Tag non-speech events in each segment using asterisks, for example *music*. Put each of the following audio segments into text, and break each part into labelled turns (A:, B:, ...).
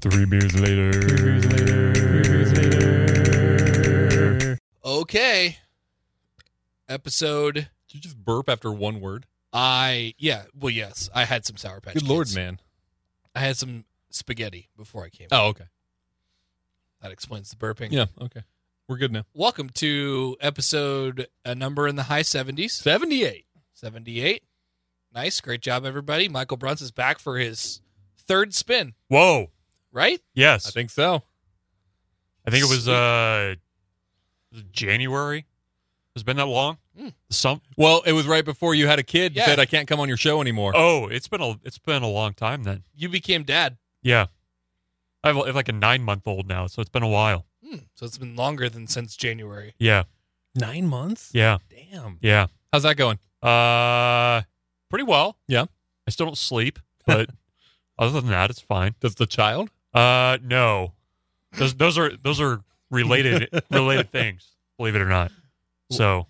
A: Three beers later. Three beers later. Three beers later.
B: Okay. Episode.
A: Did you just burp after one word?
B: I yeah. Well, yes. I had some sour patch.
A: Good lord,
B: Kids.
A: man.
B: I had some spaghetti before I came.
A: Oh, okay.
B: That explains the burping.
A: Yeah, okay. We're good now.
B: Welcome to episode a number in the high seventies,
A: 78.
B: seventy-eight. Nice, great job, everybody. Michael Brunson's back for his third spin.
C: Whoa.
B: Right?
C: Yes.
A: I
C: I
A: think
C: think,
A: so.
C: it was uh January. It's been that long?
B: Mm.
C: Some
A: Well, it was right before you had a kid and
B: Yeah.
A: said, I can't come on your show anymore.
C: Oh, it's been a it's been a long time then.
B: You became dad.
C: Yeah. I have like a 9-month old now, so it's been a while.
B: Hmm. So it's been longer than since January.
C: Yeah.
A: Nine months?
C: Yeah.
A: Damn.
C: Yeah.
A: How's that going?
C: Uh pretty well.
A: Yeah.
C: I still don't sleep,
B: *laughs*
C: but other than that, it's fine.
A: Does the child?
C: Uh no. Those those are those are
B: *laughs*
C: related related things, believe it or not. So,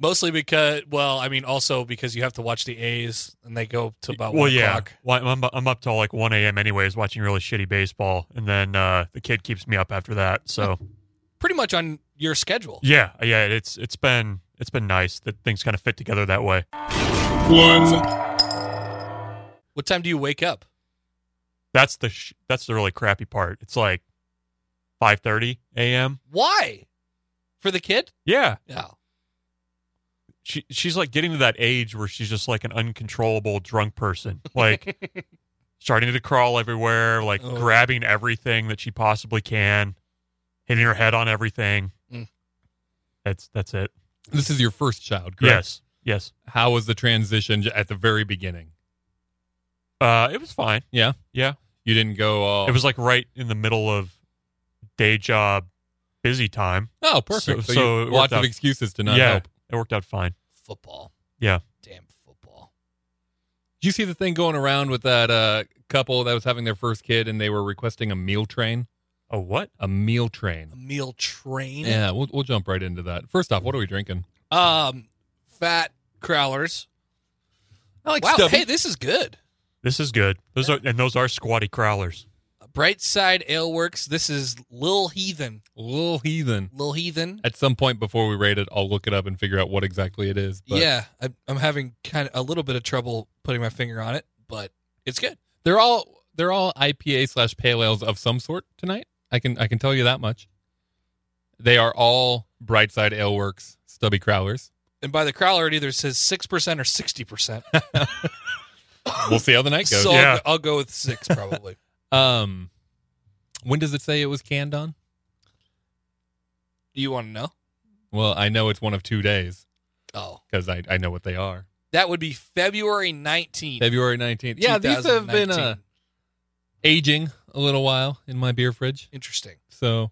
B: Mostly because, well, I mean, also because you have to watch the A's and they go to about
C: well,
B: one
C: yeah.
B: o'clock.
C: Well, I'm, I'm up till like 1 a.m. anyways, watching really shitty baseball, and then uh, the kid keeps me up after that.
B: *laughs*
C: So
B: Pretty much on your schedule.
C: yeah, yeah, it's it's been it's been nice that things kind of fit together that way.
B: What time do you wake up?
C: That's the sh- that's the really crappy part. It's like 5:30 a.m.
B: Why? For the kid? Oh,
C: Yeah,
B: Yeah.
C: she she's like getting to that age where she's just like an uncontrollable drunk person, like starting to crawl everywhere, like
B: Oh.
C: grabbing everything that she possibly can, hitting her head on everything.
B: Mm.
C: That's that's it.
A: This is your first child, correct?
C: Yes, yes.
A: How was the transition j- at the very beginning?
C: Uh, it was fine.
A: Yeah.
C: Yeah.
A: You didn't go all.
C: It was like right in the middle of day job, busy time.
A: oh, perfect. So,
C: so-
A: you-
C: so it worked
A: lots of
C: out.
A: excuses to not
C: yeah,
A: help.
C: it worked out fine.
B: Football.
C: Yeah.
B: Damn football.
A: Did you see the thing going around with that uh, couple that was having their first kid and they were requesting a meal train?
C: Oh, what?
A: A meal train.
B: A meal train.
A: Yeah, we'll, we'll jump right into that. First off, what are we drinking?
B: Um, fat crowlers.
A: I like
B: wow. Hey, this is good.
C: This is good. Those are and those are squatty crawlers.
B: Brightside Ale Works. This is Lil Heathen.
A: Little heathen.
B: Lil Heathen.
A: At some point before we rate it, I'll look it up and figure out what exactly it is. But
B: yeah, I, I'm having kind of a little bit of trouble putting my finger on it, but it's good.
A: they're all they're all IPA slash pale ales of some sort tonight. I can I can tell you that much. They are all Brightside Ale Works Stubby Crowlers.
B: And by the crowler, it either says six percent or
A: *laughs*
B: sixty percent.
A: We'll see how the night goes.
B: So I'll,
C: Yeah.
B: go- I'll go with
A: *laughs*
B: six probably.
A: um, when does it say it was canned on?
B: Do you want to know?
A: Well, I know it's one of two days
B: Oh,
A: because I, I know what they are.
B: that would be February nineteenth.
A: February nineteenth. Yeah, these have been uh, aging a little while in my beer fridge.
B: interesting.
A: So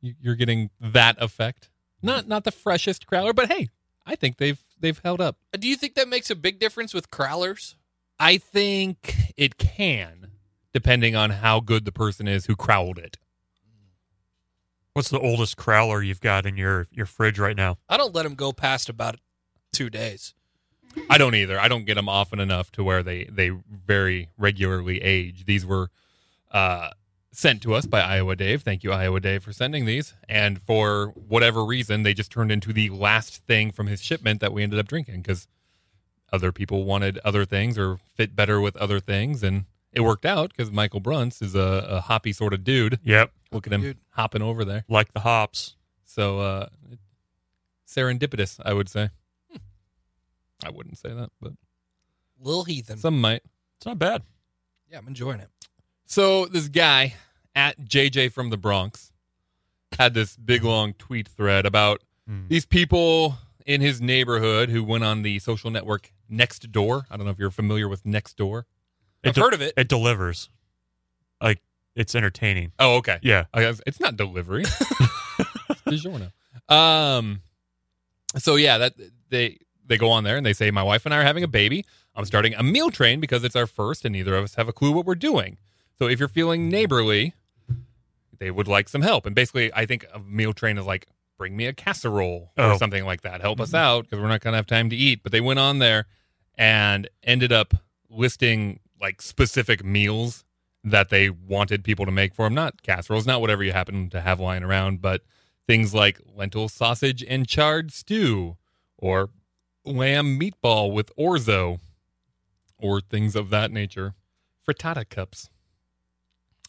A: you- you're getting that effect. Not not the freshest crowler, but hey, I think they've they've held up.
B: Uh, Do you think that makes a big difference with crowlers?
A: I think it can, depending on how good the person is who crowled it.
C: What's the oldest crowler you've got in your your fridge right now?
B: I don't let them go past about two days.
A: I don't either. I don't get them often enough to where they they very regularly age. These were uh, sent to us by Iowa Dave. Thank you, Iowa Dave, for sending these. And for whatever reason, they just turned into the last thing from his shipment that we ended up drinking because other people wanted other things or fit better with other things, and it worked out because Michael Bruns is a, a hoppy sort of dude.
C: Yep,
A: Look at him
B: Dude.
A: hopping over there.
C: like the hops.
A: So uh serendipitous, I would say. I wouldn't say that, but
B: Lil Heathen.
A: some might.
C: It's not bad.
B: yeah, I'm enjoying it.
A: So this guy at JJ from the Bronx had this big long tweet thread about
C: Mm.
A: these people in his neighborhood who went on the social network Next Door. I don't know if you're familiar with Next Door.
B: I've
C: de-
B: heard of it.
C: It delivers. Like it's entertaining.
A: Oh, okay.
C: Yeah.
A: I guess it's not delivery. it's DiGiorno. Um, so yeah, that they they go on there and they say, "My wife and I are having a baby. I'm starting a meal train because it's our first, and neither of us have a clue what we're doing. So if you're feeling neighborly, they would like some help. And basically, I think a meal train is like, bring me a casserole or
C: Oh.
A: something like that. Help us out because we're not gonna have time to eat. But they went on there and ended up listing like specific meals that they wanted people to make for them. Not casseroles, not whatever you happen to have lying around, but things like lentil sausage and charred stew or lamb meatball with orzo or things of that nature. Frittata cups.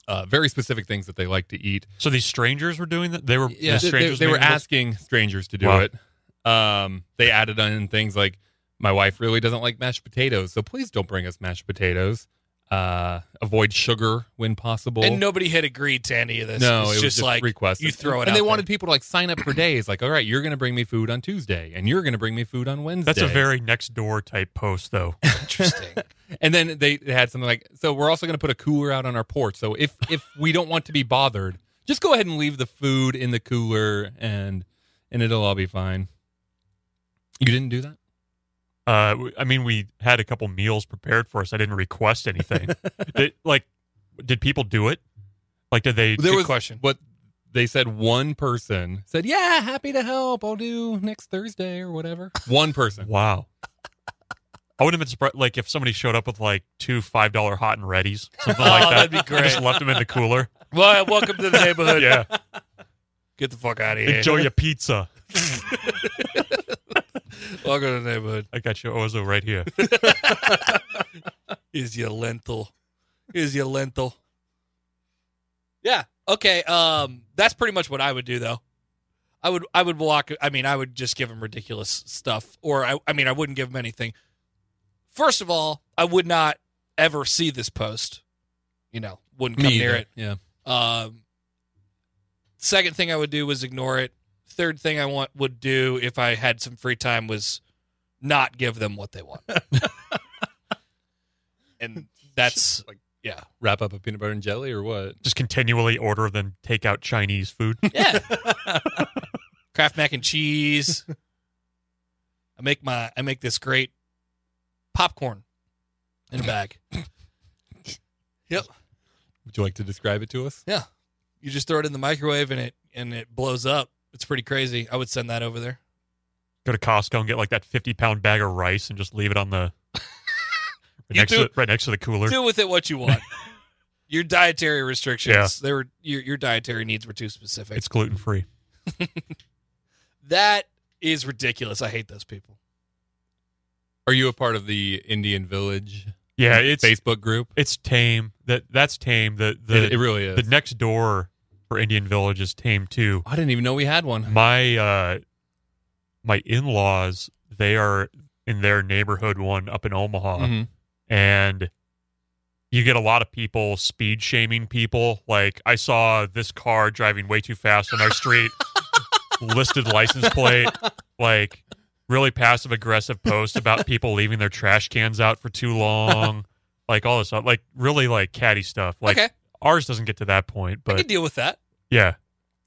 A: Uh, very specific things that they like to eat.
C: So these strangers were doing that. They were
B: Yeah.
C: the
A: They- they,
C: strangers.
A: they were
C: making this?
A: asking strangers to do
C: Wow.
A: it. Um, they added on things like, "My wife really doesn't like mashed potatoes, so please don't bring us mashed potatoes. Uh, avoid sugar when possible."
B: And nobody had agreed to any of this.
A: no,
B: it's
A: it was
B: just,
A: just
B: like
A: requests.
B: you throw it.
A: and
B: out
A: they
B: there.
A: wanted people to like sign up for days. Like, all right, you're going to bring me food on Tuesday, and you're going to bring me food on Wednesday.
C: That's a very next door type post, though.
A: *laughs*
B: interesting.
A: And then they they had something like, so we're also going to put a cooler out on our porch. So if if we don't want to be bothered, just go ahead and leave the food in the cooler, and and it'll all be fine. You didn't do that.
C: Uh, w- I mean, we had a couple meals prepared for us. I didn't request anything. Did- like, did people do it? Like, did they?
B: Good
A: was-
B: question.
A: What they said, one person said, "Yeah, happy to help. I'll do next Thursday or whatever." One person.
C: Wow. I would have been surprised, like if somebody showed up with like two five dollar hot and readies, something like
B: Oh, that'd
C: that.
B: be
C: and Just
B: great.
C: left them in the cooler.
B: *laughs* Well, welcome to the
A: *laughs*
B: neighborhood.
C: Yeah,
B: Get the fuck out of here.
C: enjoy your pizza.
B: *laughs* Welcome to the neighborhood.
C: I got your ozo right here. *laughs*
B: Is your lentil? Is your lentil? *laughs* Yeah. Okay. Um. That's pretty much what I would do, though. I would. I would block. I mean, I would just give him ridiculous stuff, or I. I mean, I wouldn't give him anything. First of all, I would not ever see this post. You know, wouldn't come near
A: either.
B: it.
A: Yeah.
B: Um, second thing I would do was ignore it. Third thing I want would do if I had some free time was not give them what they want. and that's
A: Like,
B: yeah,
A: Wrap up a peanut butter and jelly or what?
C: Just continually order them takeout Chinese food.
B: yeah. *laughs* Kraft mac and cheese. I make my I make this great popcorn in a bag. yep.
A: Would you like to describe it to us?
B: Yeah. You just throw it in the microwave and it and it blows up. It's pretty crazy. I would send that over there.
C: Go to Costco and get like that fifty pound bag of rice and just leave it on the right,
B: You
C: next,
B: do-
C: to, right next to the cooler.
B: do with it what you
C: *laughs*
B: want. Your dietary restrictions. They were your, your dietary needs were too specific.
C: It's gluten free.
B: that is ridiculous. I hate those people.
A: Are you a part of the Indian Village
C: Yeah, it's
A: Facebook group?
C: it's tame. That that's tame. The the
A: It, it really is.
C: the next door for Indian Village is tame too.
A: I didn't even know we had one.
C: my uh my in-laws they are in their neighborhood one up in omaha
A: Mhm.
C: and you get a lot of people speed shaming people like i saw this car driving way too fast on our street listed license plate like really passive aggressive posts about people leaving their trash cans out for too long like all this stuff like really like catty stuff like
B: okay,
C: ours doesn't get to that point
B: I can
C: but
B: deal with that.
C: yeah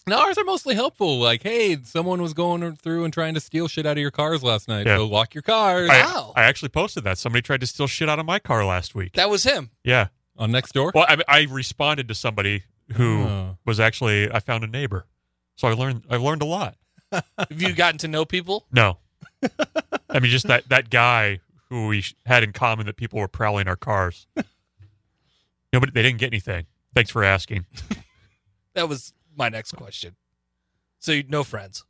A: No, ours are mostly helpful. Like, hey, someone was going through and trying to steal shit out of your cars last night.
C: Yeah.
A: So lock your cars
C: I-
B: wow,
C: i actually posted that somebody tried to steal shit out of my car last week
B: that was him.
C: yeah
A: on next door.
C: Well, I, I responded to somebody who
A: Oh.
C: was actually I found a neighbor, so I learned I learned a lot.
B: Have
C: *laughs*
B: you gotten to know people?
C: No, I mean just that that guy who we sh- had in common that people were prowling our cars. Nobody, they didn't get anything. Thanks for asking.
B: That was my next question. So you, no friends,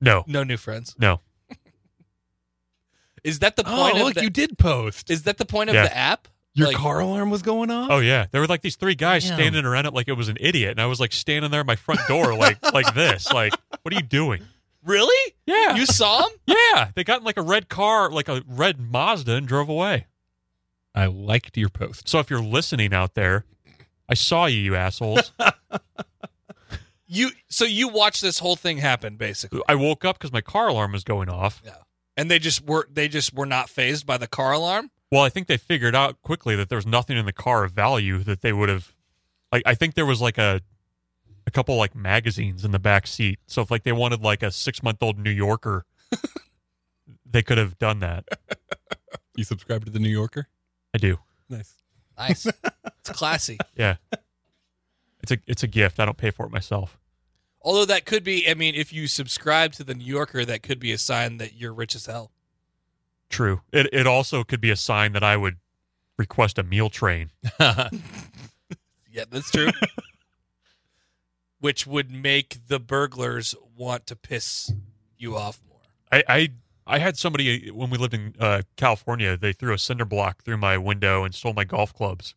C: No,
B: no new friends.
C: no,
B: Is that the
A: Oh,
B: point? of
A: look,
B: the,
A: you did post.
B: is that the point of
C: Yeah.
B: the app?
A: your
B: like-
A: car alarm was going off.
C: oh yeah, there were like these three guys
A: Damn.
C: standing around it like it was an idiot, and I was like standing there at my front door like like this, like what are you doing?
B: Really?
C: Yeah,
B: You
C: *laughs*
B: saw him?
C: yeah. They got in like a red car, like a red Mazda, and drove away.
A: I liked your post.
C: So if you're listening out there, I saw you, you assholes.
B: You so you watched this whole thing happen basically,
C: I woke up because my car alarm was going off.
B: and they just were they just were not phased by the car alarm.
C: Well, I think they figured out quickly that there was nothing in the car of value that they would have like I think there was like a a couple like magazines in the back seat. So if like they wanted like a six month old New Yorker, they could have done that.
A: You subscribe to the New Yorker?
C: I do. *laughs*
A: Nice.
B: Nice. it's classy.
C: Yeah. It's a it's a gift. I don't pay for it myself.
B: Although that could be, I mean, if you subscribe to the New Yorker, that could be a sign that you're rich as hell.
C: True. It it also could be a sign that I would request a meal train.
B: Yeah, that's true. *laughs* Which would make the burglars want to piss you off more.
C: I I, I had somebody when we lived in uh, California. They threw a cinder block through my window and stole my golf clubs.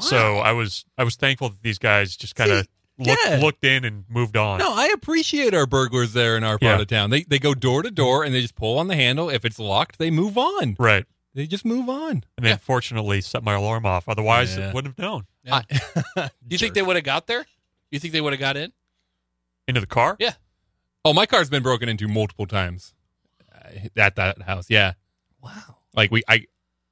C: So I was I was thankful that these guys just kind of
A: See,
C: looked
A: yeah.
C: looked in and moved on.
A: No, I appreciate our burglars there in our part
C: Yeah.
A: of town. They they go door to door and they just pull on the handle. If it's locked, they move on.
C: Right.
A: They just move on.
C: And then fortunately set my alarm off. Otherwise
A: Yeah.
C: it wouldn't have known.
B: Yeah.
A: I- *laughs*
B: Do you think they would have got there? You think they would have got in?
C: Into the car?
B: Yeah.
A: oh, my car's been broken into multiple times uh, at that house. Yeah,
B: Wow.
A: like we I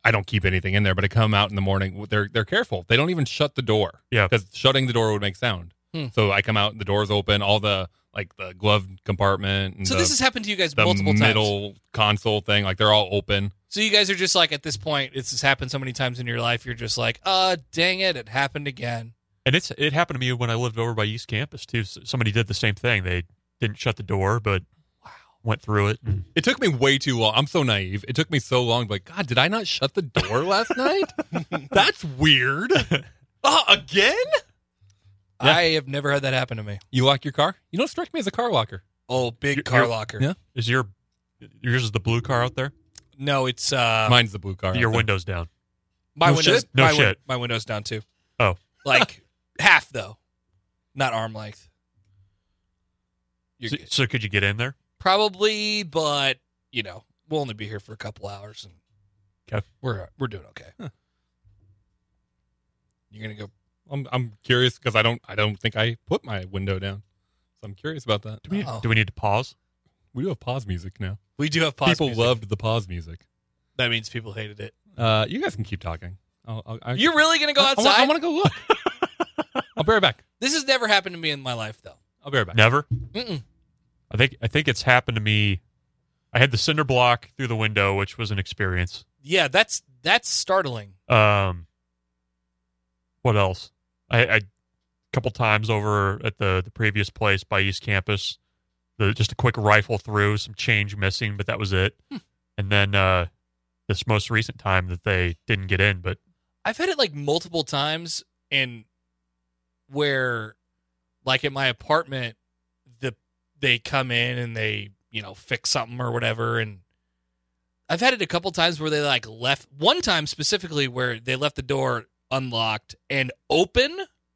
A: I don't keep anything in there, but I come out in the morning. They're they're careful. They don't even shut the door.
C: Yeah.
A: because shutting the door would make sound.
B: Hmm.
A: So I come out, the door's open, all the like the glove compartment. And
B: So
A: the,
B: this has happened to you guys
A: the
B: multiple times.
A: middle console thing, like they're all open.
B: So you guys are just like at this point, it's has happened so many times in your life, you're just like, uh, dang it, it happened again.
C: And it's it happened to me when I lived over by East Campus too. S- Somebody did the same thing. They didn't shut the door, but went through it. and-
A: It took me way too long. I'm so naive. It took me so long. Like, God, did I not shut the door last *laughs* night? That's weird.
C: *laughs*
A: Uh, again?
C: Yeah.
B: I have never had that happen to me.
A: You lock your car? You don't strike me as a car locker.
B: Oh, big
C: You're-
B: car
C: you're-
B: locker.
A: Yeah.
C: Is your yours is the blue car out there?
B: No, it's uh
A: Mine's the blue car.
C: your
A: out there.
C: window's down.
B: my
C: no
B: windows
C: shit? No
B: my, win-
C: shit.
B: my window's down too.
C: Oh.
B: *laughs* Like half though. Not arm length. You're
C: So,
B: good.
C: so could you get in there?
B: Probably, but you know, we'll only be here for a couple hours, and
C: 'Kay.
B: we're uh, we're doing okay.
A: Huh.
B: You're gonna go.
A: I'm I'm curious because I don't I don't think I put my window down. So I'm curious about that.
C: Do we
B: Oh.
C: do we need to pause?
A: We do have pause music now.
B: We do have pause
A: people
B: music.
A: loved the pause music.
B: That means people hated it.
A: Uh, you guys can keep talking. I'll, I'll, I-
B: You're really gonna go
A: I-
B: outside?
A: I, want to go look. I'll be right back.
B: this has never happened to me in my life, though.
A: I'll be right back.
C: Never.
B: Mm-mm.
C: I think I think it's happened to me. I had the cinder block through the window, which was an experience.
B: Yeah, that's that's startling.
C: Um, what else? I, I a couple times over at the the previous place by East Campus, the just a quick rifle through, some change missing, but that was it.
B: Hmm.
C: And then uh, this most recent time that they didn't get in, but
B: I've had it like multiple times, and where, like at my apartment, the they come in and they you know fix something or whatever, and I've had it a couple times where they like left. One time specifically where they left the door unlocked and open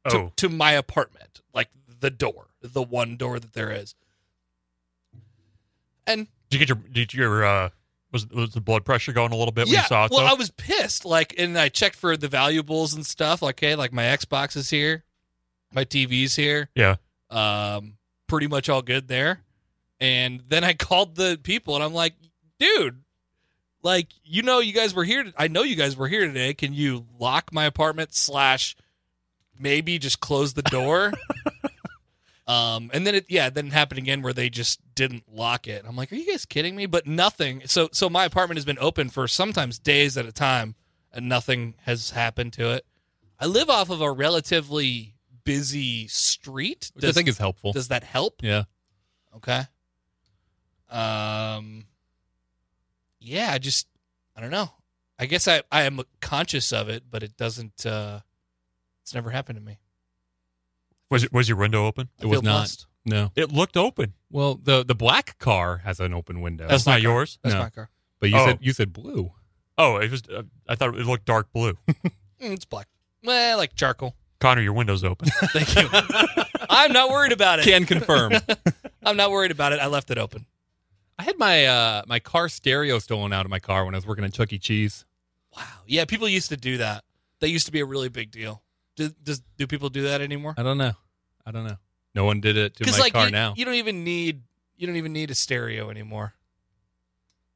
B: to,
C: oh,
B: to my apartment, like the door, the one door that there is, and
C: did you get your did your uh, was was the blood pressure going a little bit when you saw it?
B: well,
C: though?
B: I was pissed. Like, and I checked for the valuables and stuff. Like, okay, like my Xbox is here, my TV's here.
C: Yeah.
B: Um, pretty much all good there. And then I *laughs* called the people, and I'm like, dude, like you know, you guys were here. I know you guys were here today. Can you lock my apartment slash maybe just close
A: *laughs*
B: the door? Um, and then it, yeah, then it happened again where they just didn't lock it. I'm like, are you guys kidding me? But nothing. So, so my apartment has been open for sometimes days at a time, and nothing has happened to it. I live off of a relatively busy street.
A: Which I
B: Does,
A: think is helpful.
B: does that help?
A: yeah.
B: Okay. Um. Yeah, I just, I don't know. I guess I, I am conscious of it, but it doesn't. uh It's never happened to me.
C: was it was your window open?
A: It was
B: Feel
A: not.
B: blessed.
A: No.
C: It looked open.
A: Well, the the black car has an open window.
C: That's not yours.
B: That's
A: No.
B: my car.
A: but you
C: Oh.
A: said you said blue.
C: Oh, it was. Uh, I thought it looked dark *laughs* blue.
B: Mm, it's black. Well, like charcoal.
C: Connor, your window's open.
A: *laughs*
B: Thank you. I'm not worried about it.
A: Can
B: *laughs*
A: confirm.
B: I'm not worried about it. I left it open.
A: I had my uh my car stereo stolen out of my car when I was working at Chuck E. Cheese.
B: Wow. Yeah, people used to do that. That used to be a really big deal. Do, does do people do that anymore?
A: I don't know. I don't know. No one did it to my
B: like
A: car
B: you,
A: now.
B: you don't even need you don't even need a stereo anymore.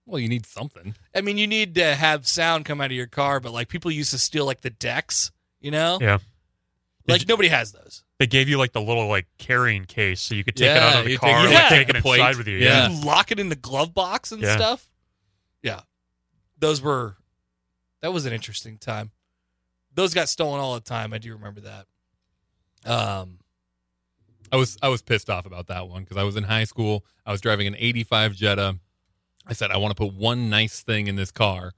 A: well, you need something.
B: I mean, you need to have sound come out of your car, but like people used to steal like the decks, you know?
C: Yeah.
B: Like nobody has those.
C: They gave you like the little like carrying case so you could take it out of the
B: you
C: car and
B: yeah,
C: like, take
B: the
C: it
B: plate.
C: inside with you.
A: Yeah.
B: You lock it in the glove box and
C: Yeah.
B: stuff. Yeah, those were. That was an interesting time. Those got stolen all the time. I do remember that. Um.
A: I was I was pissed off about that one because I was in high school. I was driving an '85 Jetta. I said I want to put one nice thing in this car,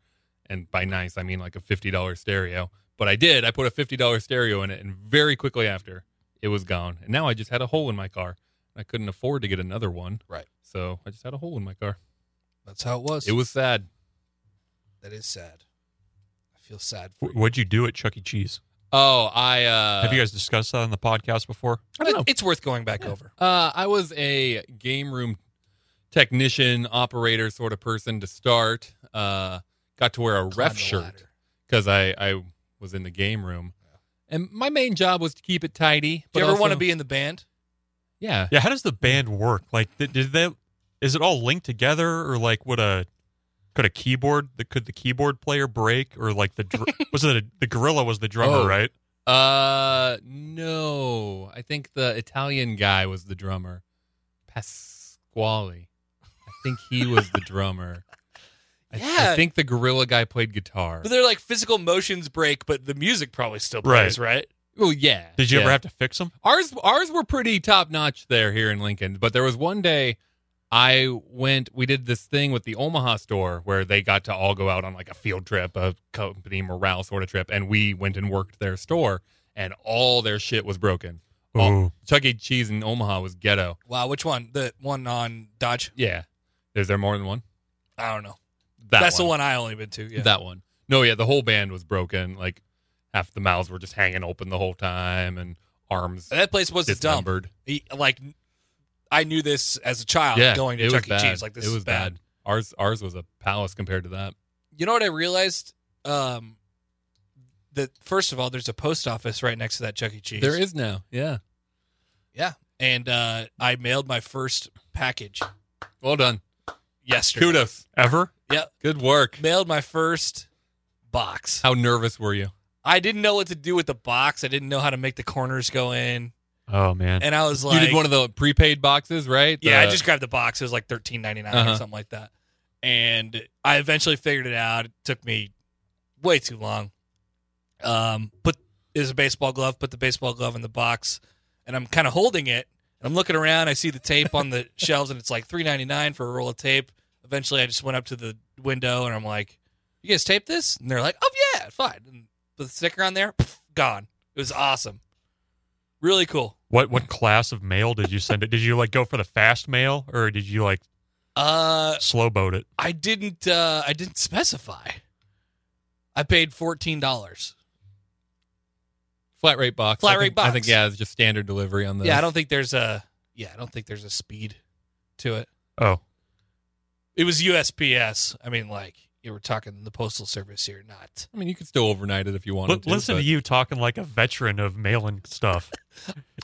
A: and by nice I mean like a fifty dollar stereo. But I did. I put a fifty dollar stereo in it, and very quickly after, it was gone. And now I just had a hole in my car. I couldn't afford to get another one.
B: Right.
A: So I just had a hole in my car.
B: That's how it was.
A: It was sad.
B: That is sad. I feel sad for
C: W-
B: you.
C: What'd you do at Chuck E. Cheese?
A: Oh, I uh,
C: Have you guys discussed that on the podcast before?
A: I don't know.
B: It's worth going back over.
A: Uh, I was a game room technician, operator sort of person to start. Uh, got to wear a
B: Climb
A: ref
B: the
A: shirt
B: ladder.
A: because I, I was in the game room. And my main job was to keep it tidy.
B: Do
A: but
B: you ever want to
A: also-
B: be in the band?
A: Yeah.
C: Yeah, how does the band work? Like, th- did they? Is it all linked together, or like, would a could a keyboard the could the keyboard player break, or like the dr- *laughs* was it a, the gorilla was the drummer,
A: Oh.
C: right?
A: Uh, no. I think the Italian guy was the drummer, Pasquale. I think he was the drummer. I- I,
B: *laughs* Yeah.
A: think the gorilla guy played guitar.
B: But they're like physical motions break, but the music probably still
C: Right.
B: plays, right?
A: Oh yeah.
C: Did you
A: yeah.
C: ever have to fix them?
A: Ours ours were pretty top notch there here in Lincoln, but there was one day I went we did this thing with the Omaha store where they got to all go out on like a field trip, a company morale sort of trip, and we went and worked their store and all their shit was broken. All- Chuck E. Cheese in Omaha was ghetto.
B: Wow, which one? The one on Dodge?
A: Yeah. Is there more than one?
B: I don't know.
A: That
B: That's the one I only been to. Yeah.
A: That one. No, yeah, the whole band was broken. Like half the mouths were just hanging open the whole time and arms
B: that place was dumb.
A: dismembered.
B: He- like I knew this as a child going to
A: it was
B: Chuck E. Cheese. Like this
A: it was
B: is bad.
A: Ours ours was a palace compared to that.
B: You know what I realized? Um, that first of all, there's a post office right next to that Chuck E. Cheese.
A: There is now, yeah.
B: Yeah. And uh, I mailed my first package
A: Well done,
B: yesterday.
A: kudos,
C: Ever?
A: good work.
B: Mailed my first box.
A: How nervous were you?
B: I didn't know what to do with the box. I didn't know how to make the corners go in.
C: Oh man,
B: And I was like,
A: you did one of the prepaid boxes, right?
B: Yeah, I
A: The-
B: just grabbed the box. It was like thirteen ninety nine
A: Uh-huh.
B: or something like that. And I eventually figured it out. It took me way too long. Um, put is a baseball glove. Put the baseball glove in the box, and I'm kind of holding it. And I'm looking around. I see the tape
A: *laughs*
B: on the shelves, and it's like three ninety nine for a roll of tape. Eventually, I just went up to the window, and I'm like, "You guys tape this?" And they're like, "Oh yeah, fine." And put the sticker on there. Pff, gone. It was awesome. Really cool.
C: what what class of mail did you send it? Did you like go for the fast mail, or did you like
B: Uh,
C: slow boat it?
B: I didn't uh I didn't specify. I paid fourteen dollars.
A: flat rate box.
B: Flat
A: I
B: rate
A: think- I think
B: box.
A: yeah, it's just standard delivery on the.
B: Yeah, I don't think there's a yeah, I don't think there's a speed to it.
C: Oh,
B: It was USPS. I mean, like you were talking the postal service here, not
A: I mean, you could still overnight it if you wanted
C: L-
A: to.
C: listen
A: but-
C: to you talking like a veteran of mailing
A: *laughs*
C: stuff.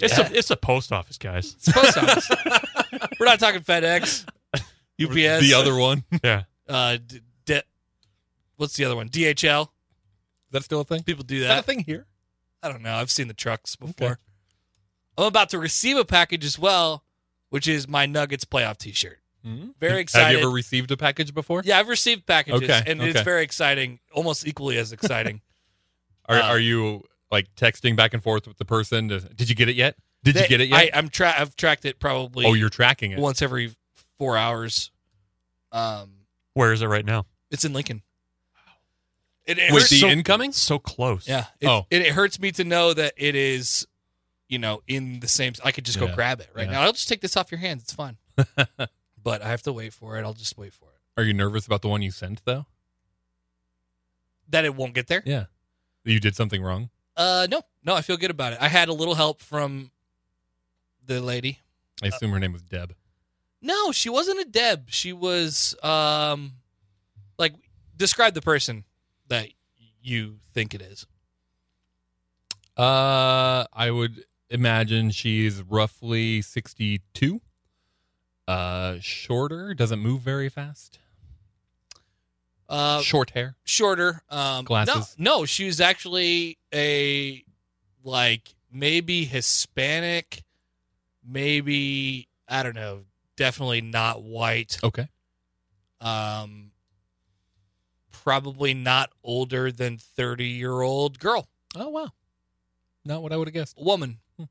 C: It's
B: Yeah.
C: a it's a post office, guys.
B: it's post office. we're not
A: *laughs*
B: talking FedEx, UPS,
A: The other one *laughs* is
C: Yeah,
B: uh, d- de- what's the other one? DHL.
A: that still a thing?
B: People do
A: Is that a
B: that.
A: thing here?
B: I don't know. I've seen the trucks before. I'm about to receive a package as well, which is my Nuggets playoff T-shirt.
A: Hmm?
B: Very
A: Have
B: excited.
A: you ever received a package before?
B: Yeah, I've received packages,
A: Okay,
B: and it's
A: okay.
B: very exciting, almost equally as exciting.
A: Are,
B: Uh,
A: are you like texting back and forth with the person? To, did you get it yet? *laughs* Did you
B: They-
A: get it yet?
B: I, I'm tra- I've tracked it probably
A: oh, you're tracking it.
B: once every four hours. Um,
C: where is it right now?
B: it's in Lincoln. It, it
A: With
B: hurts.
A: the
C: so-
A: incoming?
C: So close.
B: yeah. It,
A: Oh.
B: it, it hurts me to know that it is, you know, in the same. I could just go
A: Yeah.
B: grab it right
A: Yeah.
B: now. I'll just take this off your hands.
A: *laughs*
B: It's fine. but I have to wait for it. I'll just wait for it.
A: Are you nervous about the one you sent though?
B: That it won't get there.
A: Yeah. You did something wrong.
B: Uh, no, no, I feel good about it. I had a little help from the lady.
A: I assume her name was Deb.
B: No, she wasn't a Deb. She was um like describe the person that you think it is.
A: Uh, I would imagine she's roughly 62. Uh, shorter, doesn't move very fast.
B: Uh
A: Short hair.
B: shorter. Um
A: Glasses.
B: No, no, she was actually a like maybe Hispanic, maybe I don't know, definitely not white.
A: Okay.
B: Um probably not older than 30-year-old girl,
A: Oh wow. Not what I would have guessed.
B: woman. I was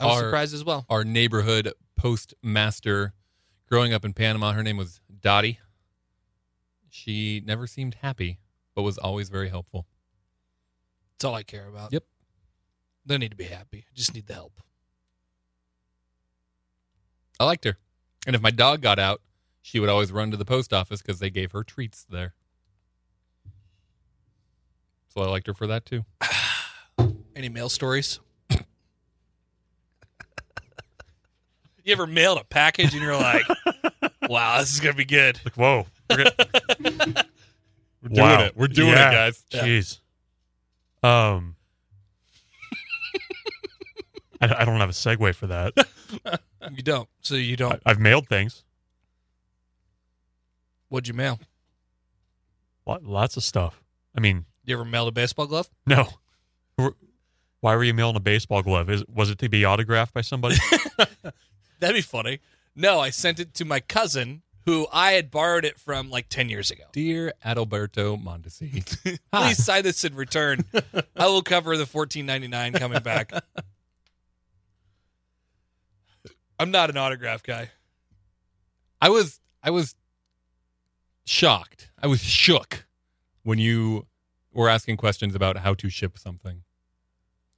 A: Hmm. Are-
B: surprised as well.
A: Our neighborhood postmaster growing up in Panama, her name was Dottie. She never seemed happy, but was always very helpful.
B: That's all I care about.
A: Yep.
B: Don't need to be happy. I just need the help.
A: I liked her. And if my dog got out, she would always run to the post office because they gave her treats there. So I liked her for that too.
B: Any mail stories? you ever mailed a package and you're like, wow, this is going to be good.
C: Like, whoa. We're gonna-
A: *laughs* We're
C: Wow.
A: doing it. We're doing
C: Yeah.
A: it, guys.
C: Jeez.
A: *laughs*
C: Um, I, I don't have a segue for that.
B: You don't. So you
C: I,
B: don't.
C: I've mailed things,
B: What'd you mail?
C: Lot- lots of stuff. I mean,
B: You ever mailed a baseball glove?
C: no. Wh- Why were you mailing a baseball glove? Is was it to be autographed by *laughs* somebody?
B: That'd be funny. No, I sent it to my cousin who I had borrowed it from like 10 years ago.
A: Dear Adalberto
B: *laughs*
A: Mondesi. Hi.
B: Please sign this in return. I will cover the 14.99 coming back. I'm not an autograph guy.
A: I was I was shocked. I was shook when you were asking questions about how to ship something.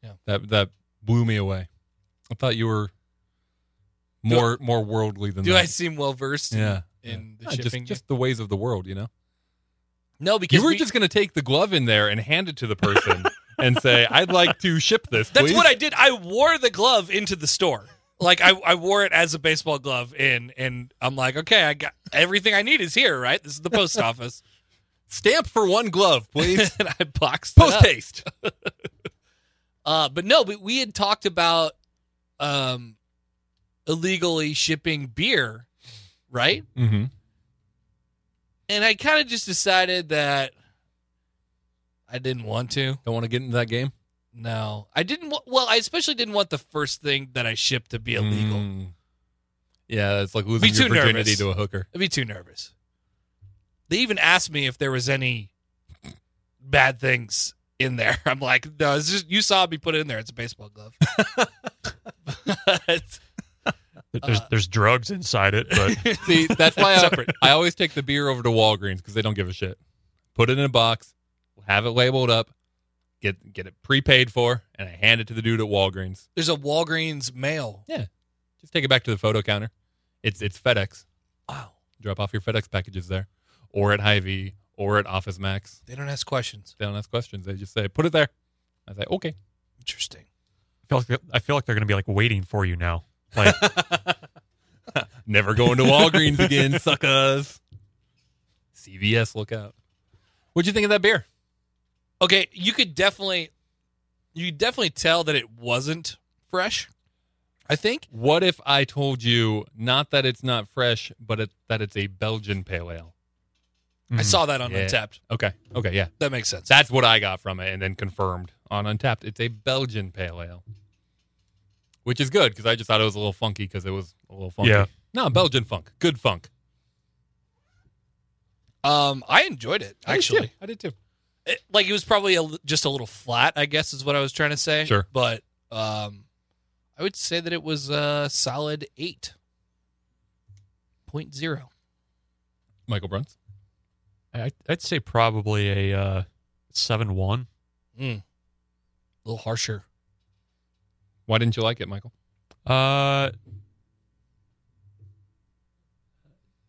B: Yeah.
A: That that blew me away. I thought you were more more worldly than
B: Do I
A: that.
B: seem well versed
A: yeah.
B: in the
A: Yeah,
B: shipping?
A: just,
B: game?
A: just the ways of the world, you know.
B: no, because
A: You were
B: we-
A: just going to take the glove in there and hand it to the *laughs* person and say, "I'd like to ship this."
B: That's
A: please."
B: what I did. I wore the glove into the store. Like I, I wore it as a baseball glove and and I'm like, okay, I got everything I need is here, right? This is
A: *laughs*
B: the post office.
A: stamp for one glove, please.
B: *laughs* and I boxed it
A: Post
B: up.
A: haste.
B: *laughs* Uh but no, but we had talked about um illegally shipping beer, right?
A: *laughs* Mm-hmm.
B: And I kind of just decided that I didn't want to.
A: Don't want to get into that game.
B: No. I didn't wa- well, I especially didn't want the first thing that I shipped to be illegal.
A: Mm. Yeah, it's like losing
B: Be
A: your
B: too
A: virginity
B: nervous.
A: to a *laughs* hooker.
B: I'd be too nervous. They even asked me if there was any bad things in there. *laughs* I'm like, no, it's just you saw me put it in there. It's a baseball
A: *laughs*
B: glove. but,
C: There's there's drugs inside it, *laughs* but
A: See, that's why I,
B: Separate.
A: I always take the beer over to Walgreens because they don't give a shit. Put it in a box, have it labeled up, get get it prepaid for, and I hand it to the dude at Walgreens.
B: there's a Walgreens mail.
A: Just take it back to the photo counter. It's it's FedEx.
B: Wow,
A: Drop off your FedEx packages there, or at Hy-Vee, or at Office Max.
B: they don't ask questions.
A: They don't ask questions. They just say, "Put it there." I say, "Okay."
B: Interesting.
C: I feel like I feel like they're gonna be like waiting for you now. Like
A: Never going to Walgreens again, suckers. CVS, look out. What'd you think of that beer?
B: Okay, you could definitely, you could definitely tell that it wasn't fresh. I think.
A: What if I told you not that it's not fresh, but it, that it's a Belgian pale ale?
B: I
C: Mhm.
B: saw that on
A: Mm. Yeah.
B: Untapped.
A: Okay. Okay. Yeah.
B: That makes sense.
A: That's what I got from it and then confirmed on Untapped. It's a Belgian pale ale, which is good because I just thought it was a little funky because it was a little funky.
C: Yeah.
A: No, Belgian funk. Good funk.
B: um, I enjoyed it actually.
A: I did too.
B: it, like it was probably a, li- just a little flat, I guess is what I was trying to say.
A: Sure.
B: But um, I would say that it was a solid eight point zero.
A: Michael Bruns.
C: I, I'd say probably a uh, seven one.
B: Mm. A little harsher.
A: Why didn't you like it, Michael?
C: Uh,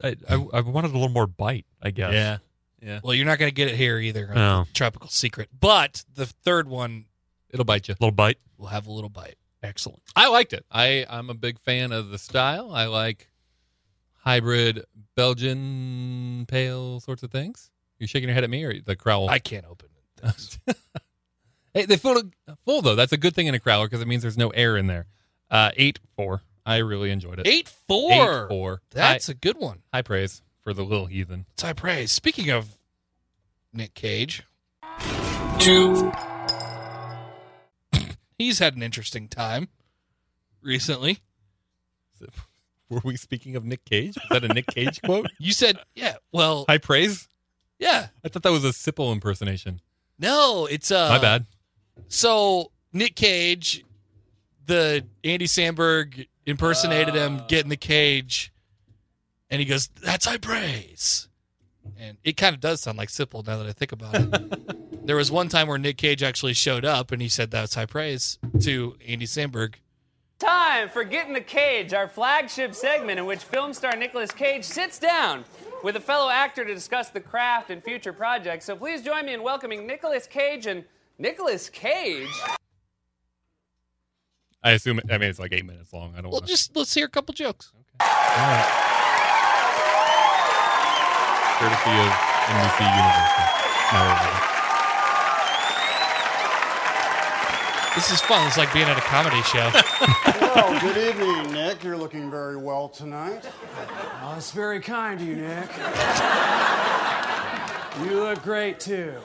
C: I, I I wanted a little more bite, I guess. Oh.
A: Yeah.
B: Well, you're not going to get it here either. on
C: No.
B: Tropical Secret. But the third one
A: It'll bite you.
C: a little bite.
B: will have a little bite. Excellent.
A: I liked it. I I'm a big fan of the style. I like hybrid Belgian pale sorts of things. You're shaking your head at me, or the crowel?
B: I can't open it. Thanks.
A: *laughs* hey, they feel full though. That's a good thing in a crowler because it means there's no air in there. Uh, eight four. I really enjoyed it.
B: eight four.
A: Eight, four.
B: That's a good one.
A: high, high praise for the little heathen. *laughs*
B: It's high praise. Speaking of Nick Cage, *laughs* He's had an interesting time recently.
A: Were we speaking of Nick Cage? Was that a Nick Cage quote?
B: You said, yeah, well,
A: High praise?
B: yeah.
A: I thought that was a Sipple impersonation.
B: No, it's uh
A: My bad.
B: So Nick Cage, the Andy Sandberg impersonated him, get in the cage, and he goes, "That's high praise," and it kind of does sound like Sipple now that I think about it. there was one time where Nick Cage actually showed up and he said, "That's high praise" to Andy Sandberg.
D: Time for Get in the Cage, our flagship segment in which film star Nicolas Cage sits down with a fellow actor to discuss the craft and future projects. So please join me in welcoming Nicolas Cage and Nicolas Cage.
A: I assume, I mean, it's like eight minutes long. I don't
B: Well,
A: want to.
B: just let's hear a couple jokes.
A: Courtesy of NBC Universal. Now
B: This is fun. It's like being at a comedy show.
E: Well, good evening, Nick. You're looking very well tonight.
F: Oh, that's very kind of you, Nick. you look great too.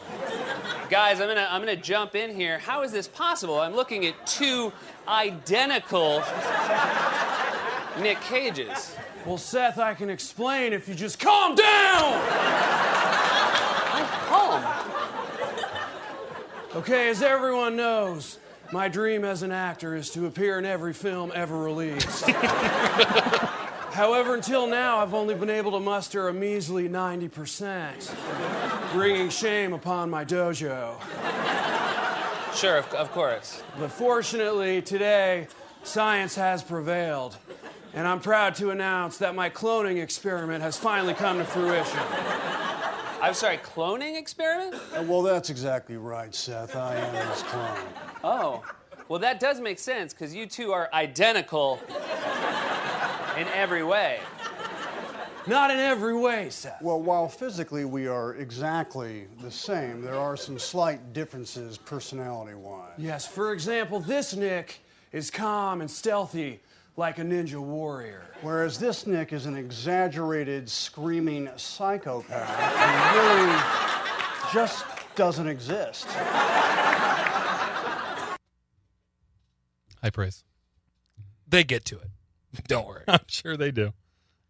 D: Guys, I'm gonna I'm gonna jump in here. How is this possible? I'm looking at two identical Nick Cages.
F: Well, Seth, I can explain if you just calm down.
D: I'm calm.
F: Okay, as everyone knows, my dream as an actor is to appear in every film ever released. However, until now, I've only been able to muster a measly 90%, bringing shame upon my dojo.
D: Sure, of, of course.
F: But fortunately, today, science has prevailed. And I'm proud to announce that my cloning experiment has finally come to fruition.
D: I'm sorry, cloning experiment?
E: Uh, Well, that's exactly right, Seth. I am his clone.
D: Oh, well, that does make sense because you two are identical in every way.
F: Not in every way, Seth.
E: Well, while physically we are exactly the same, there are some slight differences personality-wise.
F: Yes, for example, this Nick is calm and stealthy like a ninja warrior.
E: Whereas this Nick is an exaggerated, screaming psychopath who really just doesn't exist.
A: High praise.
B: they get to it. Don't worry.
A: *laughs* I'm sure they do.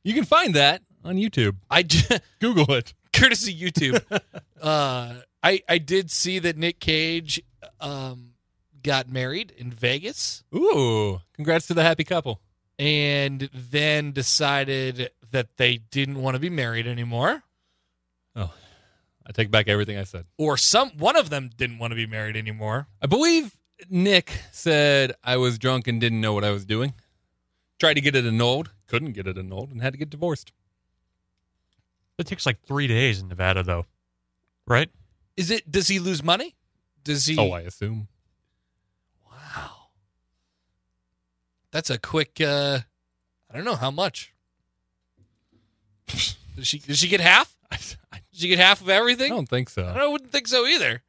A: You can find that on YouTube.
B: I *laughs* just.
A: Google it.
B: courtesy YouTube.
A: *laughs*
B: uh, I I did see that Nick Cage um, got married in Vegas
A: Ooh, congrats to the happy couple.
B: and then decided that they didn't want to be married anymore,
A: I take back everything I said.
B: or some one of them didn't want to be married anymore.
A: I believe Nick said I was drunk and didn't know what I was doing. Tried to get it annulled, couldn't get it annulled, and had to get divorced.
C: That takes like three days in Nevada, though, right?
B: Is it? Does he lose money? Does he?
A: Oh, I assume.
B: wow, that's a quick. Uh, I don't know how much. *laughs* Does she? Does she
A: *laughs*
B: get half? Does she get half of
A: I
B: everything?
A: don't think so.
B: I wouldn't think so either.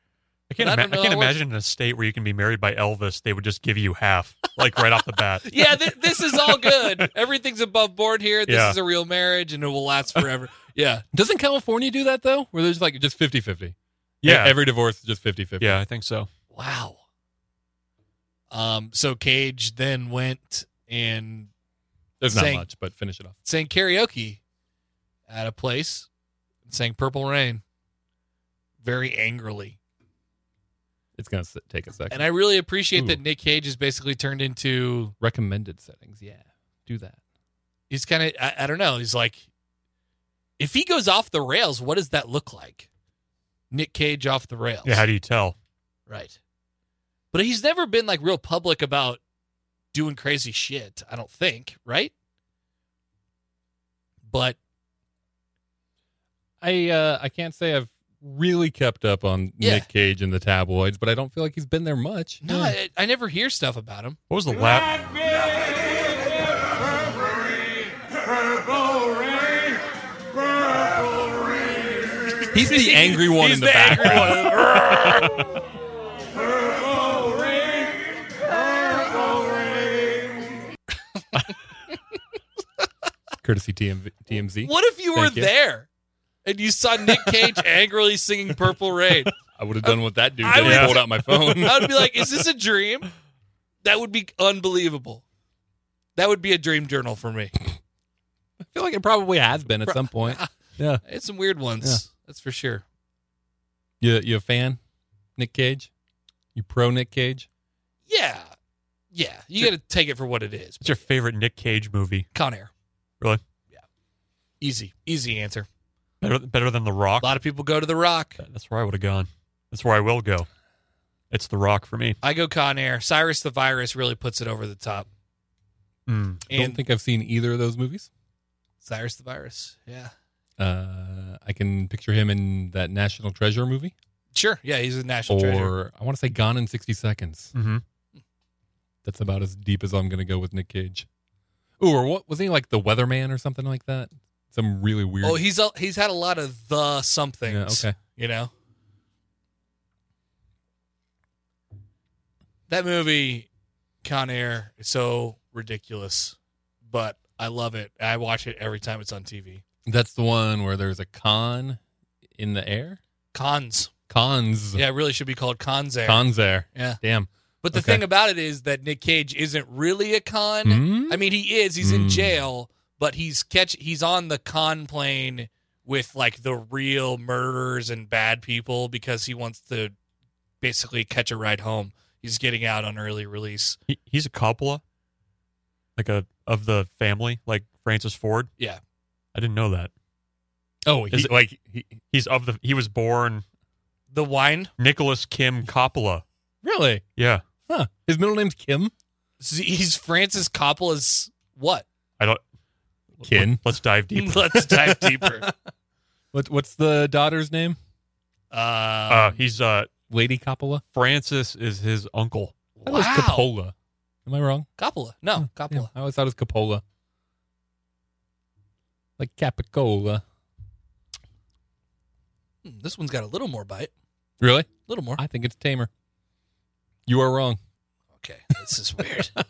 C: I can't,
B: I don't know
C: ima- I
B: how
C: can't
B: it works.
C: imagine in a state where you can be married by Elvis, they would just give you half, like right off the bat.
B: yeah, th- this is
A: *laughs*
B: all good. Everything's above board here. This
C: Yeah.
B: is a real marriage, and it will last
A: *laughs*
B: forever. Yeah,
A: Doesn't California do that though? Where there's like just 50 50.
C: Yeah.
A: Every divorce is just 50 50.
C: yeah, I think so.
B: wow. Um, so Cage then went and
A: There's not
B: Saying-
A: much, but finish it off.
B: sang karaoke at a place, and sang "Purple Rain" very angrily.
A: It's going to take a second.
B: And I really appreciate
A: Ooh.
B: that Nick Cage is basically turned into
A: Recommended settings. Yeah. Do that.
B: he's kind of I, I don't know. He's like, if he goes off the rails, what does that look like? Nick Cage off the rails.
C: Yeah, how do you tell?
B: Right. But he's never been like real public about doing crazy shit, I don't think, right? But
A: I uh, I can't say I've really kept up on
B: Yeah.
A: Nick Cage and the tabloids, but I don't feel like he's been there much.
B: no, I, I never hear stuff about him.
C: What was the last?
A: *laughs* he's the angry one in the, back. Courtesy TMV, TMZ.
B: *laughs* What if you were
A: Thank you.
B: there and you saw Nick
A: *laughs*
B: Cage angrily singing Purple Rain?
A: I would have done what that dude
B: I
A: did.
B: would-
A: *laughs* I pulled out my phone.
B: I would be like, is this a dream? That would be unbelievable. That would be a dream journal for me.
A: I feel like it probably has been at some *laughs* point. Yeah.
B: I had some weird ones.
A: Yeah.
B: That's for sure.
A: You you a fan? Nick Cage? You pro Nick Cage?
B: Yeah. Yeah. You got to take it for what it is.
C: What's your favorite Nick Cage movie?
B: Con Air.
C: Really?
B: Easy. Easy answer.
C: Better, better than The Rock?
B: A lot of people go to The Rock.
C: That's where I would have gone. That's where I will go. It's The Rock for me.
B: I go Con Air. Cyrus the Virus really puts it over the top.
C: Mm.
A: I don't
B: And
A: think I've seen either of those movies.
B: Cyrus the Virus. Yeah.
A: Uh, I can picture him in that National Treasure movie,
B: Sure. Yeah. He's a national treasure.
A: or I want to say Gone in sixty seconds.
C: hmm
A: That's about as deep as I'm going to go with Nick Cage. Ooh, or what was he like the weatherman or something like that? Some really weird.
B: Oh, he's a, he's had a lot of the somethings.
A: Yeah, okay.
B: You know? That movie, Con Air, is so ridiculous, but I love it. I watch it every time it's on TV.
A: That's the one where there's a con in the air.
B: Cons.
A: Cons.
B: Yeah, it really should be called Cons Air.
A: Cons there.
B: Yeah.
A: Damn.
B: But the
A: Okay.
B: thing about it is that Nick Cage isn't really a con.
A: Hmm?
B: I mean, he is. He's in
A: Hmm.
B: jail, but he's catch. He's on the con plane with like the real murderers and bad people because he wants to basically catch a ride home. He's getting out on early release.
C: He, he's a Coppola, like a of the family, like Francis Ford.
B: Yeah.
C: I didn't know that.
A: Oh,
C: Is
A: he,
C: it-
A: like he,
C: He's of the. He was born
B: The wine.
C: Nicholas Kim Coppola.
A: really?
C: Yeah.
A: Huh. His middle name's Kim.
B: So He's Francis Coppola's what?
C: I don't.
A: Kin.
C: Let's dive
B: *laughs*
C: deeper.
B: Let's
A: *laughs*
B: dive deeper.
A: What, what's the daughter's name?
B: Uh,
C: uh,
A: Oh.
C: he's uh
A: Lady Coppola.
C: Francis is his uncle.
A: That was
B: wow.
A: Coppola. Am I wrong?
B: Coppola. No, Coppola.
A: I always thought it was Coppola. Like Capicola.
B: Hmm, This one's got a little more bite.
A: Really?
B: A
A: *laughs*
B: little more.
A: I think it's Tamer. You are wrong.
B: Okay, this
A: *laughs*
B: is weird. I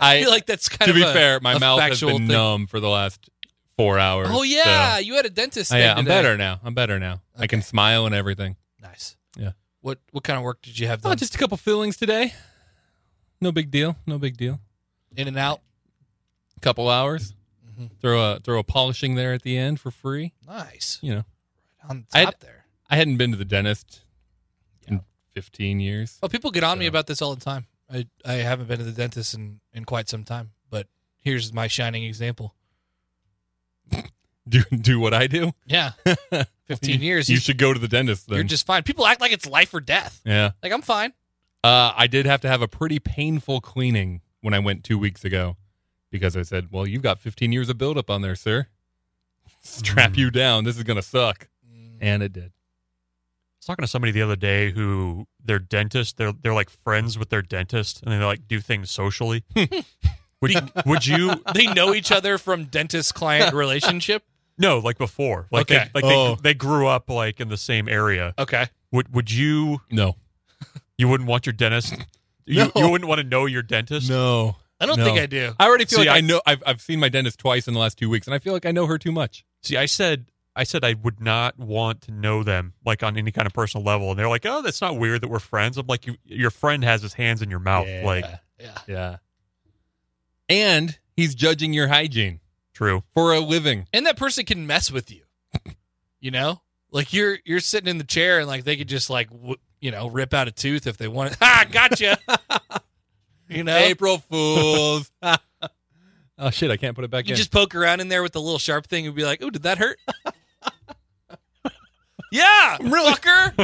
A: I,
B: feel like that's kind
A: to
B: of
A: be
B: a-
A: fair, my
B: a
A: mouth has
B: factual
A: been
B: thing.
A: numb for the last four hours.
B: Oh yeah, you had a dentist.
A: so- I,
B: thing
A: am
B: today.
A: better now. Oh, I'm better now. I can
B: Okay.
A: smile and everything.
B: Nice.
A: Yeah.
B: What what kind of work did you have done?
A: Oh, just a couple fillings today. No big deal. No big deal.
B: in and out.
A: Couple hours.
B: Mhm.
A: Throw a throw a polishing there at the end for free.
B: Nice.
A: You know,
B: On top
A: I had-
B: there.
A: I hadn't been to the dentist in 15 years.
B: Oh, people get on me
A: So-
B: about this all the time. I I haven't been to the dentist in in quite some time, but here's my shining example.
A: Do do what I do. *laughs*
B: Yeah. 15 years.
A: You,
B: You,
A: should go to the dentist. Then
B: you're just fine. People act like it's life or death.
A: yeah.
B: Like I'm fine.
A: Uh, I did have to have a pretty painful cleaning when I went two weeks ago because I said, Well, you've got 15 years of buildup on there, sir. Strap you down. This is going to suck. And it did.
C: I was talking to somebody the other day who their dentist they're they're like friends with their dentist and they like do
A: *laughs*
C: things socially. would, would you
B: They know each other from
A: *laughs*
B: dentist client relationship.
C: no like before like
B: Okay.
C: they, like
A: Oh.
C: they they grew up like in the same area.
B: Okay.
C: Would would you
A: No.
C: you wouldn't want your dentist you,
A: No.
C: you wouldn't want to know your dentist?
A: No.
B: I don't
A: No.
B: think I do.
A: I already feel
C: See,
A: like I,
C: I-
A: know I've, I've seen my dentist twice in the last two weeks, and I feel like I know her too much.
C: See, I said I said I would not want to know them like on any kind of personal level and they're like, "Oh, that's not weird that we're friends." I'm like, "You your friend has his hands in your mouth."
A: Yeah.
C: Like,
B: Yeah.
A: Yeah. And he's judging your hygiene
C: true.
A: for a living.
B: and that person can mess with you *laughs* you know like you're you're sitting in the chair and like they could just like w- you know rip out a tooth if they *laughs* want ha
A: *laughs*
B: gotcha you know
A: April Fools. oh, shit. I can't put it back
B: *laughs* you
A: in. *laughs*
B: just poke around in there with the little sharp thing and be like oh did that hurt *laughs* yeah really, fucker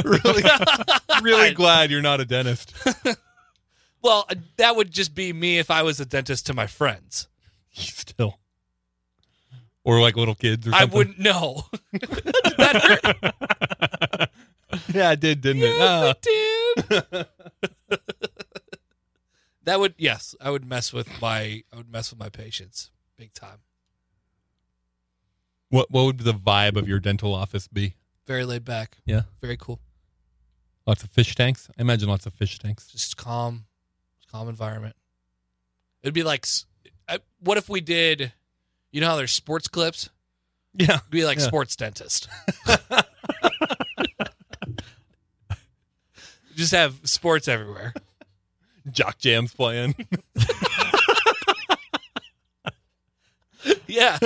A: *laughs* really,
B: *laughs*
A: really glad you're not a dentist.
B: well that would just be me if i was a dentist to my friends
A: *laughs* still or like little kids or
B: i
A: something.
B: wouldn't know
A: *laughs*
B: *laughs*
A: yeah it did didn't it Ah.
B: that would yes i would mess with my i would mess with my patients big time
A: what what would the vibe of your dental office be
B: very laid back
A: yeah
B: very cool
A: lots of fish tanks i imagine lots of fish tanks
B: just calm, calm environment. It'd be like, s- I- what if we did, you know how there's sports clips?
A: yeah
B: It'd be like
A: Yeah.
B: sports dentist. just have sports everywhere.
A: *laughs* Jock Jam's playing. *laughs*
B: Yeah.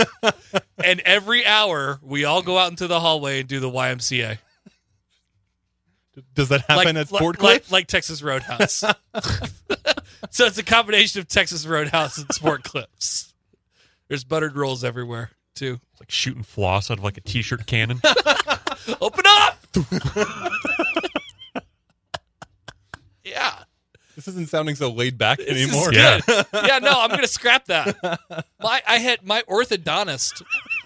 B: and every hour, we all go out into the hallway and do the YMCA.
A: Does that happen at
B: like,
A: Fort Cliff?
B: like, like Texas Roadhouse. *laughs* so it's a combination of Texas Roadhouse and Sport Clips. There's buttered rolls everywhere, too.
C: It's like shooting floss out of like a
B: *laughs*
C: t-shirt cannon.
B: Open up! *laughs* yeah.
A: this isn't sounding so laid back
B: This is
A: anymore.
C: Yeah.
B: good. *laughs* yeah, no, I'm gonna scrap that. My I had my orthodontist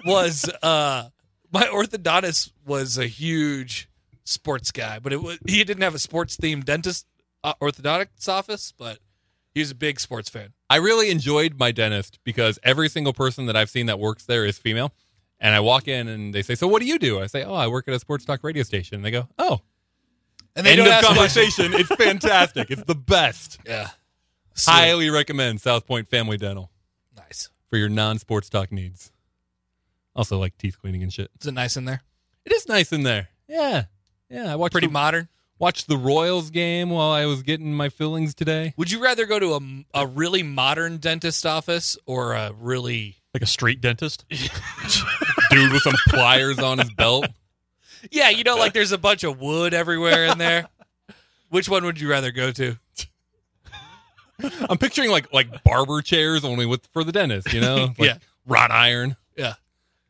B: was uh my orthodontist was a huge sports guy, but it was he didn't have a sports themed dentist uh, orthodontics office, but he was a big sports fan.
A: I really enjoyed my dentist because every single person that I've seen that works there is female. And I walk in and they say, So what do you do? I say, Oh, I work at a sports talk radio station. And they go, Oh.
B: And
A: End of
B: questions.
A: conversation. it's fantastic. It's the best.
B: *laughs* Yeah. Sweet.
A: Highly recommend South Point Family Dental
B: nice.
A: for your non sports talk needs. Also like teeth cleaning and shit.
B: Is it nice in there?
A: It is nice in there. Yeah. Yeah. I watched
B: Pretty
A: the,
B: modern.
A: watched the Royals game while I was getting my fillings today.
B: Would you rather go to a, a really modern dentist office or a really
C: like a street dentist.
A: Dude with some pliers on his belt.
B: Yeah, you know, like there's a bunch of wood everywhere in *laughs* there. Which one would you rather go to?
A: *laughs* I'm picturing like like barber chairs only with for the dentist, you know? *laughs* Like
B: Yeah.
A: Wrought iron.
B: Yeah.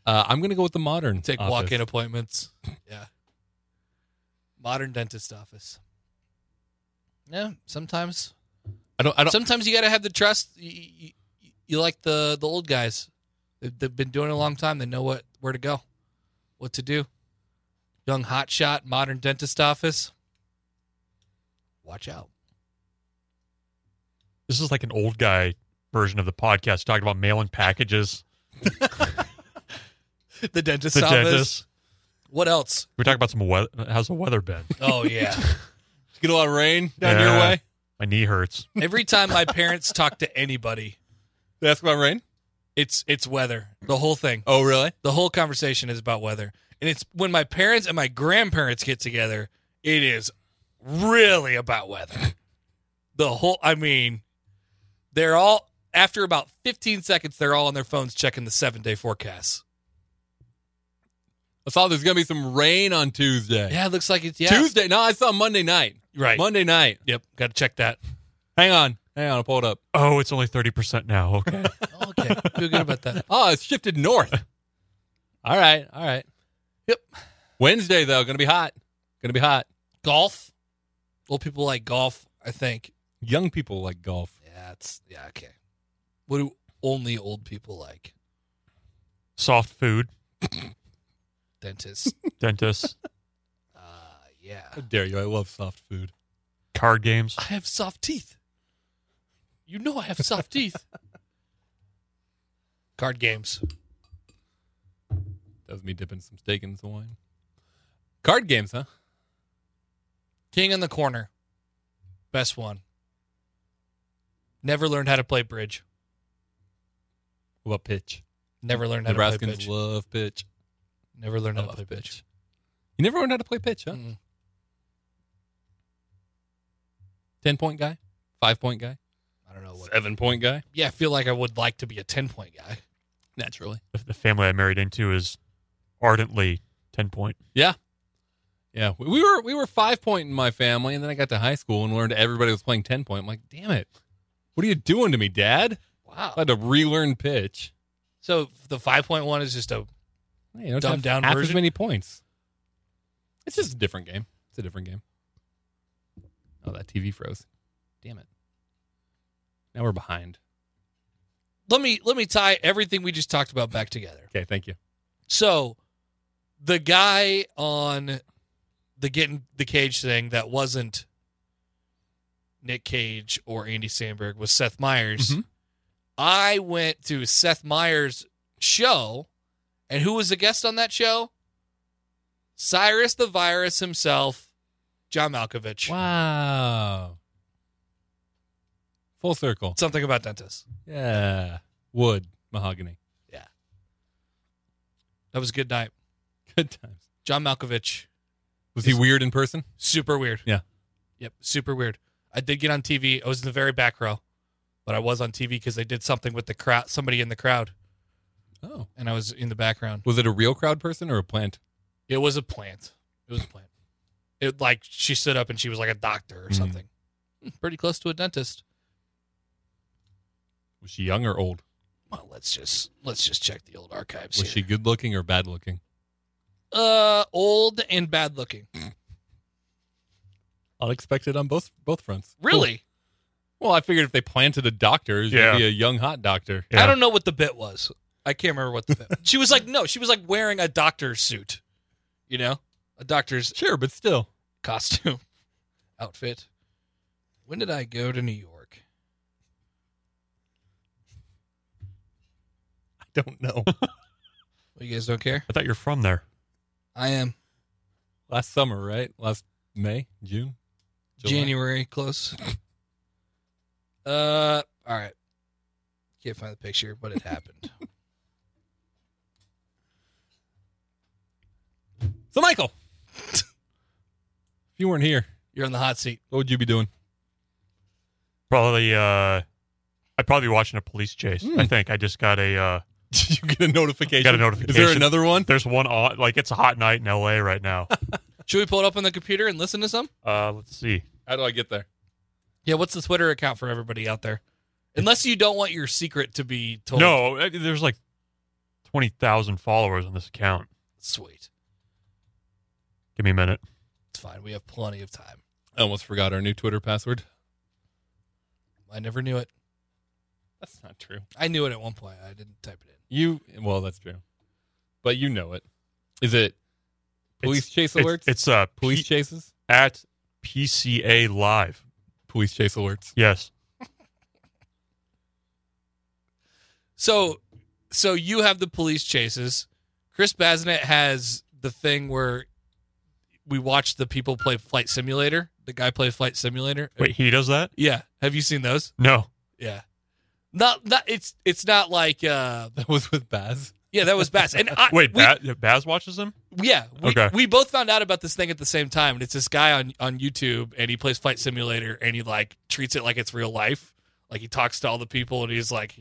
A: Uh, I'm gonna go with the modern.
B: Take
A: office.
B: walk in appointments. Yeah. Modern dentist office. Yeah, sometimes.
A: I don't. I don't.
B: Sometimes you got to have the trust. You, you, you like the, the old guys. They've, they've been doing it a long time. They know what where to go, what to do. Young hotshot, modern dentist office. Watch out.
C: This is like an old guy version of the podcast talking about mailing packages.
B: *laughs* The dentist
C: The
B: office.
C: dentist.
B: What else?
C: We talk about some weather. How's the weather been?
B: Oh, *laughs* yeah.
A: get a lot of rain down your
C: Yeah.
A: way.
C: My knee hurts.
B: Every time my parents talk to anybody,
A: They ask about rain.
B: it's it's weather. The whole thing.
A: Oh, really?
B: The whole conversation is about weather. And it's when my parents and my grandparents get together, it is really about weather. The whole I mean, they're all after about 15 seconds they're all on their phones checking the 7-day forecast.
A: I saw there's gonna be some rain on Tuesday.
B: Yeah, it looks like it's yeah. *laughs*
A: Tuesday? No, I saw Monday night.
B: Right.
A: Monday night.
B: Yep, got to check that.
A: Hang on. Hang on. I'll pull it up.
C: Oh, it's only thirty percent now.
B: *laughs*
C: Okay.
B: Oh, Okay, feel good about that.
A: Oh, it's shifted north. *laughs* all right. All right.
B: Yep.
A: Wednesday though, gonna be hot. Gonna be hot.
B: Golf. Old people like golf, I think.
A: Young people like golf.
B: Yeah, it's yeah, okay. What do only old people like?
C: Soft food
B: Dentist.
C: dentist.
B: uh, *laughs* yeah.
A: How dare you? I love soft food.
C: Card games.
B: I have soft teeth. You know I have soft teeth. *laughs* Card games.
A: That was me dipping some steak in some wine. Card games, huh?
B: King in the corner. Best one. Never learned how to play bridge.
A: What about pitch?
B: Never learned how to play
A: Nebraskans
B: bridge.
A: love pitch.
B: Never learned how to
A: Love
B: play bridge.
A: You never learned how to play pitch, huh?
B: Mm.
A: Ten point guy, five point guy,
B: I don't know what.
A: seven point guy.
B: Yeah, I feel like I would like to be a 10 point guy.
A: Naturally,
C: The the family I married into is ardently ten point.
A: yeah, yeah. We, we were we were five point in my family, and then I got to high school and learned everybody was playing ten point. I'm like, damn it, what are you doing to me, Dad?
B: Wow.
A: I had to relearn pitch.
B: So the 5.1 is just a.
A: Hey, you don't
B: Dumbed
A: have
B: down
A: half as
B: version?
A: many points. It's just a different game. It's a different game. Oh, that TV froze. Damn it. Now we're behind.
B: Let me let me tie everything we just talked about back together.
A: Okay, thank you.
B: So, the guy on the getting the cage thing that wasn't Nick Cage or Andy Sandberg was Seth Meyers.
A: Mhm.
B: I went to Seth Meyers' show, and who was the guest on that show? Cyrus the Virus himself, John Malkovich.
A: Wow. Full circle.
B: Something about dentists.
A: Yeah. Wood, mahogany.
B: That was a good night.
A: Good times.
B: John Malkovich,
A: Was he weird in person?
B: super weird.
A: Yeah.
B: Yep, super weird. I did get on TV. I was in the very back row, but I was on TV because they did something with the crowd, somebody in the crowd,
A: Oh.
B: and I was in the background.
A: Was it a real crowd person or a plant?
B: It was a plant. It was a plant. It like she stood up and she was like a doctor or
A: Mhm.
B: something, *laughs* pretty close to a dentist.
A: Was she young or old?
B: Well, let's just let's just check the old archives.
A: Was
B: here.
A: she good looking or bad looking?
B: uh old and bad looking?
A: Unexpected on both both fronts.
B: Really?
A: Well, I figured if they planted a doctor, it was
C: Yeah.
A: gonna be a young hot doctor.
C: Yeah.
B: I don't know what the bit was. I can't remember what the bit. she was like, no, she was like wearing a doctor's suit, you know, a doctor's
A: Sure, but still.
B: costume *laughs* outfit. When did I go to New York?
A: I don't
C: *laughs*
A: know.
B: Well, you guys don't care.
C: I thought you're from there.
B: I am
A: Last summer, right? Last May, June, July?
B: January *laughs* close. Uh, all right. Can't find the picture, but it happened.
A: So, Michael, if you weren't here,
B: You're on the hot seat.
A: what would you be doing? *laughs*
C: Probably. uh I'd probably be watching a police chase.
A: Hmm.
C: I think I just got a. uh
A: Did you get a notification?
C: Got a notification.
A: Is there another one?
C: There's one on. Like it's a hot night in L.A.
A: *laughs*
C: right now.
B: *laughs* Should we pull it up on the computer and listen to some?
C: uh Let's see.
A: How do I get there?
B: Yeah. What's the Twitter account for everybody out there? Unless you don't want your secret to be told.
C: No, uh, there's like twenty thousand followers on this account.
B: Sweet.
C: Give me a minute.
B: It's fine. We have plenty of time.
A: I almost forgot our new Twitter password.
B: I never knew it.
A: That's not true.
B: I knew it at one point. I didn't type it in.
A: You well, that's true. But you know it. Is it police
C: It's-
A: chase
C: it's-
A: alerts?
C: It's, uh
A: police
C: P-
A: chases.
C: at PCA Live.
A: Police chase alerts. *laughs*
C: Yes.
B: So, so you have the police chases. Chris Bazinet has the thing where we watch the people play Flight Simulator. The guy play Flight Simulator.
C: Wait, he does that?
B: Yeah. Have you seen those?
C: No.
B: Yeah. Not not it's it's not like uh *laughs*
A: That was with Baz.
B: yeah that was Bass and I,
C: Wait,
B: we-
C: Baz, Baz watches him.
B: yeah we,
C: Okay.
B: we both found out about this thing at the same time and it's this guy on on YouTube and he plays Flight Simulator and he like treats it like it's real life like he talks to all the people and he's like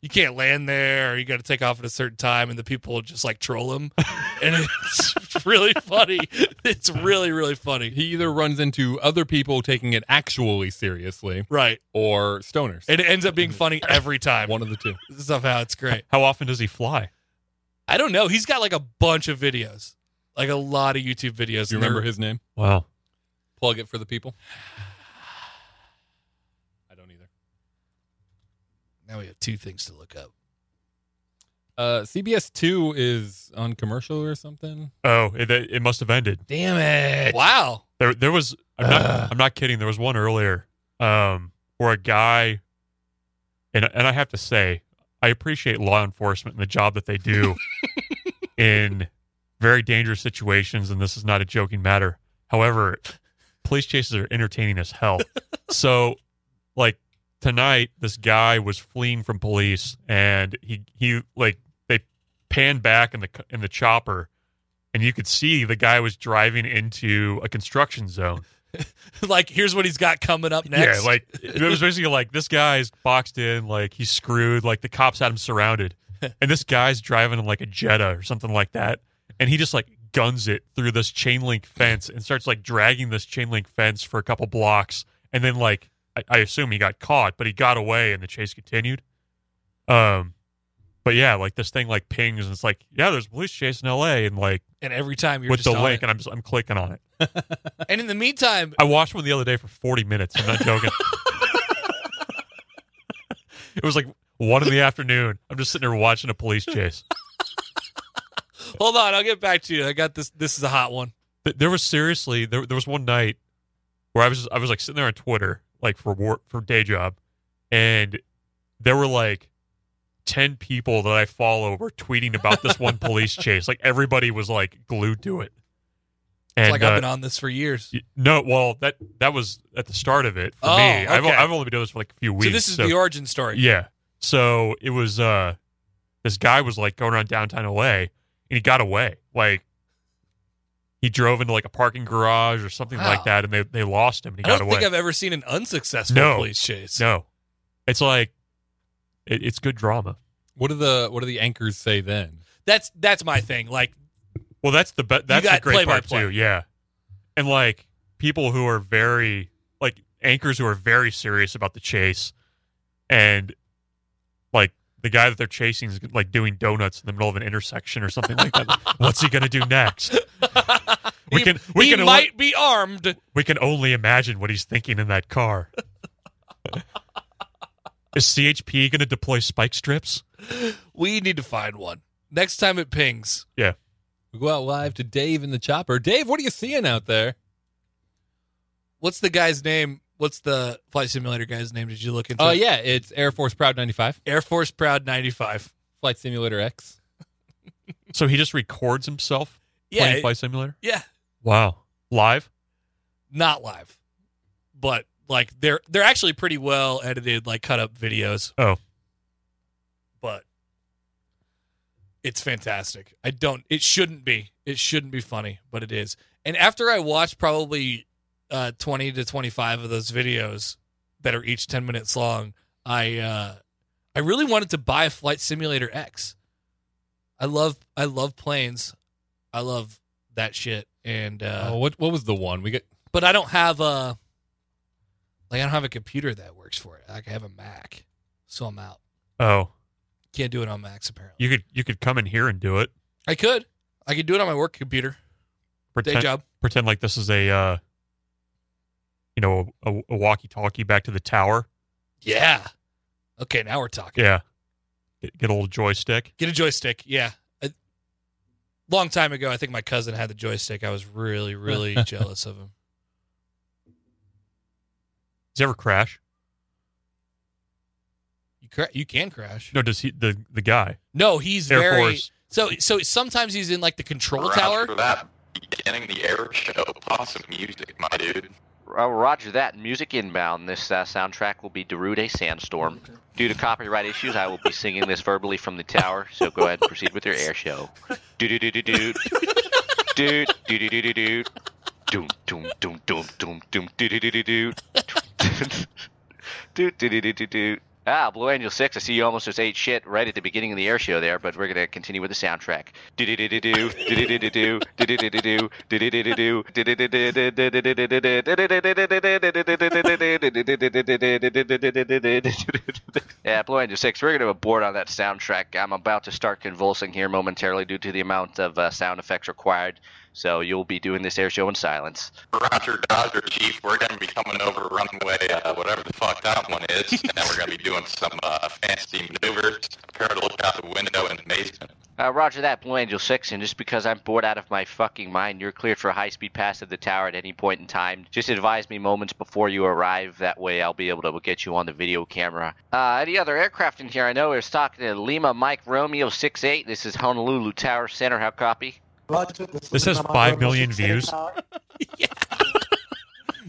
B: you can't land there or you got to take off at a certain time and the people just like troll
C: *laughs*
B: him and it's really funny it's really really funny
A: He either runs into other people taking it actually seriously
B: right
A: or stoners.
B: and it ends up being funny every time
A: One of the two.
B: somehow it's great
C: How often does he fly?
B: I don't know. He's got like a bunch of videos, like a lot of YouTube videos.
A: Do you
B: and
A: remember
B: they're-
A: his name?
C: Wow.
A: Plug it for the people. *sighs* I don't either.
B: Now we have two things to look up.
A: Uh, CBS Two is on commercial or something.
C: Oh, it, it must have ended.
B: Damn it! Wow. *laughs*
C: There, there was. I'm not. I'm not kidding. There was one earlier, um, where a guy, and and I have to say, I appreciate law enforcement and the job that they do in very dangerous situations, and this is not a joking matter. However, police chases are entertaining as hell. so, like tonight, this guy was fleeing from police, and he he like they panned back in the c- in the chopper. And you could see the guy was driving into a construction zone.
B: like here's what he's got coming up next.
C: Yeah, like it was basically like this guy's boxed in, like he's screwed, like the cops had
B: *laughs*
C: him surrounded, and this guy's driving in like a Jetta or something like that, and he just like guns it through this chain link fence and starts like dragging this chain link fence for a couple blocks, and then like I, I assume he got caught, but he got away, and the chase continued. Um, but yeah, like this thing like pings, and it's like yeah, there's a police chase in L.A. and like
B: and every time you're
C: with
B: just
C: the
B: on
C: link,
B: it.
C: and I'm just, I'm clicking on it.
B: *laughs* And in the meantime,
C: I watched one the other day for 40 minutes. I'm
B: *laughs*
C: not joking. it was like one in the afternoon. I'm just sitting there watching a police chase.
B: hold on, I'll get back to you. I got this. This is a hot one.
C: Th- There was seriously there, there was one night where I was I was like sitting there on Twitter like for work for day job, and there were like ten people that I follow were tweeting about this
B: *laughs*
C: one police chase. Like everybody was like glued to it.
B: It's
C: And
B: like
C: uh,
B: I've been on this for years.
C: y- no, well that that was at the start of it for
B: Oh,
C: me. I've o-
B: okay.
C: I've only been doing this for like a few weeks.
B: so this is the origin story.
C: Yeah. So it was uh this guy was like going around downtown LA and he got away. Like he drove into like a parking garage or something
B: Wow.
C: like that, and they, they lost him. And he
B: I
C: got
B: don't
C: away.
B: think I've ever seen an unsuccessful
C: No.
B: police chase.
C: no, it's like it, it's good drama.
A: What do the what do the anchors say then?
B: That's that's my thing. Like
C: Well, that's the be- that's the
B: got
C: great part
B: play-by-play.
C: too. Yeah, and like people who are very like anchors who are very serious about the chase, and like the guy that they're chasing is like doing donuts in the middle of an intersection or something like that.
B: *laughs*
C: What's he gonna do next? We
B: he-
C: can we
B: he
C: can o-
B: might be armed.
C: we can only imagine what he's thinking in
B: *laughs*
C: that car. is CHP gonna deploy spike strips?
B: We need to find one next time it pings.
A: We go out live to Dave in the chopper. Dave, what are you seeing out there?
B: What's the guy's name? What's the flight simulator guy's name? Did you look into?
A: Oh uh,
B: it?
A: yeah, it's Air Force Proud 95,
B: Air Force Proud ninety five.
A: Flight Simulator X.
C: So he just records himself
B: Yeah,
C: playing
B: it-
C: flight simulator.
B: yeah,
C: Wow, live.
B: not live, but like they're they're actually pretty well edited, like cut up videos.
C: Oh.
B: but it's fantastic. I don't. It shouldn't be. It shouldn't be funny, but it is. And after I watched probably uh, twenty to twenty five of those videos that are each ten minutes long, I uh, I really wanted to buy Flight Simulator X. I love I love planes. I love that shit. And uh,
A: oh, what what was the one *laughs* we got?
B: but I don't have a like I don't have a computer that works for it. Like I have a Mac, so I'm out.
C: Oh.
B: Can't do it on Macs apparently.
C: You could you could come in here and do it.
B: I could, I could do it on my work computer, day
C: Pretend,
B: job.
C: Pretend like this is a uh, you know a, a walkie-talkie back to the tower.
B: Yeah. Okay, now we're talking.
C: Yeah. Get, get a little joystick.
B: Get a joystick. Yeah. A long time ago, I think my cousin had the joystick. I was really,
C: *laughs*
B: really jealous of him.
C: Does he ever crash?
B: You cra- you can crash.
C: No. Does he the the guy
B: No, he's
C: Air
B: very
C: Force?
B: so so. Sometimes he's in like the control
G: Roger
B: tower.
G: that. Beginning the air show. Awesome music, my dude.
H: Ro- Roger that. Music inbound. This uh, soundtrack will be Derude Sandstorm. Due to copyright issues, I will be singing this verbally from the tower. So go ahead and proceed with your air show. Do do do do do. Do do do do do do. Doom doom doom doom doom doom do do do do do. Do do do do do do. Ah, Blue Angel Six. I see you almost just ate shit right at the beginning of the air show there, but we're gonna continue with the soundtrack. Do do do do do do do do do do do do do do do do do do yeah, Blue Angel 6, we're going to abort on that soundtrack. I'm about to start convulsing here momentarily due to the amount of uh, sound effects required, so you'll be doing this air show in silence.
G: Roger, Dodger, Chief. We're gonna be coming over runway, uh, whatever the fuck that one is, and then we're gonna be doing some uh, fancy maneuvers. Prepare to look out the window in amazement.
H: Uh, roger that, Blue Angel 6, and just because I'm bored out of my fucking mind, you're cleared for a high speed pass of the tower at any point in time. Just advise me moments before you arrive, that way I'll be able to get you on the video camera. Uh, any other aircraft in here? I know we're talking to Lima Mike Romeo 68. This is Honolulu Tower Center. How copy?
C: This has five million views.
A: yep,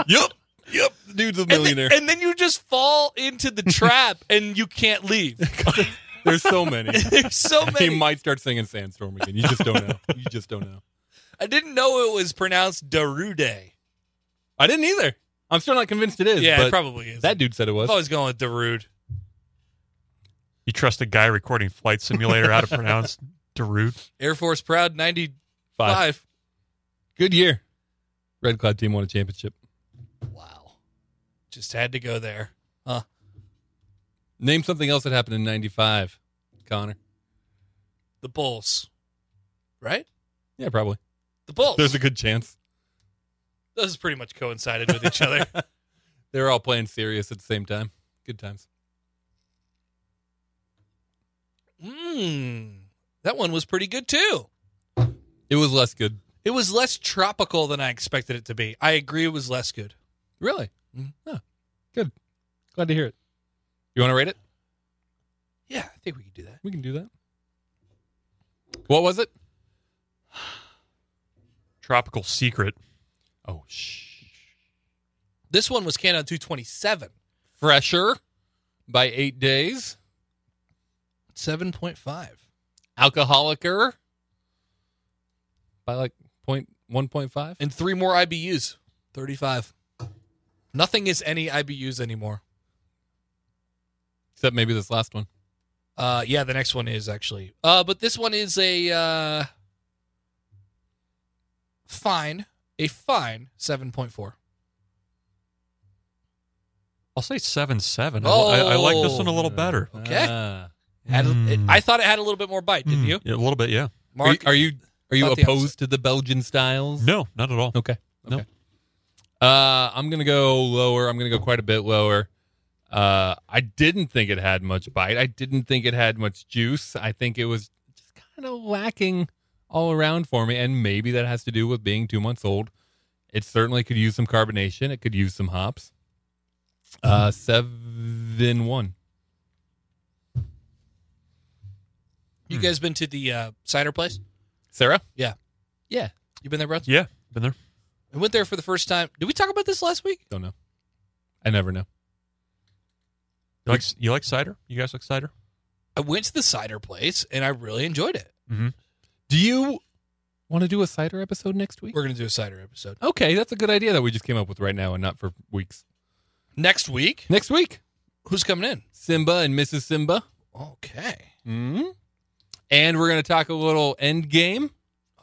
A: yep. The dude's a
B: And then,
A: millionaire.
B: and then you just fall into
C: *laughs*
B: the trap and you can't leave.
A: There's so many.
B: *laughs* There's
C: *laughs*
A: *laughs*
B: so
A: He
B: many.
A: might start singing Sandstorm again. You just don't know. You just don't know.
B: I didn't know it was pronounced Darude.
A: I didn't either. I'm still not convinced it is.
B: Yeah,
A: but
B: it probably is.
A: That dude said it was.
B: I've always going with Darude.
C: You trust a guy recording flight simulator how to pronounce *laughs* Darude?
B: Air Force Proud 95.
A: Good year. Red Cloud team won a championship.
B: Wow. Just had to go there.
A: Name something else that happened in '95, Connor.
B: The Bulls. Right?
A: Yeah, probably.
B: The Bulls.
A: There's a good chance
B: Those pretty much coincided with
A: *laughs*
B: each other.
A: they're all playing serious at the same time. Good times.
B: Mmm. That one was pretty good too.
A: It was less good.
B: It was less tropical than I expected it to be. I agree it was less good.
A: Really? Huh. Good. Glad to hear it. You want to rate it?
B: Yeah, I think we can do that.
A: We can do that. What was it?
C: Tropical secret.
A: Oh, shh.
B: This one was Canon 227.
A: Fresher by eight days.
B: 7.5.
A: Alcoholicer by like point 1.5?
B: and three more IBUs. 35. Nothing is any IBUs anymore.
A: Except maybe this last one.
B: Uh, yeah, the next one is actually. Uh, but this one is a uh, fine, a fine 7.4.
C: I'll say seven seven. I, I, I like this one a little
B: Oh.
C: better.
B: Okay.
A: Ah.
B: Had a-
C: Mm.
B: I thought it had a little bit more bite, didn't you?
C: Hmm. Yeah, a little bit, yeah.
A: Hmm. Are,
B: Mark,
A: you- are you are you
B: Not the
A: opposed to the Belgian styles?
C: No, not at all.
A: Okay.
C: No.
A: Okay. Uh, I'm gonna go lower. I'm gonna go quite a bit lower. Uh, I didn't think it had much bite. I didn't think it had much juice. I think it was just kind of lacking all around for me, and maybe that has to do with being two months old. It certainly could use some carbonation. It could use some hops. Uh, seven one.
B: you guys been to the uh, cider place?
A: Sarah,
B: Yeah. You been there, bro?
C: Yeah, been there.
B: I went there for the first time. Did we talk about this last week?
A: don't know. I never know.
C: You like, you like cider? You guys like cider?
B: I went to the cider place and I really enjoyed it.
C: Mm-hmm.
A: Do you want to do a cider episode next week?
B: We're going to do a cider episode.
A: Okay, that's a good idea that we just came up with right now and not for weeks.
B: Next week,
A: Next week,
B: who's coming in?
A: Simba and Mrs. Simba.
B: Okay.
A: Mm-hmm. And we're going to talk a little end game.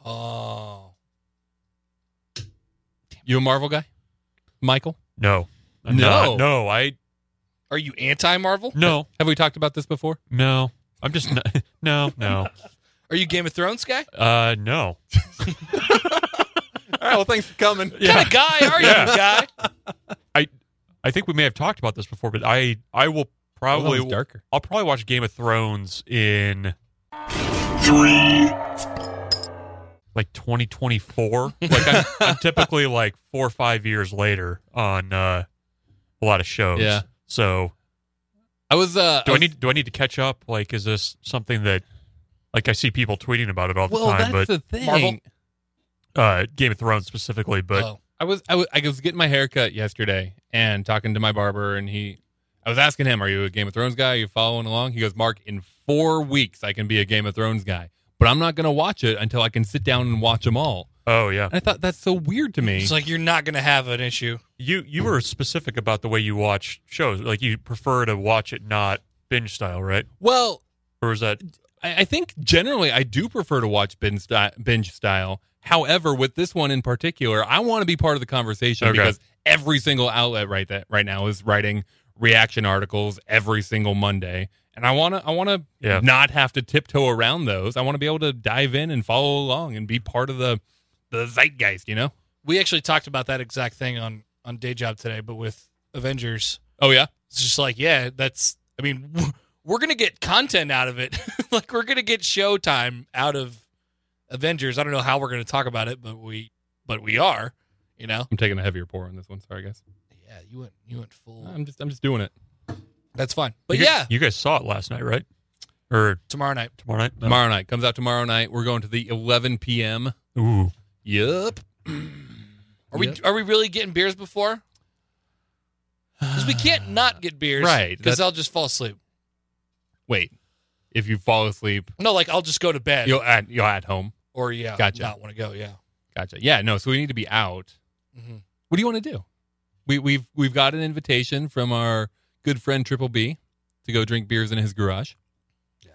B: Oh.
A: You a Marvel guy? Michael?
C: No. I'm
A: No.
C: not. No, I
B: Are you anti
C: *laughs*
B: Marvel?
C: no,
A: Have we talked about this before?
C: no. I'm just not, *laughs* no, no.
B: Are you Game of Thrones
C: *laughs*
B: guy?
C: Uh no.
A: All right, well, thanks for coming.
B: What kind of guy are you,
C: Yeah. *laughs*
B: guy?
C: I I think we may have talked about this before, but I I will probably
A: darker.
C: I'll probably watch Game of Thrones in like 2024.
A: *laughs*
C: like I'm, I'm typically like four or five years later on uh, a lot of shows.
A: Yeah.
C: So
A: I was, uh,
C: do I
A: was-
C: need do I need to catch up? Like, is this something that like I see people tweeting about it all the
A: well, that's
C: time? But
A: the thing.
B: Marvel?
C: uh, Game of Thrones specifically, but
B: oh,
A: I was, I was I was getting my hair cut yesterday and talking to my barber and he I was asking him, Are you a Game of Thrones guy? Are you following along? He goes, Mark, in four weeks I can be a Game of Thrones guy. But I'm not gonna watch it until I can sit down and watch them all.
C: oh yeah,
A: And I thought that's so weird to me.
B: it's like you're not going to have an issue.
C: you you were specific about the way you watch shows. Like you prefer to watch it not binge style, right?
A: well,
C: Or is that
A: I, I think generally I do prefer to watch binge, sty- binge style. However, with this one in particular, I want to be part of the conversation
C: Okay.
A: because every single outlet right that right now is writing reaction articles every single Monday, and I want to I want to
C: Yeah.
A: not have to tiptoe around those. I want to be able to dive in and follow along and be part of the the zeitgeist. You know?
B: We actually talked about that exact thing on on day job today, but with Avengers,
A: Oh yeah.
B: it's just like, yeah, that's. I mean, w- we're going to get content out of it. *laughs* like we're going to get showtime out of Avengers. I don't know how we're going to talk about it, but we but we are. You know.
A: I'm taking a heavier pour on this one. Sorry, guys.
B: Yeah, you went you went full.
A: I'm just I'm just doing it.
B: That's fine. But
C: you
B: yeah,
C: guys, you guys saw it last night, right? Or
B: tomorrow night.
C: tomorrow night? No.
A: Tomorrow night comes out tomorrow night. We're going to the 11 p.m.
C: Ooh,
A: Yep.
B: Are we are we really getting beers before? Because we *sighs* can't not get beers,
A: Right,
B: Because
A: that-
B: I'll just fall asleep.
A: Wait. If you fall asleep,
B: No, like I'll just go to bed,
A: You'll at you'll at home.
B: or yeah,
A: Gotcha.
B: not want to go. Yeah,
A: Gotcha. Yeah, no. So we need to be out.
B: Mhm.
A: What do you want to do? We we've we've got an invitation from our good friend Triple B to go drink beers in his garage.
B: Yeah.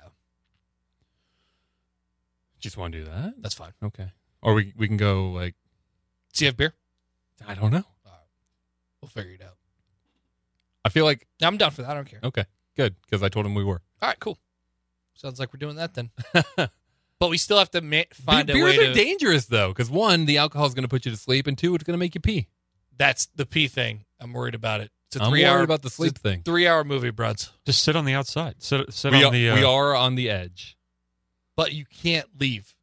A: Just want to do that.
B: that's fine.
A: Okay. Or we we can go like
B: Do you have beer?
A: I don't know.
B: We'll figure it out.
A: I feel like
B: No, I'm down for that. I don't care.
A: okay, good because I told him we were.
B: All right, cool. Sounds like we're doing that then. *laughs* but we still have to ma- find
A: Be-
B: a
A: beers
B: way
A: are
B: to.
A: dangerous though because one, the alcohol is going to put you to sleep, and two, it's going to make you pee.
B: that's the P thing. I'm worried about it. It's a
A: I'm
B: three
A: worried
B: hour
A: about the sleep thing.
B: Three hour movie, bruds.
C: just sit on the outside. Sit sit
A: We
C: on
A: are,
C: the. Uh,
A: we are on the edge.
B: But you can't leave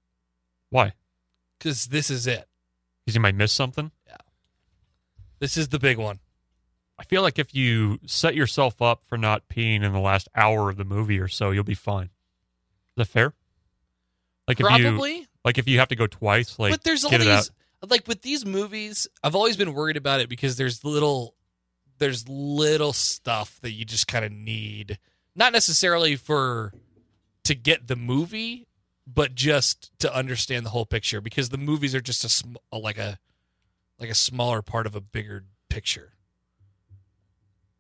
C: Why?
B: because this is it.
C: Because you might miss something.
B: This is the big one.
C: I feel like if you set yourself up for not peeing in the last hour of the movie or so, you'll be fine. Is that fair? Like if you
B: Probably.
C: like if you have to go twice, like
B: but there's all
C: get it out.
B: these like with these movies i've always been worried about it because there's little there's little stuff that you just kind of need not necessarily for to get the movie but just to understand the whole picture because the movies are just a sm- a- like a like a smaller part of a bigger
A: *laughs*
B: picture.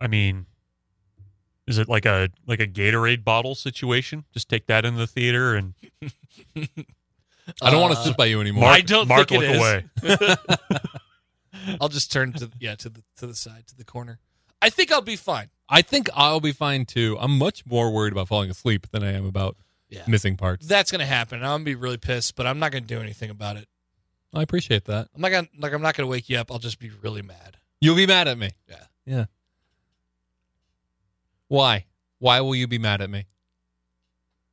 C: I mean, is it like a like a Gatorade bottle situation? Just take that into the theater and
A: I don't want to
B: Uh,
A: sit by you anymore.
C: Mark,
B: I don't
C: Mark
B: think it
C: look
B: is.
C: away.
B: I'll just turn to yeah to the to the side to the corner. I think I'll be fine.
A: I think I'll be fine too. I'm much more worried about falling asleep than I am about
B: Yeah.
A: missing parts.
B: That's gonna happen. and I'm gonna be really pissed, but I'm not gonna do anything about it.
A: I appreciate that.
B: I'm not gonna like I'm not gonna wake you up. I'll just be really mad.
A: You'll be mad at me.
B: Yeah.
A: Yeah. Why? Why will you be mad at me?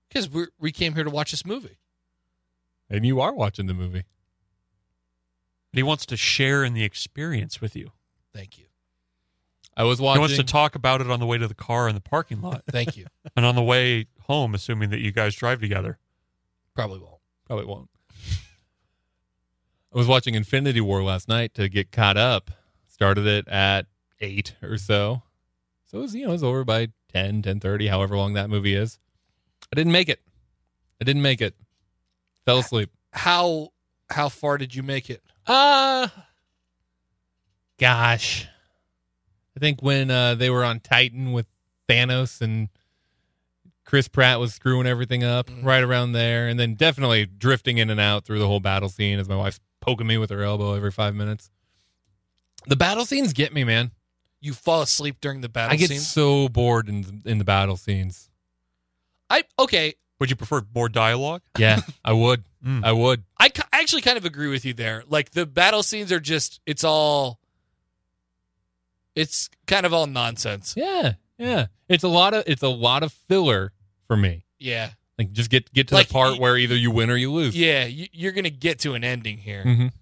B: Because we we came here to watch this movie.
A: And you are watching the movie.
C: But he wants to share in the experience with you.
B: Thank you.
A: I was
C: He
A: watching.
C: wants to talk about it on the way to the car in the parking lot
B: Thank you.
C: *laughs* and on the way home, assuming that you guys drive together.
B: Probably won't.
A: Probably won't. I was watching Infinity War last night to get caught up. Started it at eight or so. So it was, you know, it was over by 10, 10.30, however long that movie is. I didn't make it. I didn't make it. Fell asleep.
B: How how far did you make it?
A: Uh gosh. I think when uh, they were on Titan with Thanos and Chris Pratt was screwing everything up
B: Mm.
A: right around there, and then definitely drifting in and out through the whole battle scene as my wife's poking me with her elbow every five minutes. The battle scenes get me, man.
B: You fall asleep during the battle
A: I get
B: scene.
A: so bored in in the battle scenes.
B: I okay.
C: Would you prefer more dialogue?
B: *laughs*
A: Yeah, I would.
C: Mm.
A: I would.
B: I ki- I actually kind of agree with you there. Like the battle scenes are just it's all it's kind of all nonsense.
A: Yeah, yeah. It's a lot of it's a lot of filler for me.
B: Yeah.
A: Like just get get to
B: Like,
A: the part
B: y-
A: where either you win or you lose.
B: Yeah, you, you're going to get to an ending here.
A: Mhm.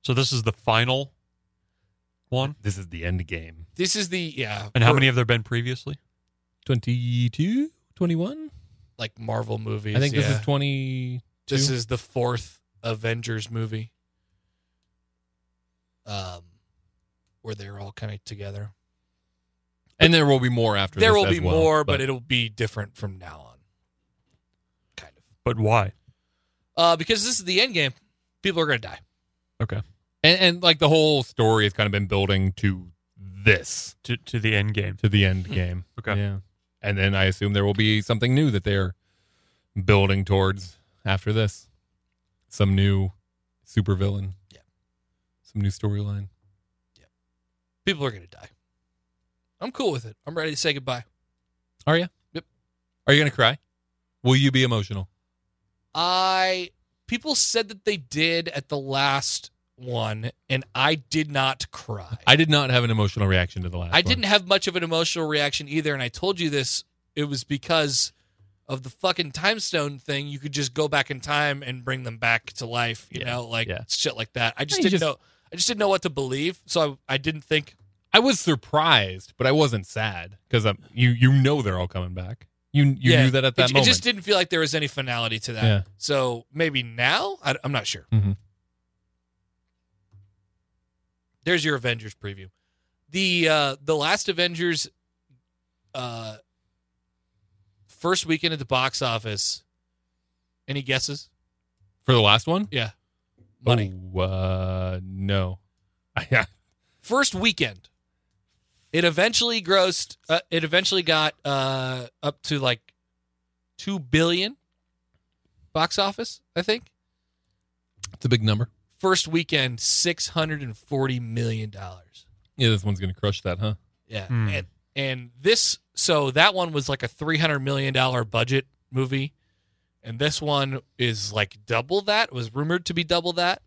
C: So this is the final one.
A: This is the end game.
B: This is the yeah.
C: And how
B: we're-
C: many have there been previously?
A: 22, 21?
B: like Marvel movies?
A: I think this
B: yeah.
A: is 20.
B: This
A: two.
B: is the fourth Avengers movie. Um where they're all kind of together.
A: And there will be more after
B: There
A: this
B: will
A: as
B: be
A: well,
B: more, but it'll be different from now on. Kind of.
C: But why?
B: Uh, because this is the end game. People are going to die.
C: Okay.
A: And, and like the whole story has kind of been building to this,
C: To to the end game.
A: to the
B: Hmm.
A: end game.
C: Okay.
A: Yeah. And then I assume there will be something new that they're building towards after this. Some new supervillain.
B: Yeah.
A: Some new storyline.
B: People are going to die. I'm cool with it. I'm ready to say goodbye.
A: Are you?
B: Yep.
A: Are you going to cry? Will you be emotional?
B: I people said that they did at the last one, and I did not cry.
A: I did not have an emotional reaction to the last
B: I
A: one.
B: didn't have much of an emotional reaction either, and I told you this. It was because of the fucking time stone thing. You could just go back in time and bring them back to life. You
A: Yeah,
B: know, like
A: yeah.
B: shit like that. I just
A: You
B: didn't
A: just-
B: know. I just didn't know what to believe, so I, I didn't think.
A: I was surprised, but I wasn't sad because you you know they're all coming back. You you
B: Yeah,
A: knew that at
B: it,
A: that
B: it
A: moment.
B: just didn't feel like there was any finality to that.
A: Yeah.
B: So maybe now I, am not sure.
A: Mhm.
B: There's your Avengers preview. The uh, the last Avengers uh, first weekend at the box office. Any guesses?
A: For the last one,
B: Yeah, money
A: Oh, uh, no, *laughs* yeah,
B: first weekend. It eventually grossed. Uh, it eventually got uh, up to like two billion box office. I think
A: it's a big number.
B: first weekend six hundred and forty million dollars.
A: Yeah, this one's gonna crush that, huh?
B: Yeah,
C: Hmm.
B: and and this so that one was like a three hundred million dollar budget movie, and this one is like double that. Was rumored to be double that.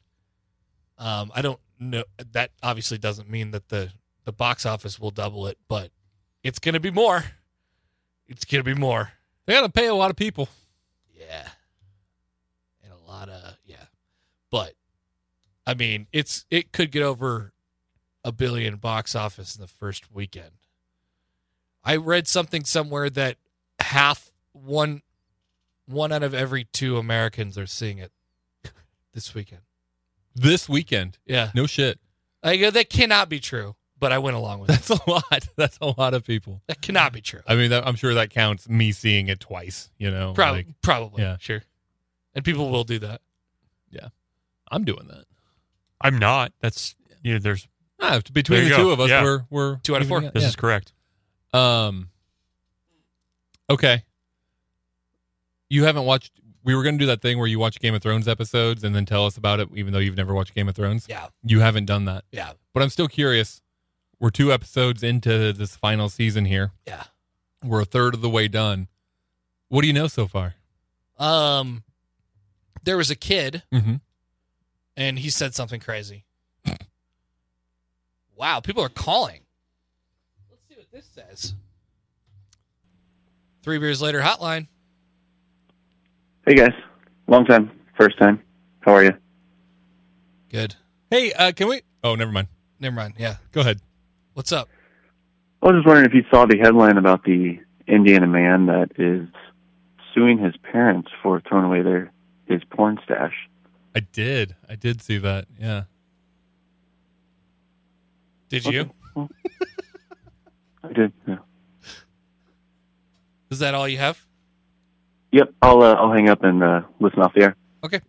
B: Um, I don't know. That obviously doesn't mean that the the box office will double it, but it's gonna be more. It's gonna be more.
A: They gotta pay a lot of people.
B: Yeah. And a lot of yeah. But I mean, it's it could get over a billion box office in the first weekend. I read something somewhere that half one one out of every two Americans are seeing it *laughs* this weekend.
A: This weekend,
B: Yeah.
A: no shit, *laughs*
B: I go that cannot be true, but I went along with it.
A: that's a lot. That's a lot of people.
B: That cannot be true.
A: I mean, that, I'm sure that counts me seeing it twice. You know,
B: Probably
A: like,
B: probably.
A: yeah.
B: Sure. and people will do that.
A: I'm doing that.
C: I'm not. That's you know, there's
A: Ah, between
C: There
A: the
C: you
A: two
C: go.
A: of us,
C: Yeah.
A: we're we're
B: Two out of four.
A: evening
C: this is correct.
A: Yeah. Um. Okay. You haven't watched. We were going to do that thing where you watch Game of Thrones episodes and then tell us about it, even though you've never watched Game of Thrones.
B: Yeah.
A: You haven't done that.
B: Yeah.
A: But I'm still curious. We're two episodes into this final season here.
B: Yeah.
A: We're a third of the way done. What do you know so far?
B: Um, there was a kid,
A: Mm-hmm.
B: and he said something crazy. *clears throat* wow, people are calling. Let's see what this says. Three beers later, hotline.
I: Hey guys, long time, first time. How are you?
B: Good.
A: Hey, uh, can we? Oh, never mind.
B: Never mind. Yeah.
A: Go ahead.
B: What's up?
I: I was just wondering if you saw the headline about the Indiana man that is suing his parents for throwing away their his porn stash.
A: I did. I did see that. Yeah.
B: Did
I: Okay.
B: you?
I: Well, *laughs* I did. Yeah.
B: Is that all you have?
I: Yep. I'll uh, I'll hang up and uh, listen off the air.
B: Okay.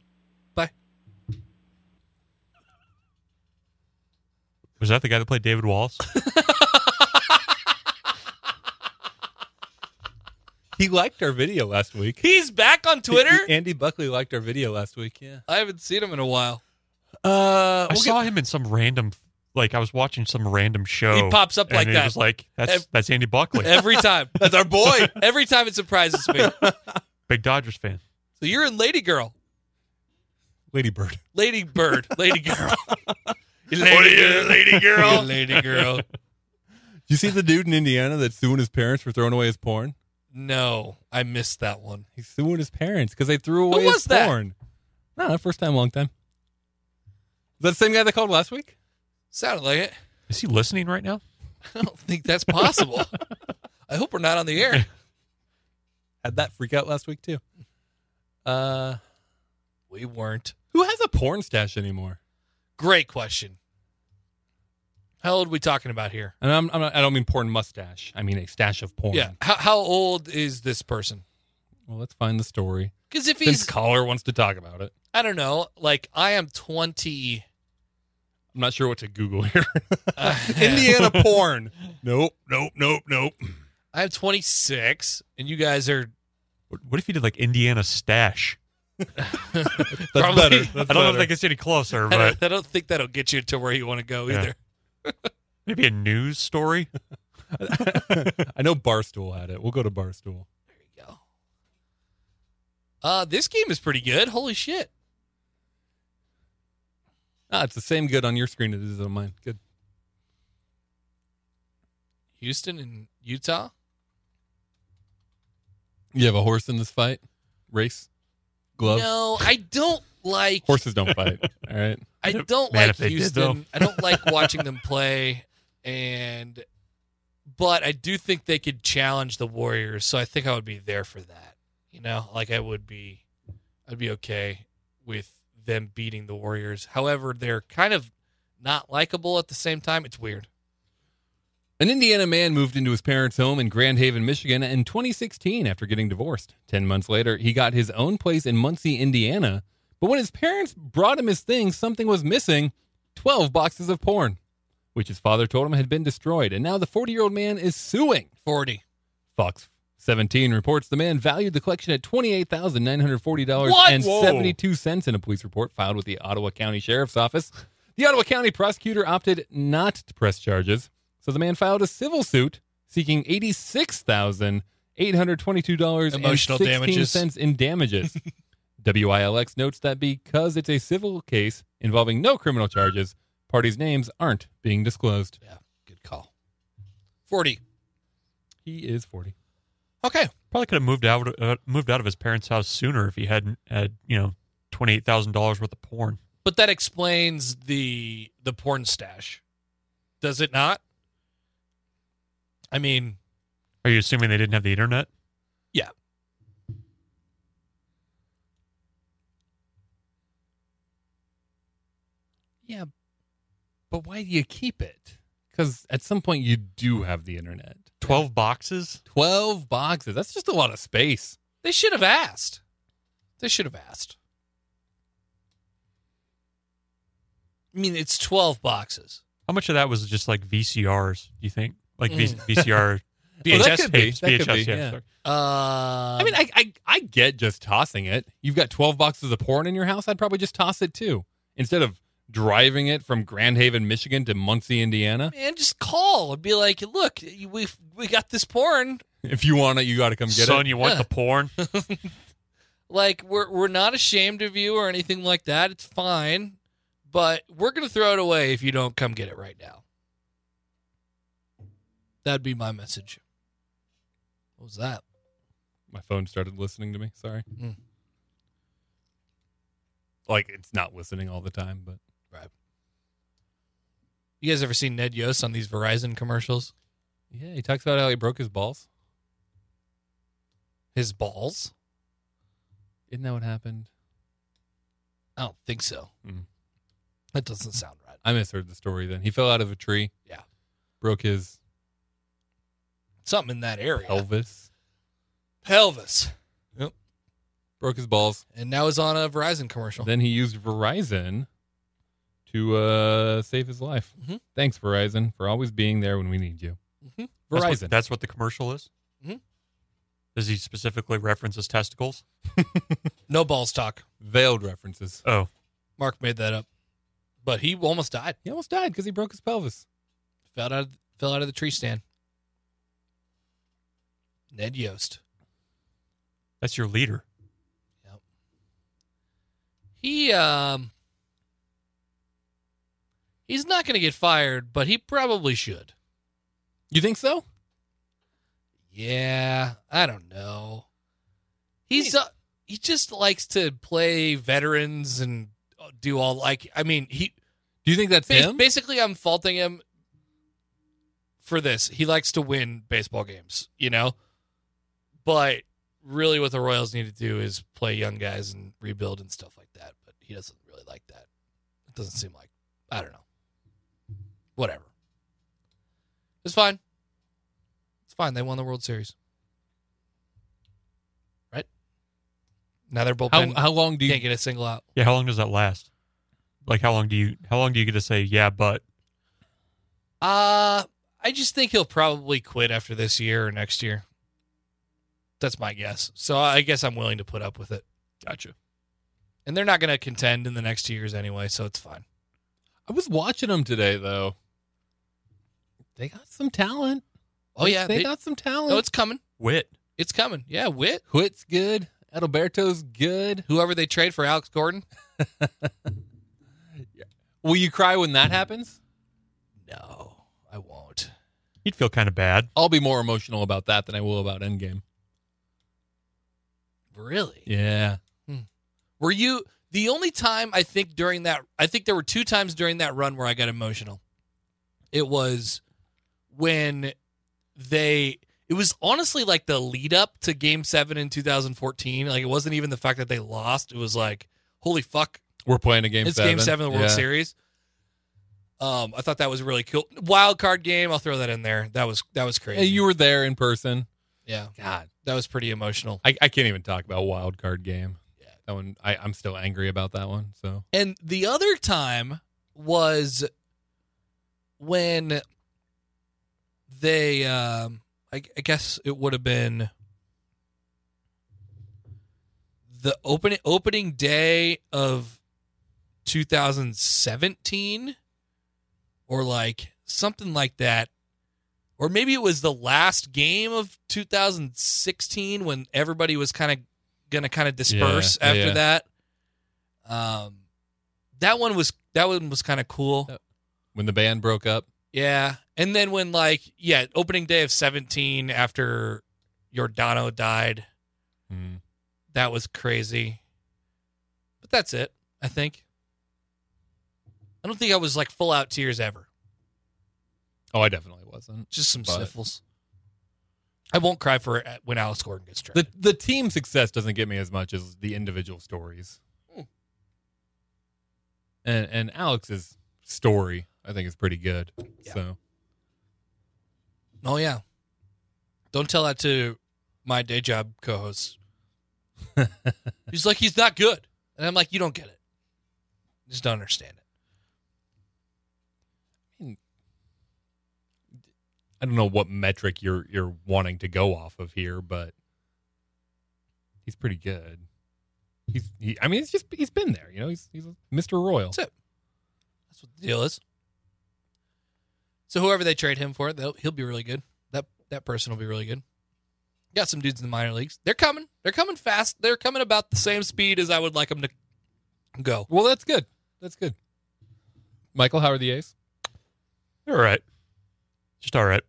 B: Bye.
C: Was that the guy that played
B: *laughs*
C: David Wallace?
A: He liked our video last week.
B: He's back on Twitter.
A: Andy Buckley liked our video last week. Yeah.
B: *laughs* I haven't seen him in a while.
A: Uh,
C: I saw him in some random like I was watching some random show.
B: He pops up
C: and
B: like
C: it
B: that.
C: was like that's
B: Ev-
C: that's Andy Buckley,
B: Every time. *laughs* That's our boy. Every time it surprises me. So
C: big Dodgers fan.
B: you're in Lady Girl.
A: Lady Bird.
B: Lady Bird. Lady *laughs* Girl.
A: *laughs*
C: lady
B: girl. lady girl.
A: You see the dude in Indiana that's suing his parents for throwing away his porn?
B: No, I missed that one.
A: He's suing his parents because they threw away
B: was
A: his
B: that?
A: porn. No, not first time, long time. Is that the same guy that called last week?
B: Sounded like it.
C: Is he listening right now?
B: I don't think that's possible. I hope we're not on the air.
A: Had that freak out last week too. Uh,
B: We weren't.
A: who has a porn stash anymore?
B: Great question. How old are we talking about here?
A: And I'm, I'm not, I don't mean porn mustache. I mean a stash of porn.
B: Yeah. How, how old is this person?
A: Well, let's find the story.
B: Because if
A: Since
B: he's,
A: caller wants to talk about it,
B: I don't know, like I am *laughs* 20.
A: I'm not sure what to Google here.
B: Uh,
A: Indiana porn. *laughs* Nope. Nope. Nope. Nope.
B: I'm 26, and you guys are
C: What, what if he did like Indiana Stash?
A: That's *laughs*
B: Probably-
A: better.
C: I
A: That's
C: don't know if
A: better.
C: that gets
A: *laughs*
C: any closer,
B: I
C: but
B: don't, I don't think that'll get you to where you want to go
C: Yeah.
B: either.
C: maybe a news story.
A: *laughs* I know Barstool had it. We'll go to Barstool.
B: There you go. Uh, this game is pretty good. Holy shit.
A: Ah, it's the same good on your screen as it is on mine. Good.
B: Houston and Utah.
A: You have a horse in this fight? Race? Glove?
B: No, I don't like
A: Horses don't *laughs* fight. All right.
B: I don't
C: Man,
B: like
C: if they did,
B: Houston. I don't like watching them play and but I do think they could challenge the Warriors, so I think I would be there for that. You know, like I would be I'd be okay with them beating the Warriors. However, they're kind of not likable at the same time. It's weird.
A: An Indiana man moved into his parents' home in Grand Haven, Michigan in 2016 after getting divorced. 10 months later, he got his own place in Muncie, Indiana. But when his parents brought him his things, something was missing 12 boxes of porn, which his father told him had been destroyed. And now the 40 year old man is suing.
B: 40.
A: Fox 17 reports the man valued the collection at
B: What?
A: $28,940.72 in a police report filed with the Ottawa County Sheriff's Office. The Ottawa County prosecutor opted not to press charges, so the man filed a civil suit seeking $86,822.16
B: Emotional damages.
A: in *laughs* damages. WILX notes that because it's a civil case involving no criminal charges, parties' names aren't being disclosed.
B: Yeah, good call. 40.
A: He is 40.
B: Okay.
C: Probably could have moved out uh, moved out of his parents' house sooner if he hadn't had you know twenty eight thousand dollars worth of porn.
B: But that explains the the porn stash. Does it not? I mean,
C: Are you assuming they didn't have the internet?
A: Yeah, but why do you keep it? Because at some point you do have the internet.
C: Twelve boxes.
A: Twelve boxes. That's just a lot of space.
B: they should have asked. They should have asked. I mean, it's 12 boxes.
C: How much of that was just like VCRs? Do you think like v-
B: Mm.
A: *laughs*
C: VCR?
A: Well, that could be.
C: tapes,
A: That could
C: VHS,
A: be,
C: yeah,
A: yeah.
C: sorry.
B: Uh,
A: I mean, I, I I get just tossing it. You've got 12 boxes of porn in your house. I'd probably just toss it too instead of driving it from Grand Haven, Michigan to Muncie, Indiana.
B: man, just call and be like, look, we we got this porn.
A: If you want it, you got to come get
C: Son,
A: it.
C: you want
B: Yeah.
A: *laughs*
C: the porn?
B: Like, we're we're not ashamed of you or anything like that. It's fine, but we're gonna throw it away if you don't come get it right now. That'd be my message. What was that?
A: My phone started listening to me. Sorry.
B: Mm.
A: Like it's not listening all the time, but
B: You guys ever seen Ned Yost on these Verizon commercials?
A: yeah, he talks about how he broke his balls.
B: His balls?
A: Isn't that what happened?
B: I don't think so.
A: Mm.
B: That doesn't sound right.
A: I misheard the story. Then he fell out of a tree.
B: Yeah.
A: broke his
B: Something in that area.
A: pelvis,
B: Pelvis.
A: broke his balls.
B: And now he's on a Verizon commercial.
A: Then he used Verizon to uh, save his life.
B: Mhm.
A: Thanks, Verizon, for always being there when we need you.
B: Mhm.
C: That's what-
A: Verizon. Mm-hmm.
C: That's what the commercial is.
B: Mhm.
C: Does he specifically reference his testicles?
B: No balls talk.
A: Veiled references.
C: Oh,
B: Mark made that up. But he almost died.
A: He almost died because he broke his pelvis.
B: Fell out of, fell out of the tree stand. Ned Yost.
C: that's your leader.
B: He um He's not going to get fired, but he probably should.
A: You think so?
B: Yeah, I don't know. He's uh, he just likes to play veterans and do all like I mean he
A: Do you think that's
B: Bas-
A: him?
B: Basically, I'm faulting him for this. He likes to win baseball games, you know? But really, what the Royals need to do is play young guys and rebuild and stuff like that. But he doesn't really like that. It doesn't seem like, I don't know. Whatever. It's fine. It's fine. They won the World Series. Right? Now they're bullpen.
A: how, how long do you
B: can't get a single out.
C: Yeah, how long does that last? Like how long do you how long do you get to say yeah, but
B: Uh I just think he'll probably quit after this year or next year. That's my guess. So I guess I'm willing to put up with it. Gotcha. And they're not going to contend in the next two years anyway, so it's fine.
A: I was watching them today though. They got some talent.
B: Oh yeah,
A: they,
B: they-
A: got some talent.
B: no, it's coming.
C: wit?
B: It's coming. Yeah, Wit,
A: Whit's good. Adalberto's good.
B: whoever they trade for Alex Gordon.
A: Will you cry when that happens?
B: No, I won't.
C: You'd feel kind of bad.
A: I'll be more emotional about that than I will about Endgame.
B: Really?
A: Yeah.
B: Were you the only time I think during that? I think there were two times during that run where I got emotional. It was when they. It was honestly like the lead up to Game Seven in 2014. Like it wasn't even the fact that they lost. It was like, holy fuck,
A: We're playing a game
B: it's
A: seven.
B: Game Seven of the World
A: Yeah.
B: Series. Um, I thought that was really cool. Wild card game. I'll throw that in there. That was that was crazy.
A: Hey, you were there in person.
B: yeah. God, that was pretty emotional.
A: I, I can't even talk about wild card game.
B: Yeah.
A: That one I, I'm still angry about that one. So
B: And the other time was when they, um, I, I guess it would have been the opening opening day of 2017, or like something like that, or maybe it was the last game of 2016 when everybody was kind of gonna kind of disperse
A: Yeah,
B: after
A: yeah.
B: that. Um, that one was that one was kind of cool.
A: when the band broke up,
B: Yeah, and then when like yeah, opening day of 17 after Giordano died,
A: hmm,
B: that was crazy. But that's it, I think. I don't think I was like full out tears ever.
A: oh, I definitely wasn't.
B: Just some
A: But-
B: sniffles. I won't cry for uh, when Alex Gordon gets
A: The
B: traded.
A: the team success doesn't get me as much as the individual stories.
B: Hmm.
A: And and Alex's story, I think, is pretty good.
B: Yeah.
A: So
B: Oh yeah. Don't tell that to my day job co-host. *laughs* he's like, he's not good. And I'm like, you don't get it. Just don't understand it.
A: I don't know what metric you're you're wanting to go off of here, but he's pretty good. He's he, I mean he's just he's been there, you know. He's he's Mr. Royal.
B: That's it. That's what the deal is. So whoever they trade him for, they'll, he'll be really good. That that person will be really good. Got some dudes in the minor leagues. They're coming. They're coming fast. They're coming about the same speed as I would like them to go.
A: Well, that's good. That's good. Michael, how are the A's?
C: All right. Just all right.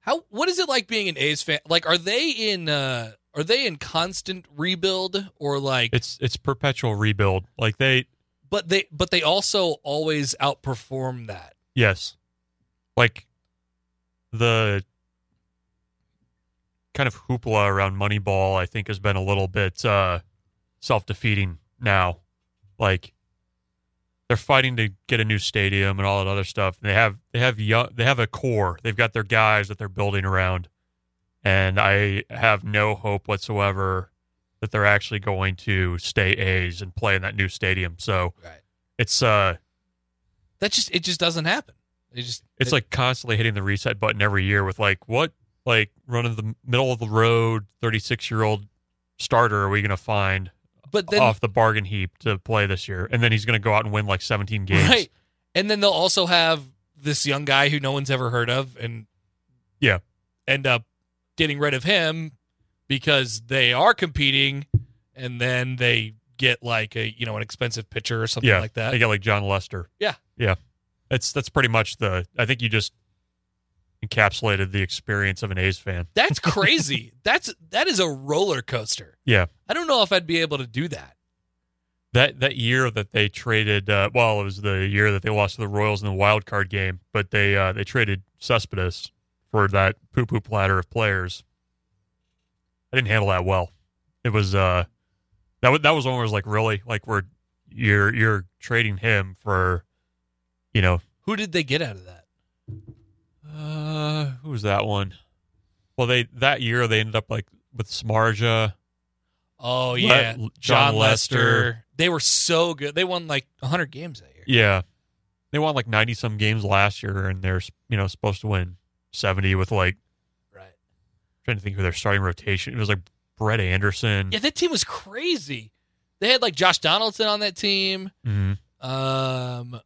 B: How what is it like being an A's fan? Like are they in uh are they in constant rebuild or like
C: It's it's perpetual rebuild. Like they
B: but they but they also always outperform that.
C: Yes. Like the kind of hoopla around Moneyball, I think, has been a little bit uh, self defeating now. Like they're fighting to get a new stadium and all that other stuff. And they have they have young, they have a core. They've got their guys that they're building around, and I have no hope whatsoever that they're actually going to stay A's and play in that new stadium. So
B: Right.
C: it's uh
B: That just it just doesn't happen. It just
C: it's
B: it-
C: like constantly hitting the reset button every year with like what like running the middle of the road 36 year old starter are we going to find
B: but then
C: off the bargain heap to play this year and then he's going to go out and win like 17 games
B: Right. And then they'll also have this young guy who no one's ever heard of and
C: Yeah.
B: end up getting rid of him because they are competing and then they get like a you know an expensive pitcher or something
C: yeah
B: like that.
C: they *laughs* get like john lester
B: Yeah.
C: yeah that's that's pretty much the i think you just encapsulated the experience of an a's fan
B: That's crazy. That's that is a roller coaster.
C: yeah
B: I don't know if I'd be able to do that.
C: that that year that they traded uh, well it was the year that they lost to the Royals in the wild card game but they uh, they traded Cespedes for that poo poo platter of players I didn't handle that well it was uh that was that was one where it was like really like we're you're you're trading him for you know
B: Who did they get out of that?
C: uh who was that one well they that year they ended up like with Smarja
B: Oh yeah,
C: John
B: Lester.
C: Lester.
B: They were so good. They won like 100 games that year.
C: Yeah. They won like 90 some games last year and they're, you know, supposed to win 70 with like
B: Right.
C: trying to think who their starting rotation. It was like Brett Anderson.
B: Yeah, that team was crazy. They had like Josh Donaldson on that team.
C: Mhm.
B: Um,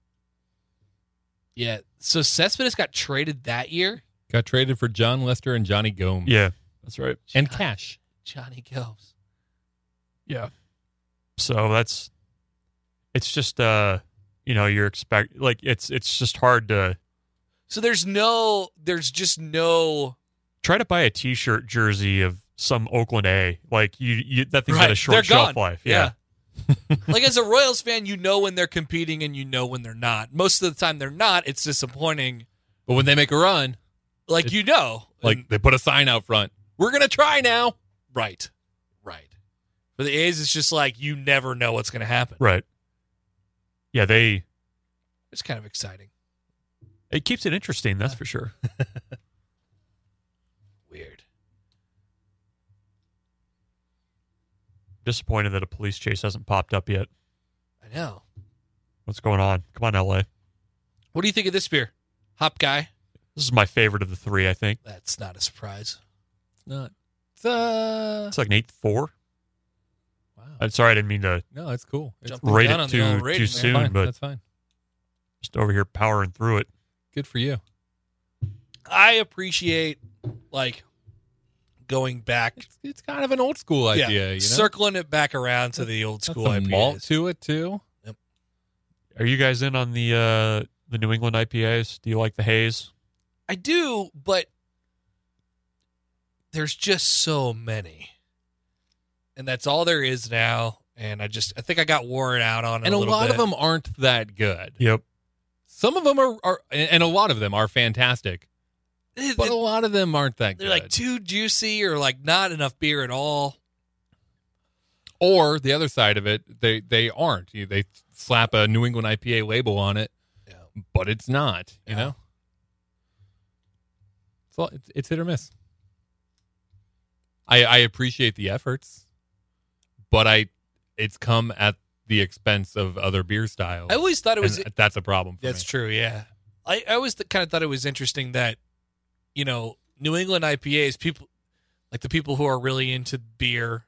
B: yeah. So Cespedes got traded that year.
A: Got traded for John Lester and Johnny Gomes.
C: Yeah. That's right.
A: And cash.
B: Johnny Gomes.
C: So that's it's just uh you know, you're expect like it's it's just hard to
B: So there's no, there's just no.
C: try to buy a t-shirt jersey of some Oakland A. Like you, you that thing's got a
B: Right.
C: short
B: They're
C: shelf
B: gone.
C: life. Yeah.
B: like as a Royals fan, you know when they're competing and you know when they're not. Most of the time, they're not. It's disappointing.
A: But when they make a run,
B: Like you know,
A: like
B: And-
A: they put a sign out front. We're gonna try now.
B: right, right. For the A's, it's just like you never know what's going to happen.
C: Right. Yeah, they
B: It's kind of exciting.
C: it keeps it interesting, that's for sure.
B: Weird.
C: Disappointed that a police chase hasn't popped up yet.
B: I know.
C: What's going on? Come on, LA.
B: What do you think of this beer, Hop Guy?
C: This is my favorite of the three, I think.
B: That's not a surprise.
A: Not. It's, uh,
C: It's like an eight four.
A: wow.
C: I'm sorry, I didn't mean to
A: no, it's cool. It's
B: Jump
C: rate
B: down
C: it
B: on the
C: too
B: old rating
C: too
B: there.
C: soon,
A: fine.
C: but
A: that's fine.
C: just over here powering through it.
A: Good for you.
B: I appreciate like going back,
A: It's, it's kind of an old school idea.
B: yeah,
A: you know?
B: circling it back around to the old
A: Got
B: school
A: some
B: IPAs.
A: malt to it too.
C: Are you guys in on the uh the New England IPAs? Do you like the haze?
B: I do, but there's just so many, and that's all there is now. And I just, I think I got worn out on it
A: And a,
B: little
A: lot
B: bit.
A: of them aren't that good.
C: Yep.
A: Some of them are, are, and a lot of them are fantastic,
B: They-
A: but a lot of them aren't that
B: They're
A: good.
B: like too juicy or like not enough beer at all.
A: or the other side of it, they they aren't. You- They slap a New England IPA label on it,
B: Yeah.
A: but it's not. You
B: Yeah.
A: know, it's, all- it's it's hit or miss. I I appreciate the efforts. but I it's come at the expense of other beer styles.
B: I always thought it was.
A: and that's a problem. For
B: That's
A: me.
B: true. Yeah, I, I always th- kind of thought it was interesting that, you know, New England IPAs people, like the people who are really into beer,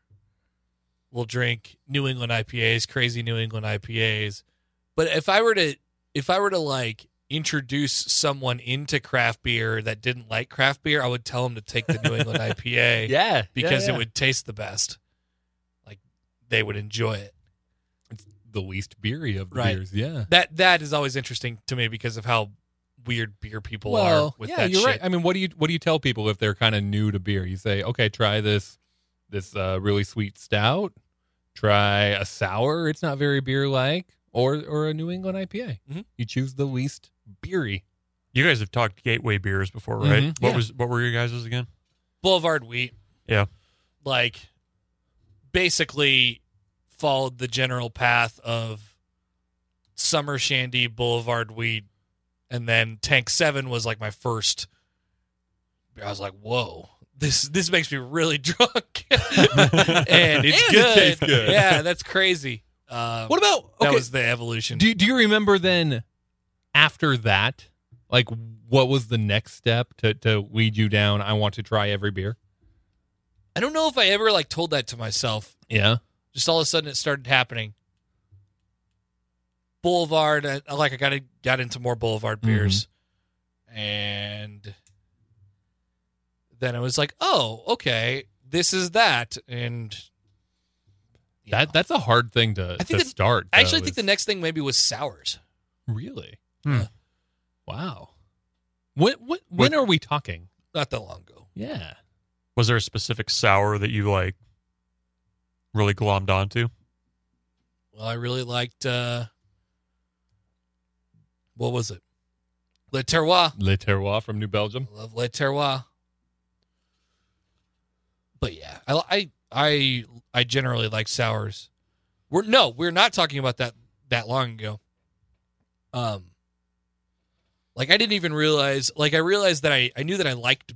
B: will drink New England IPAs, crazy New England IPAs. But if I were to, if I were to like introduce someone into craft beer that didn't like craft beer, I would tell them to take the
A: *laughs*
B: New England IPA
A: Yeah,
B: because it would taste the best. Like they would enjoy it.
A: the least beery of the
B: Right.
A: beers. Yeah.
B: That that is always interesting to me because of how weird beer people are with
A: yeah,
B: that
A: you're
B: shit.
A: right. I mean, what do you what do you tell people if they're kind of new to beer? You say, okay, try this this uh, really sweet stout, try a sour. It's not very beer like, or or a New England IPA.
B: Mhm.
A: You choose the least beery.
C: You guys have talked gateway beers before, right?
A: Mhm.
C: What
A: Yeah.
C: was what were your guys' again?
B: Boulevard Wheat,
C: Yeah.
B: like, basically followed the general path of Summer Shandy, Boulevard Wheat, and then Tank Seven was like my first. I was like, whoa. This this makes me really *laughs* drunk, and it's
A: And it
B: good.
A: tastes good.
B: Yeah, that's crazy. Uh,
A: What about okay?
B: that was the evolution.
A: do do you remember then? After that, like, what was the next step to to lead you down? I want to try every beer.
B: I don't know if I ever like told that to myself.
A: Yeah.
B: Just all of a sudden it started happening. Boulevard, I, I, like I got got into more Boulevard
A: Mm-hmm.
B: beers, and then I was like, oh, okay, this is that, and you know.
A: That that's a hard thing to,
B: I think
A: to
B: the-
A: start.
B: I actually
A: though,
B: think
A: is-
B: the next thing maybe was sours.
A: Really?
C: Hmm.
A: Yeah. Wow. When when when are we talking?
B: Not that long ago.
A: Yeah.
C: Was there a specific sour that you like really glommed onto?
B: Well, I really liked uh what was it? Le Terroir.
A: Le Terroir from New Belgium.
B: I love Le Terroir. But yeah, I I I, I generally like sours. We're no, we're not talking about that that long ago. Um, like I didn't even realize. Like I realized that I I knew that I liked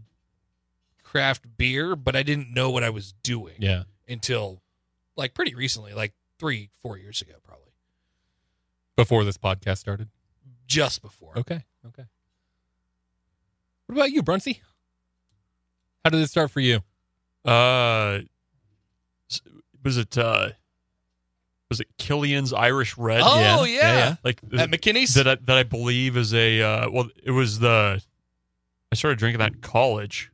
B: craft beer, but I didn't know what I was doing
A: Yeah.
B: until like pretty recently, like three four years ago, probably
A: Before this podcast started.
B: just before.
A: Okay. Okay. What about you, Brunsy? How did it start for you?
C: Uh, s- was it uh, was it Killian's Irish Red?
B: Oh yeah,
C: like
B: at McKinney's.
C: that I, that I believe is a uh, well, it was the I started drinking that in college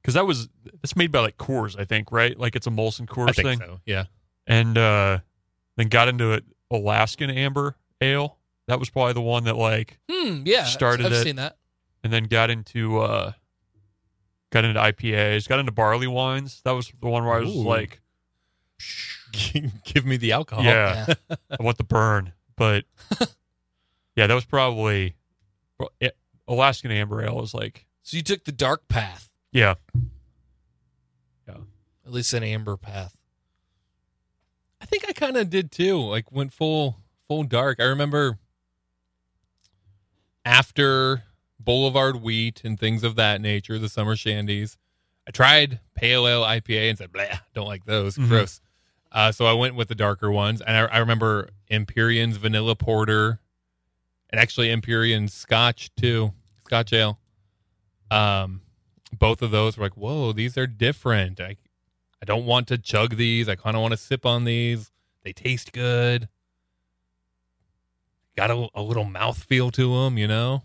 C: because that was that's made by like Coors, I think, right? Like it's a Molson Coors
A: I think
C: thing,
A: so. Yeah.
C: and uh, then got into it Alaskan Amber Ale. That was probably the one that like,
B: Hmm, yeah,
C: started
B: I've
C: it.
B: seen that.
C: and then got into uh, got into IPAs, got into barley wines. That was the one where I was
A: Ooh.
C: like,
B: *laughs*
A: Give me the alcohol.
C: yeah, I want the burn,
A: *laughs*
C: but yeah, that was probably well, yeah, Alaskan Amber Ale was like.
B: So you took the dark path.
C: Yeah,
B: At least an amber path.
A: I think I kind of did too. Like went full full dark. I remember after Boulevard Wheat and things of that nature, the summer shandies. I tried pale ale IPA and said, "Blah, don't like those,
B: Mm-hmm.
C: Mhm.
A: gross." Uh, so I went with the darker ones, and I, I remember Empyrean's vanilla porter, and actually Empyrean's Scotch too, Scotch ale. Um, both of those were like, "Whoa, these are different." I I don't want to chug these. I kind of want to sip on these. They taste good. Got a, a little mouthfeel to them, you know?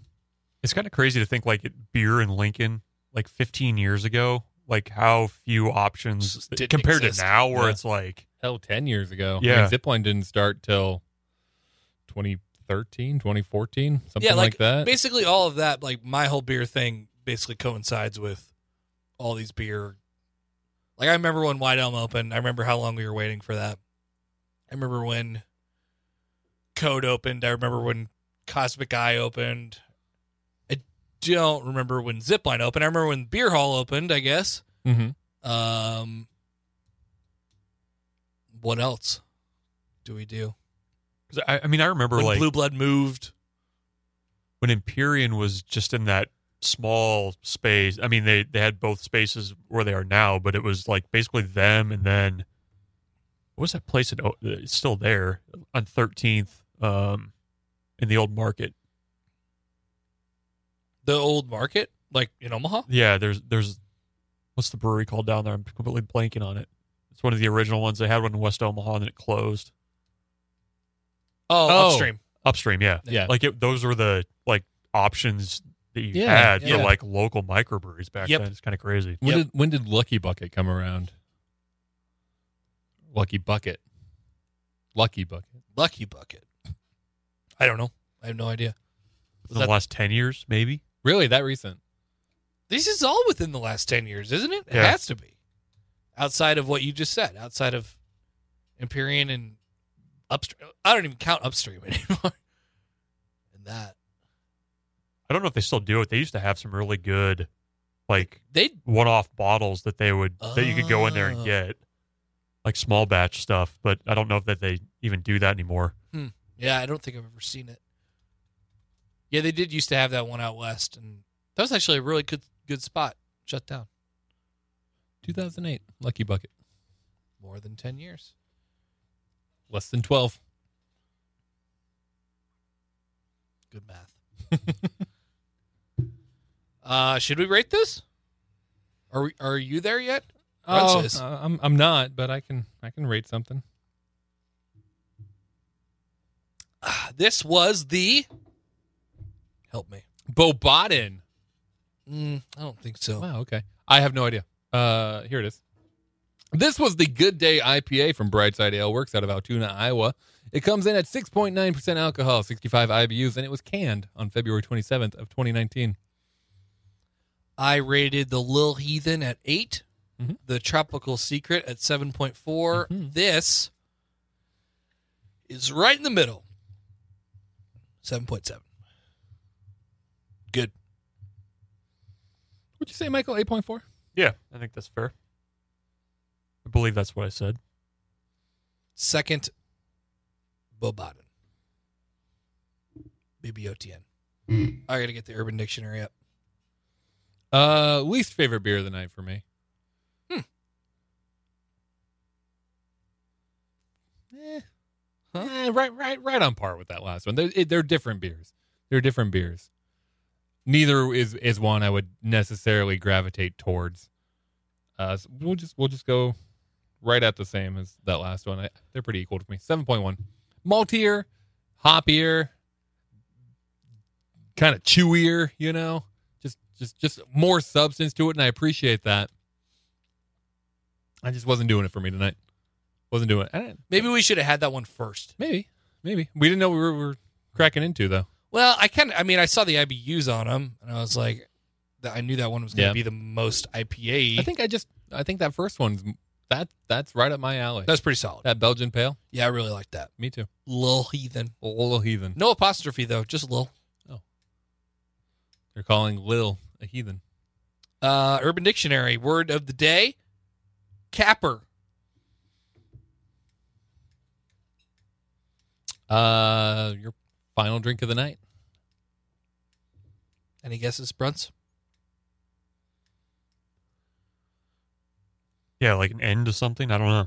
C: It's kind of crazy to think like beer in Lincoln, like 15 years ago, like how few options
B: Didn't
C: compared
B: exist.
C: to now, where
A: Yeah.
C: it's like,
A: Hell, 10 years ago. I
C: Yeah.
A: mean, Zipline didn't start till 2013, 2014, something
B: yeah,
A: like,
B: like,
A: that.
B: Basically, all of that, like my whole beer thing, basically coincides with all these beer. Like I remember when White Elm opened. I remember how long we were waiting for that. I remember when Code opened. I remember when Cosmic Eye opened. I don't remember when Zipline opened. I remember when Beer Hall opened. I guess.
A: hmm
B: Um, what else do we do?
C: 'cause I, I mean, I remember
B: When
C: like
B: Blue Blood moved.
C: when Empyrean was just in that small space. I mean, they, they had both spaces where they are now, but it was like basically them and then What was that place in? O- uh, It's still there on Thirteenth, um, in the old market.
B: The old market, like in Omaha.
C: Yeah, there's there's what's the brewery called down there? I'm completely blanking on it. It's one of the original ones. They had one in West Omaha and then it closed.
B: Oh,
A: Oh.
B: upstream.
C: Upstream, yeah,
A: Yeah.
C: Like it, those were the like options that you
A: Yeah,
C: had
A: yeah.
C: for like local microbreweries back
B: Yep.
C: then. It's kind of crazy.
A: When
B: Yep.
A: did when did Lucky Bucket come around? Lucky Bucket. Lucky Bucket.
B: Lucky Bucket. I don't know. I have no idea.
C: In
B: that-
C: the last ten years, maybe.
A: Really, that recent?
B: This is all within the last 10 years, isn't it? It
C: Yeah.
B: has to be. Outside of what you just said, outside of Empyrean and upstream. I don't even count upstream *laughs* anymore. And that.
C: I don't know if they still do it. They used to have some really good, like
B: They
C: one-off bottles that they would that you could go in there and
B: Oh.
C: get, like small batch stuff. But I don't know if that they even do that anymore.
B: Yeah, I don't think I've ever seen it. Yeah, they did used to have that one out west, and that was actually a really good good spot. Shut down
A: 2008. Lucky Bucket.
B: more than ten years.
A: Less than 12.
B: Good math. uh, should we rate this? Are we, are you there yet? Francis.
A: uh, I'm I'm not, but I can I can rate something.
B: Ah, This was the. Help me.
A: Bobaden.
B: Mm, I don't think so.
A: Wow, okay. I have no idea. Uh here it is. This was the Good Day IPA from Brightside Ale Works out of Altoona, Iowa. It comes in at 6.9% alcohol, 65 IBUs, and it was canned on February 27th of 2019.
B: I rated the Lil Heathen at 8
A: Mhm.
B: the Tropical Secret at seven
A: Mhm.
B: This is right in the middle. Seven point seven. Good.
A: What'd you say, Michael? 8.4?
C: Yeah, I think that's fair. I believe that's what I said.
B: Second, Bobaden. BBOTN. I gotta get the Urban Dictionary up.
A: Uh, least favorite beer of the night for me. Hmm. Eh. Eh, right, right, right on par with that last one. They're, it- they're different beers. They're different beers. Neither is is one I would necessarily gravitate towards. Uh, so we'll just we'll just go right at the same as that last one. I, they're pretty equal to me. Seven point one, maltier, hoppier, kind of chewier. You know, just just just more substance to it, and I appreciate that. I just wasn't doing it for me tonight. Wasn't doing it. I didn't-
B: Maybe we should have had that one first.
A: Maybe, maybe we didn't know we were, we were cracking into though.
B: Well, I kind of, I mean, I saw the IBUs on them, and I was like, that- I knew that one was gonna
A: Yeah.
B: be the most IPA.
A: I think I just, I think that first one's that that's right up my alley.
B: that's pretty solid.
A: that Belgian pale.
B: yeah, I really like that.
A: Me too.
B: Lil Heathen.
A: Little heathen.
B: No apostrophe though, just Lil.
A: They're calling Lil a heathen.
B: Uh, Urban Dictionary word of the day: capper.
A: Uh, your final drink of the night.
B: Any guesses, Brunts?
C: Yeah, like an end to something. I don't know.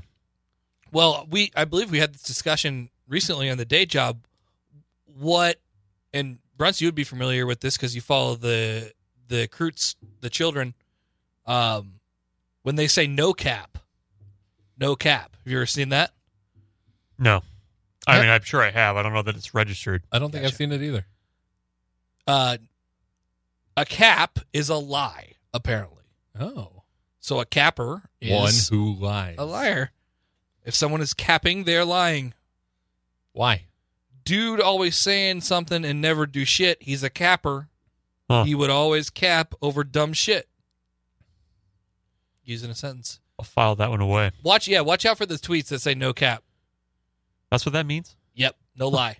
B: Well, we I believe we had this discussion recently on the day job. What and Brunts, you would be familiar with this because you follow the the Croots, the children. Um, when they say no cap, no cap. Have you ever seen that?
C: No, I
B: Yeah.
C: mean I'm sure I have. I don't know that it's registered.
A: I don't think I've
B: Gotcha.
A: seen it either.
B: Uh, a cap is a lie, apparently.
A: Oh,
B: So a capper is
A: one who lies.
B: a liar. If someone is capping, they're lying.
A: Why?
B: Dude always saying something and never do shit. He's a capper.
C: Huh.
B: He would always cap over dumb shit. Using a sentence.
C: I'll file that one away.
B: Watch, yeah, watch out for the tweets that say no cap.
C: That's what that means.
B: Yep, no lie.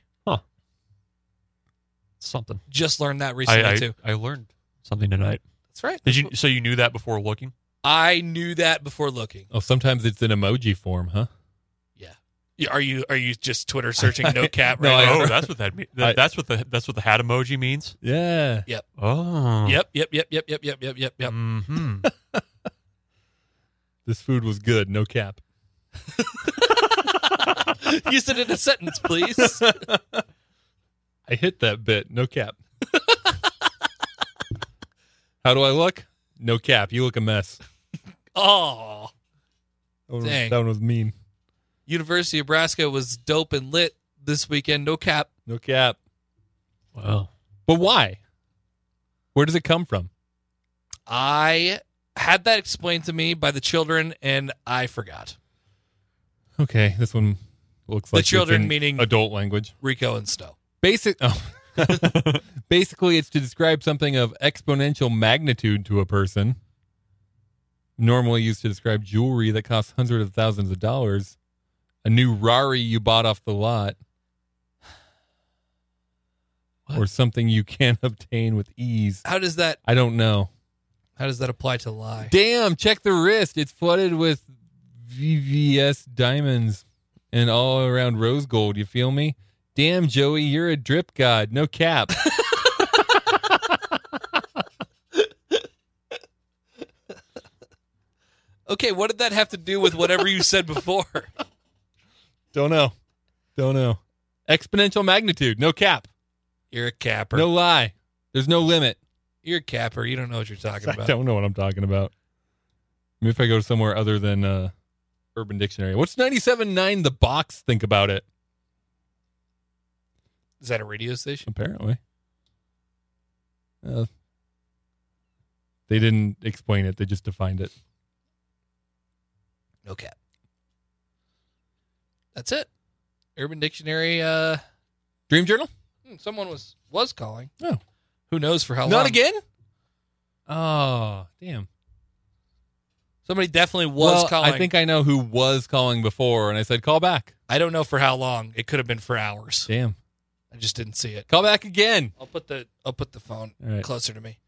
C: Something.
B: Just learned that recently
C: I, I,
B: too.
C: I learned something tonight.
B: That's right.
C: Did you? So you knew that before looking?
B: I knew that before looking.
A: Oh, sometimes it's in emoji form, huh?
B: Yeah, Are you are you just Twitter searching *laughs* no cap
A: No,
B: right
A: I-
B: now?
C: oh, that's what that means.
A: I-
C: That's what the that's what the hat emoji means.
A: Yeah.
C: Oh.
B: Yep, yep, yep, yep, yep, yep, yep, yep, yep.
C: hmm
A: This food was good. No cap.
C: Mm.
B: *laughs* Use it in a sentence, please. *laughs*
A: I hit that bit. No cap. *laughs* How do I look? No cap. You look a mess.
B: oh,
A: That one,
B: Dang.
A: that one was mean.
B: University of Nebraska was dope and lit this weekend. No cap.
A: No cap.
B: Wow.
A: But why? Where does it come from?
B: I had that explained to me by the children, and I forgot
A: Okay, this one looks
B: The
A: like it's
B: children
A: in
B: meaning-
A: adult language.
B: Rico and Snow.
A: Basic. *laughs* Oh. Basically, it's to describe something of exponential magnitude to a person. Normally used to describe jewelry that costs hundreds of thousands of dollars. A new Rari you bought off the lot. Or something you can *laughs* obtain with ease.
B: How does that?
A: I don't know.
B: How does that apply to lie?
A: Damn, check the wrist. It's flooded with VVS diamonds and all around rose gold. You feel me? Damn, Joey, you're a drip god. No cap.
B: Okay, what did that have to do with whatever you said before? *laughs*
A: Don't know. Don't know. Exponential magnitude. No cap.
B: You're a capper.
A: No lie. There's no limit.
B: You're a capper. You don't know what you're talking
A: I
B: about.
A: don't know what I'm talking about. Maybe if I go somewhere other than uh, Urban Dictionary. What's 97.9 The Box think about it?
B: Is that a radio station?
A: Apparently. Uh, they didn't explain it, they just defined it.
B: No cap. That's it. Urban Dictionary. Uh,
A: Dream Journal?
B: hmm, someone was was calling.
A: Oh.
B: Who knows for how long?
A: Not again? Oh, damn.
B: Somebody definitely was
A: well,
B: calling.
A: I think I know who was calling before, and I said, call back.
B: I don't know for how long. It could have been for hours.
A: Damn.
B: I just didn't see it.
A: Call back again. *laughs*
B: I'll put the I'll put the phone
A: All right.
B: closer to me.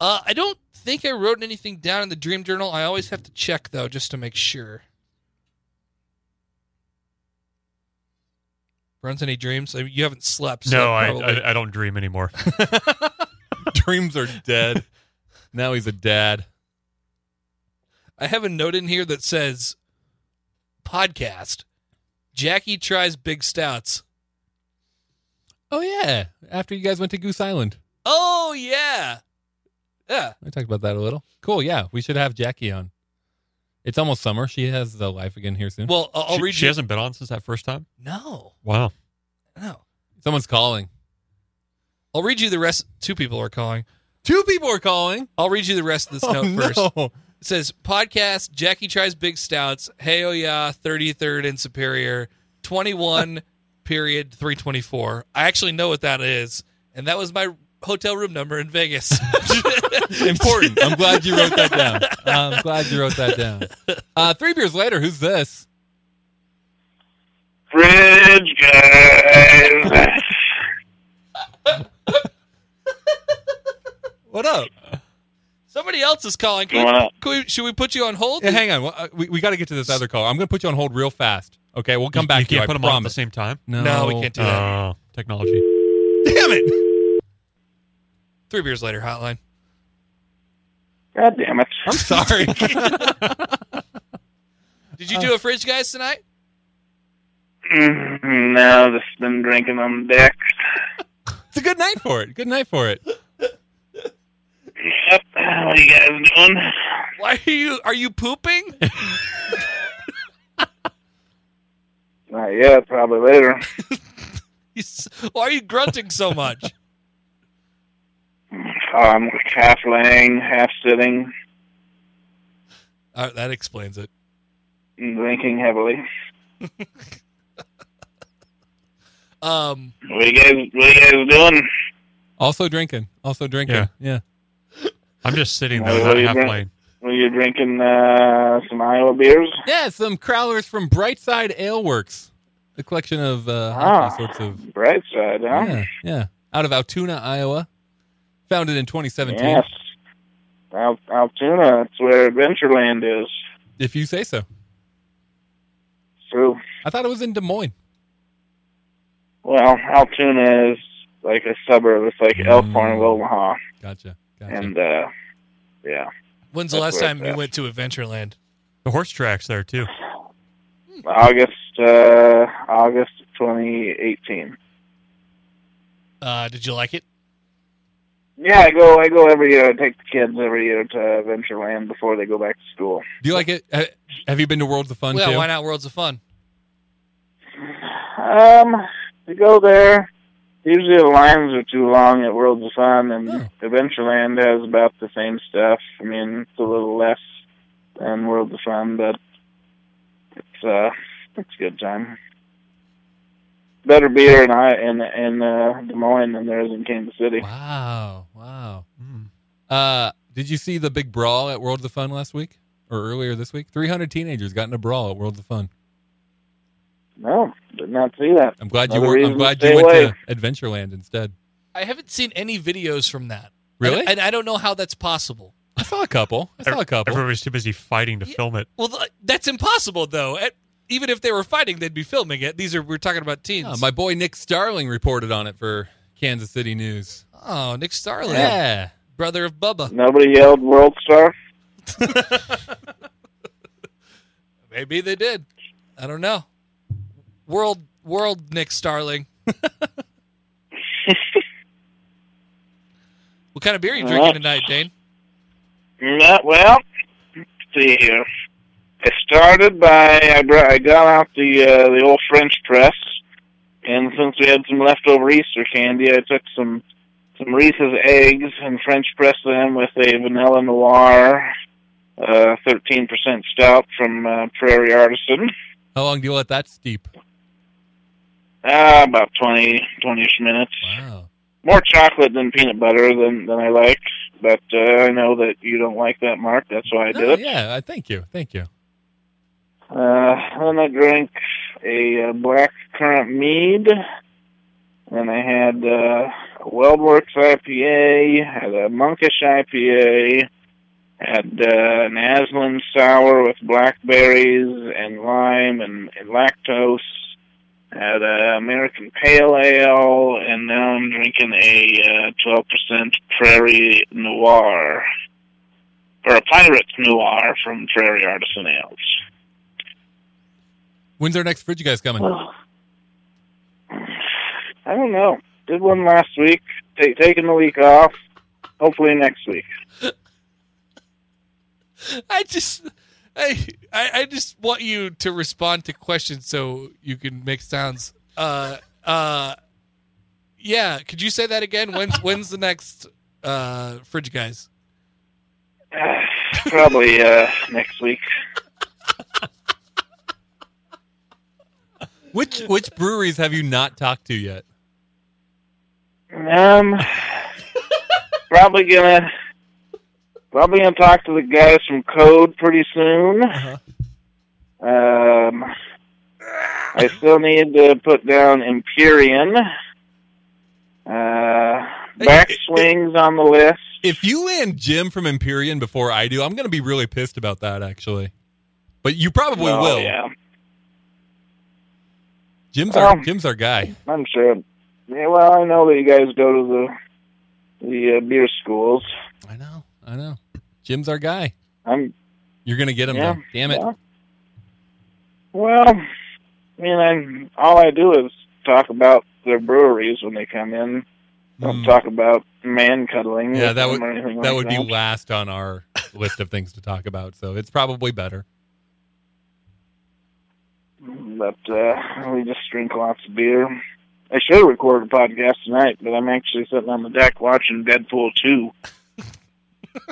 B: Uh, I don't think I wrote anything down in the dream journal. I always have to check though, just to make sure. Runs any dreams? I mean, you haven't slept. *laughs* So
C: No, I,
B: probably-
C: I I don't dream anymore.
A: Dreams are *laughs* dead. now he's a dad.
B: I have a note in here that says podcast. Jackie tries big stouts.
A: Oh yeah. After you guys went to Goose Island.
B: Oh yeah. Yeah.
A: I talked about that a little. Cool, yeah. We should have Jackie on. It's almost summer. She has the life again here soon.
B: Well, I'll, *laughs* I'll
C: she,
B: read
C: she
B: you.
C: hasn't been on since that first time.
B: No.
C: Wow.
B: No.
A: Someone's calling.
B: I'll read you the rest. Two people are calling.
A: Two people are calling. Oh,
B: I'll read you the rest of this note first. It says podcast Jackie tries big stouts. Hey oh yeah, thirty third and Superior, twenty one *laughs* period three twenty four. I actually know what that is, and that was my hotel room number
A: *laughs*
B: in Vegas.
A: Important. I'm glad you wrote that down. I'm glad you wrote that down. Uh, three beers later, who's this?
I: Fridge guys.
A: What up?
B: Somebody else is calling. Can
I: Come on
B: we,
I: up.
B: can we, should we put you on hold?
A: Yeah, hang on. Well, uh, We, we got to get to this other call. I'm going to put you on hold real fast. Okay, we'll come
C: you,
A: back
C: You
A: to you.
C: can't
A: I
C: put them on at the
A: promise.
C: same time.
A: no.
B: No, we can't do that.
C: Oh, technology.
A: Damn it!
B: Three beers later, hotline.
I: God damn it. *laughs*
A: I'm sorry.
B: Did you do a fridge, guys, tonight?
I: Mm, no, just been drinking on deck.
A: it's a good night for it. Good night for it.
I: Yep. How you guys doing?
B: Why are you are
A: *laughs*
B: you pooping?
I: Not yet. Uh, Probably later.
B: You s- Why are you grunting so
A: *laughs*
B: much?
I: Oh, I'm half laying, half sitting,
B: Uh, that explains it.
I: and drinking heavily. *laughs*
B: Um,
I: What you guys? What you guys doing?
A: Also drinking. Also drinking.
C: Yeah.
A: Yeah.
C: I'm just sitting
I: Oh,
C: there,
I: what
C: not
I: are you
C: half
I: doing?
C: playing.
I: Were you drinking uh, some Iowa beers?
A: Yeah, some crowlers from Brightside Ale Works, a collection of uh,
I: Ah.
A: all sorts of
I: Bright side, huh?
A: yeah, yeah, out of Altoona, Iowa, founded in 2017.
I: Yes. Al- Altoona, that's where Adventureland is.
A: If you say so.
I: True.
A: I thought it was in Des Moines.
I: Well, Altoona is like a suburb. It's like Elkhorn of Omaha,
A: Gotcha. Gotcha.
I: and uh, yeah,
B: when's the
I: That's
B: last
I: where
B: time
I: it's
B: you
I: at.
B: went to Adventureland?
C: The horse tracks there too.
I: August
H: uh, August 2018.
B: Uh, did you like it?
H: Yeah, I go. I go every year. I take the kids every year to Adventureland before they go back to school.
A: Do you like it? Ha- Have you been to Worlds of Fun
B: well,
A: too?
B: why not Worlds of Fun?
H: Um, we go there. Usually the lines are too long at Worlds of Fun, and Adventureland has about the same stuff. I mean, it's a little less than Worlds of Fun, but it's uh, it's a good time. Better beer in I in in uh, Des Moines than there is in Kansas City.
A: Wow, wow. Uh, did you see the big brawl at Worlds of Fun last week or earlier this week? 300 teenagers got in a brawl at Worlds of Fun.
H: No, did not see that.
A: I'm glad you
H: Another
A: were,
H: reason
A: I'm
H: to
A: glad
H: stay
A: you went
H: away.
A: to Adventureland instead.
B: I haven't seen any videos from that.
A: Really?
B: And, and I don't know how that's possible.
A: I saw a couple. I saw a couple.
C: Everybody's too busy fighting to film it.
B: Well, th- that's impossible, though. At- even if they were fighting, they'd be filming it. These are we're talking about teens.
A: Yeah, Oh, my boy Nick Starling reported on it for Kansas City News.
B: oh, Nick Starling,
A: Yeah.
B: brother of Bubba.
H: Nobody yelled World Star.
B: *laughs* Maybe they did. I don't know. World, world, Nick Starling. what kind of beer are
H: Uh,
B: you drinking tonight, Dane?
H: Yeah, well, let's see here. I started by I, brought, I got out the uh, the old French press, and since we had some leftover Easter candy, I took some some Reese's eggs and French pressed them with a vanilla noir, thirteen percent stout from uh, Prairie Artisan.
A: How long do you let that steep?
H: Ah, about twenty twenty-ish minutes.
A: Wow.
H: More chocolate than peanut butter than than I like, but uh, I know that you don't like that, Mark. That's why I did
A: No,
H: it.
A: Oh, yeah, I thank you. Thank you.
H: Uh, then I drank a uh, black currant mead. Then I had uh, a Weldworks IPA, had a Monkish IPA, had uh, an Aslan sour with blackberries and lime and, and lactose, had a American Pale Ale, and now I'm drinking a uh, 12% Prairie Noir, or a Pirate Noir from Prairie Artisan Ales.
A: When's our next fridge you guys coming?
H: I don't know. Did one last week. Ta taking the week off. Hopefully next week.
B: I just, I, I, I just want you to respond to questions so you can make sounds. Uh, uh, yeah. Could you say that again? When's when's the next uh, fridge guys?
H: *sighs* Probably uh, next week.
A: Which which breweries have you not talked to yet?
H: Um, probably gonna probably gonna talk to the guys from Code pretty soon. Um, I still need to put down Empyrean. Uh, Backswings on the list.
A: If you land Jim from Empyrean before I do, I'm going to be really pissed about that actually. But you probably
H: Oh,
A: will.
H: Yeah.
A: Jim's our
H: Um,
A: Jim's our guy.
H: I'm sure. Yeah, well, I know that you guys go to the the uh, beer schools.
A: I know. I know. Jim's our guy.
H: uh, I'm
A: You're going to get him.
H: yeah.
A: though. Damn it.
H: yeah. Well, I mean, I all I do is talk about their breweries when they come in. Don't
A: Mm.
H: talk about man cuddling.
A: Yeah,
H: with
A: that
H: them
A: would
H: or anything
A: that
H: like
A: would be
H: that.
A: last on our list of things to talk about. So it's probably better.
H: But uh, we just drink lots of beer. I should record a podcast tonight, but I'm actually sitting on the deck watching Deadpool two.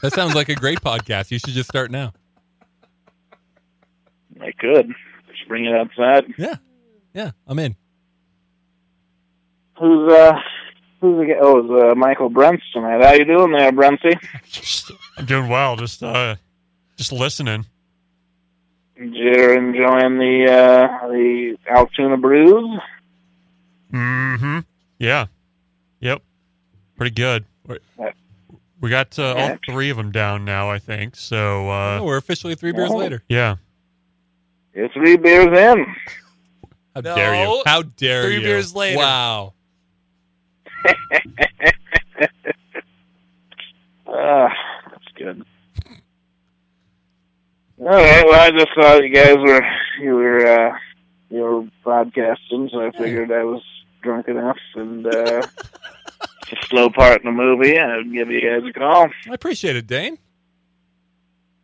A: That sounds like a great podcast. You should just start now.
H: I could just bring it outside.
A: Yeah. Yeah, I'm in.
H: Who's uh who's the guy? Oh, it's uh, Michael Brents tonight. How you doing there, Brentsy?
C: I'm doing well. Just uh, just listening.
H: Did you enjoying the uh the Altoona Brews?
C: Mm-hmm. Yeah. Yep. Pretty good. We- We got uh, all three of them down now, I think.
A: Oh,
C: So uh,
A: we're officially three beers
H: Oh.
A: later.
C: yeah.
H: You're three beers in.
A: How
B: No.
A: dare you? How dare
B: Three
A: you?
B: beers later.
A: Wow.
H: Ah, that's good. All right. Well, I just thought you guys were you were uh your podcasting, so I figured I was drunk enough and uh, it's a slow part in the movie. and I'd give you guys a call.
A: I appreciate it, Dane.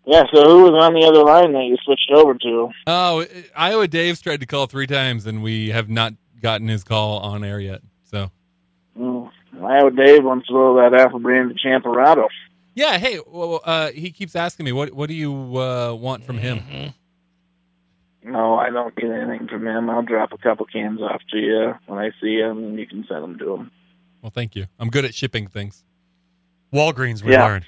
H: Yeah, so who was on the other line that you switched over to?
A: Oh, Iowa Dave's tried to call three times, and we have not gotten his call on air yet. So
H: Mm, Iowa Dave wants to roll that Alpha brand to Champerado.
A: yeah, hey, well, uh, he keeps asking me, what what do you uh, want from him?
H: No, I don't get anything from him. I'll drop a couple cans off to you when I see him, and you can send them to him.
A: Well, thank you. I'm good at shipping things.
C: Walgreens, we
H: Yeah.
C: learned.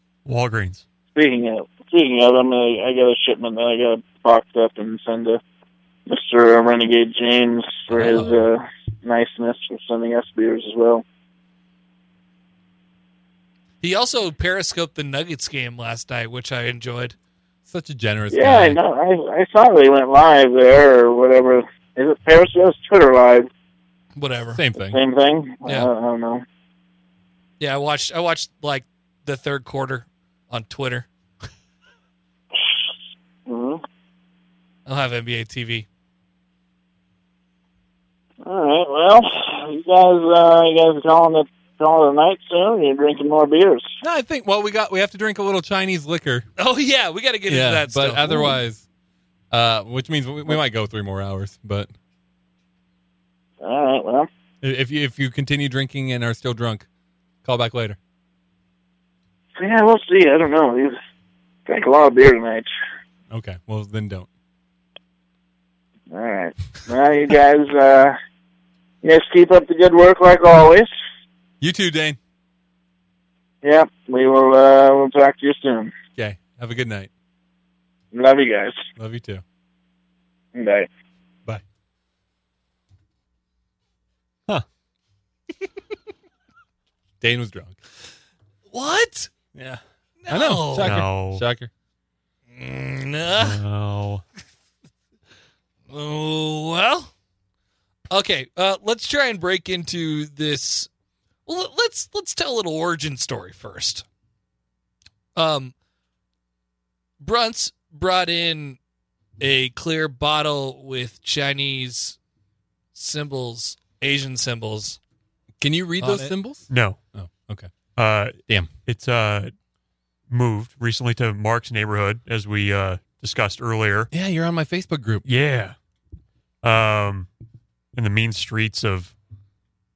C: *laughs* Walgreens.
H: Speaking of speaking of, I'm gonna, I got a shipment that I got boxed up and send to Mister Renegade James for his uh, niceness for sending us beers as well.
B: He also periscoped the Nuggets game last night, which I enjoyed.
A: Such a generous
H: Yeah, I know. I, I saw they went live there or whatever. Is it Periscope? Twitter live?
B: Whatever.
A: Same thing.
H: Same thing.
B: Yeah.
H: I, don't, I don't know.
B: Yeah, I watched. I watched like the third quarter on Twitter.
H: Mhm.
B: I'll have NBA TV.
H: All right. Well, you guys, uh, you guys are calling it calling it a night soon. You're drinking more beers.
A: No, I think. Well, we got we have to drink a little Chinese liquor.
B: Oh yeah, we got to get
A: yeah,
B: into that.
A: but
B: stuff.
A: otherwise, uh, which means we, we might go three more hours. But
H: All right. Well.
A: if you if you continue drinking and are still drunk, call back later.
H: Yeah, we'll see. I don't know. We've drank a lot of beer tonight.
A: Okay. Well, then don't.
H: All right. Well, you guys, uh, you guys keep up the good work like always.
A: You too, Dane.
H: Yeah, we will. Uh, we'll talk to you soon.
A: Okay. Have a good night.
H: Love you guys.
A: Love you too.
H: Bye.
A: Bye. Huh. *laughs* Dane was drunk.
B: what?
A: Yeah.
B: No.
A: I know. Shocker.
C: No.
A: Shocker.
B: Mm, nah.
C: No.
B: Oh well. Okay, uh, let's try and break into this. Well, let's let's tell a little origin story first. Um, Brunts brought in a clear bottle with Chinese symbols, Asian symbols.
A: Can you read
B: On
A: those
B: it.
A: symbols?
C: No.
A: Oh, okay.
C: Uh,
A: Damn.
C: It's uh, moved recently to Mark's neighborhood, as we uh, discussed earlier.
A: Yeah, you're on my Facebook group.
C: Yeah. Um, in the mean streets of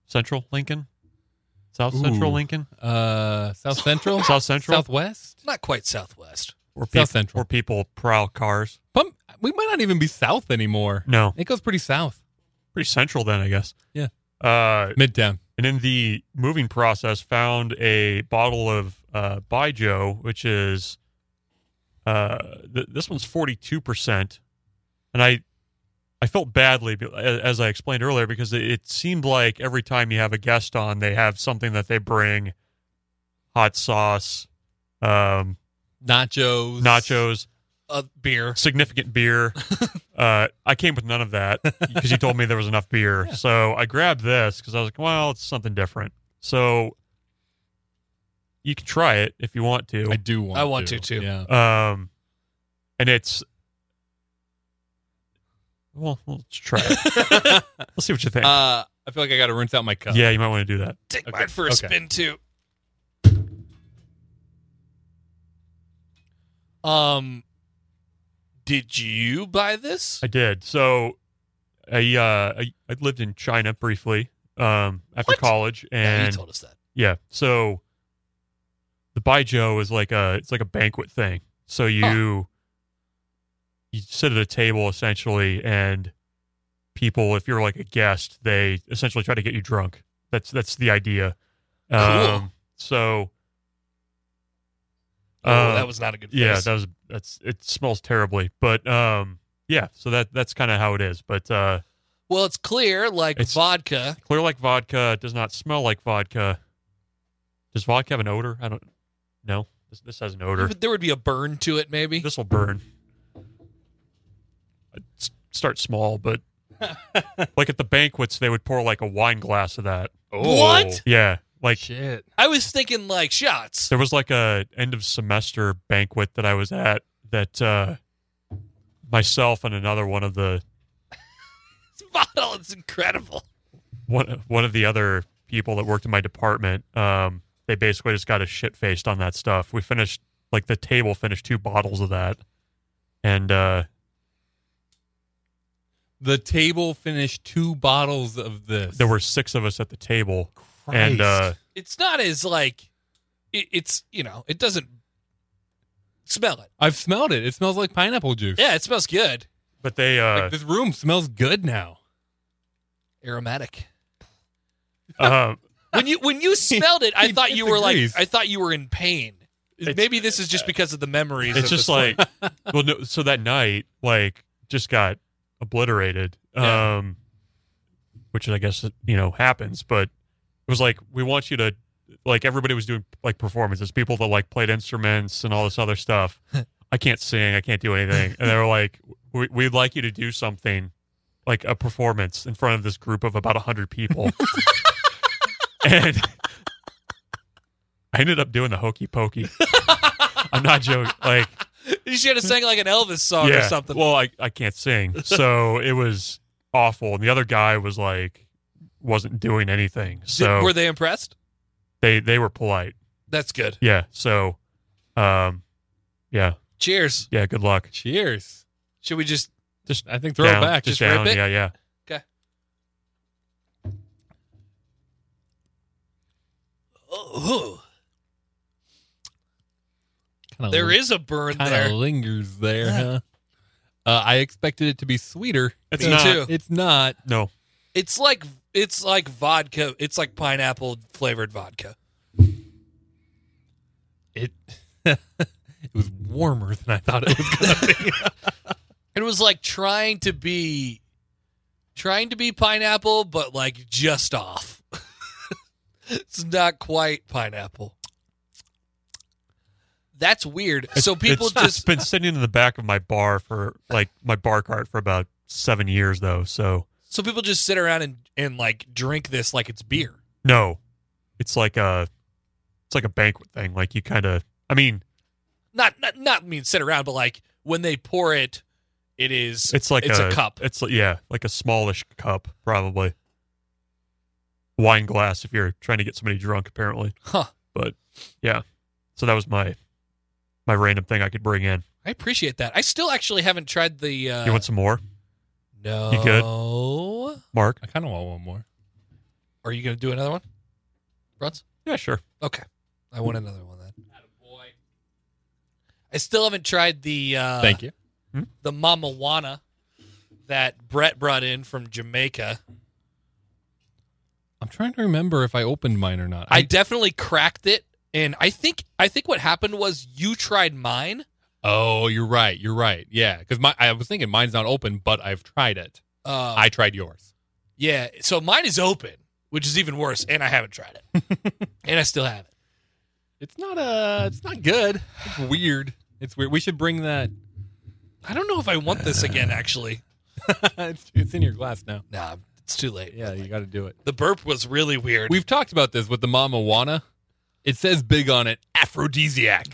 C: Central Lincoln, South Central
A: Ooh.
C: Lincoln,
A: Uh, South
C: *laughs*
A: Central,
C: South Central,
A: Southwest,
B: Not quite Southwest.
C: where
A: South
C: peop-
A: Central.
C: where people prowl cars.
A: Pump. We might not even be South anymore.
C: No,
A: It goes pretty south.
C: pretty central then, I guess.
A: Yeah.
C: Uh,
A: Midtown.
C: and in the moving process found a bottle of uh Baijiu, which is uh th- this one's 42% and I I felt badly be- a- as I explained earlier because it- it seemed like every time you have a guest on they have something that they bring hot sauce um
A: Nachos.
C: nachos
B: Uh, beer. *laughs*
C: significant beer. uh, I came with none of that because you told me there was
B: *laughs*
C: enough beer. So I grabbed this because I was like, well, it's something different. So you can try it if you want to.
A: I do want.
B: I want
A: to,
B: to, too.
A: Yeah.
C: Um, and it's well, let's try it.
B: *laughs*
C: Let's see what you think.
A: Uh, I feel like I got to rinse out my cup.
C: yeah, you might want to do that.
B: Take
A: Okay,
B: mine for a
A: okay.
B: spin too. Um, did you buy this?
C: I did. So I uh, I, I lived in China briefly um, after
B: What?
C: college,
B: yeah,
C: and
B: you told us that.
C: Yeah. So the baijiu is like a it's like a banquet thing. So you you sit at a table essentially, and people, if you're like a guest, they essentially try to get you drunk. That's that's the idea. Um, so
B: oh,
C: uh,
B: that was not a good. Face.
C: yeah, that was that's it smells terribly, but um yeah, so that that's kind of how it is. But uh
B: Well, it's clear like
C: It's-
B: vodka.
C: clear like vodka does not smell like vodka. Does vodka have an odor? I don't know. This, this has an odor.
B: But there would be a burn to it, maybe.
C: This will burn. I'd s- start small, but like at the banquets, they would pour like a wine glass of that.
B: Oh. What?
C: Yeah, like
A: Shit.
B: I was thinking like shots. *laughs*
C: there was like a end of semester banquet that I was at that uh myself and another one of the
B: bottle. It's incredible.
C: one one of the other people that worked in my department, um, they basically just got a shit faced on that stuff. We finished like the table finished two bottles of that, and uh,
A: The table finished two bottles of this.
C: there were six of us at the table, and uh,
A: Christ.
B: It's not as like it, it's you know it doesn't smell it.
A: I've smelled it. It smells like pineapple juice.
B: Yeah, it smells good. *laughs*
C: but they uh,
A: Like, this room smells good now. *laughs*
B: Aromatic.
C: uh,
B: When you when you smelled it,
A: *laughs*
B: I
A: He
B: thought you were like
A: disagrees.
B: I thought you were in pain.
C: It's-
B: Maybe this is just because of the memories.
C: it's
B: of this
C: just
B: one.
C: like well, no, so that night like just got obliterated,
B: Yeah.
C: um, which I guess you know happens, but it was like we want you to like everybody was doing like performances, people that like played instruments and all this
B: *laughs*
C: other stuff. I can't sing, I can't do anything, and they were like, we, "We'd like you to do something, like a performance in front of this group of about hundred people,"
B: *laughs*
C: and *laughs* I ended up doing the hokey pokey. I'm not joking. Like
B: you should have sang like an Elvis song or something.
C: well, I, I can't sing.
B: *laughs*
C: So it was awful. And the other guy was like, wasn't doing anything.
B: Did-
C: So
B: were they impressed?
C: they, they were polite.
B: That's good.
C: Yeah. So, um, yeah.
B: Cheers.
C: Yeah. Good luck.
A: Cheers.
B: Should we just
C: Just
A: I think throw
C: down,
A: it back.
C: Just,
B: Just rip
C: down.
B: it?
C: Yeah. Yeah.
B: okay? Oh,
A: Kinda
B: there
A: lin-
B: is a burn
A: kinda
B: there.
A: lingers there,
B: Yeah.
A: huh? Uh, I expected it to be sweeter.
C: It's
B: Me
C: not.
B: too.
A: It's not.
C: No.
B: It's like it's like vodka. It's like pineapple flavored vodka.
A: It *laughs* it was warmer than I thought it was gonna be.
B: It was like trying to be trying to be pineapple, but like just off. *laughs* it's not quite pineapple. That's weird. so people
C: It's- it's
B: just
C: been sitting in the back of my bar for like my bar cart for about seven years though. So
B: so people just sit around and, and like drink this like it's beer.
C: no, it's like a, it's like a banquet thing. Like you kind of, I mean,
B: Not not not mean sit around, but like when they pour it, it is
C: It's like
B: it's a, cup.
C: It's like yeah, like a smallish cup probably. Wine glass if you're trying to get somebody drunk apparently.
B: Huh.
C: But yeah. So that was my my random thing I could bring in.
B: I appreciate that. I still actually haven't tried the uh
C: you want some more,
B: No.
C: You good? Mark?
A: *laughs* I kind of want one more.
B: Are you gonna do another one? Bruns?
C: Yeah, sure.
B: Okay. I want another one then. I still haven't tried the uh
A: Thank you.
B: the mamawana that Brett brought in from Jamaica.
A: I'm trying to remember if I opened mine or not.
B: I, definitely cracked it and I think I think what happened was you tried mine.
A: oh, you're right. You're right. Yeah, because my I was thinking mine's not open, but I've tried it.
B: Uh,
A: I tried yours.
B: yeah, so mine is open, which is even worse and I haven't tried it. and I still have it.
A: It's not uh It's not good. It's weird. It's weird. We should bring that. *laughs*
B: I don't know if I want this again actually.
A: it's, it's in your glass now.
B: Nah, it's too late.
A: Yeah, you got to do it.
B: The burp was really weird.
A: We've talked about this with the Mama Wana. It says big on it, aphrodisiac.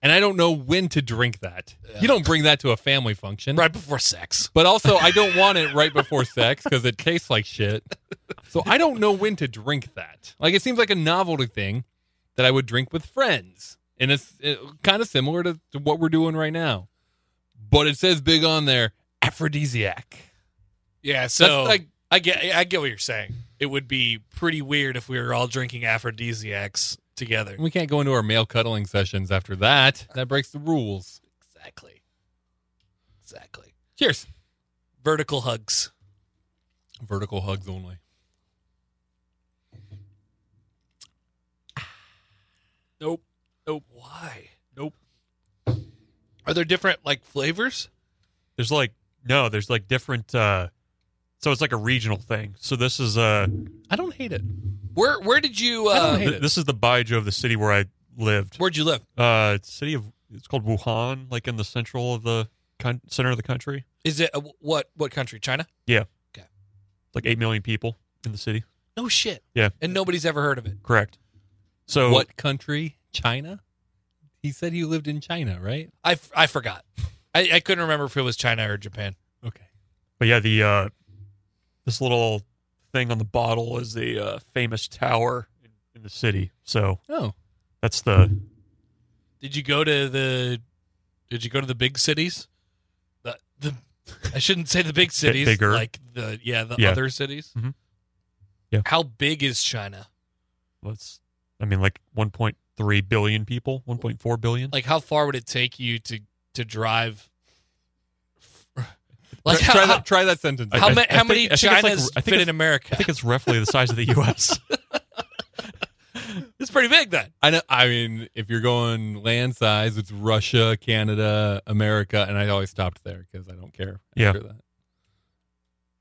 A: and I don't know when to drink that. You don't bring that to a family function.
B: right before sex.
A: But also, I don't want it right before sex because it tastes like shit. So I don't know when to drink that. Like, it seems like a novelty thing that I would drink with friends. And it's kind of similar to, to what we're doing right now. But it says big on there, aphrodisiac.
B: Yeah,
A: so-
B: so like I get I get what you're saying. It would be pretty weird if we were all drinking aphrodisiacs together.
A: We can't go into our male cuddling sessions after that. That breaks the rules.
B: Exactly. Exactly.
A: Cheers.
B: Vertical hugs.
A: Vertical hugs only.
B: Nope. Nope. Why? Nope. Are there different like flavors?
C: There's like no, there's like different uh so it's like a regional thing. So this is uh
A: I don't hate it.
B: Where where did you
A: I don't
B: uh
A: hate
C: th-
A: it.
C: this is the Baijiu of the city where I lived.
B: where'd you live?
C: Uh city of it's called Wuhan, like in the central of the con- center of the country.
B: Is it uh, what what country? China?
C: Like 8 million people in the city.
B: No shit.
C: Yeah.
B: And nobody's ever heard of it.
C: Correct. So
A: What country? China? He said he lived in China, right?
B: I, f- I forgot. I, I couldn't remember if it was China or Japan.
A: Okay.
C: But yeah, the uh, this little thing on the bottle is the uh, famous tower in, in the city. So
B: Oh.
C: that's the
B: Did you go to the? Did you go to the big cities? The, the I shouldn't say the big cities.
C: bigger.
B: Like the yeah the
C: Yeah.
B: other cities.
C: Mhm.
A: Mm-hmm.
C: Yeah.
B: How big is China?
C: what's I mean like 1.3 billion people, 1.4 billion.
B: Like how far would it take you to to drive? *laughs* Like
A: try,
B: how,
A: try
B: how,
A: that, try that sentence.
B: how ma-
C: I
B: how
C: think-
B: many
C: I think it's like-
B: Chinas
C: I think
B: fit
C: it's-
B: in America?
C: I think it's roughly the size of the U.S.
B: it's pretty big then.
A: I know. I mean, if you're going land size, it's Russia, Canada, America, and I always stopped there because I don't care.
C: *laughs* Yeah.
A: After that.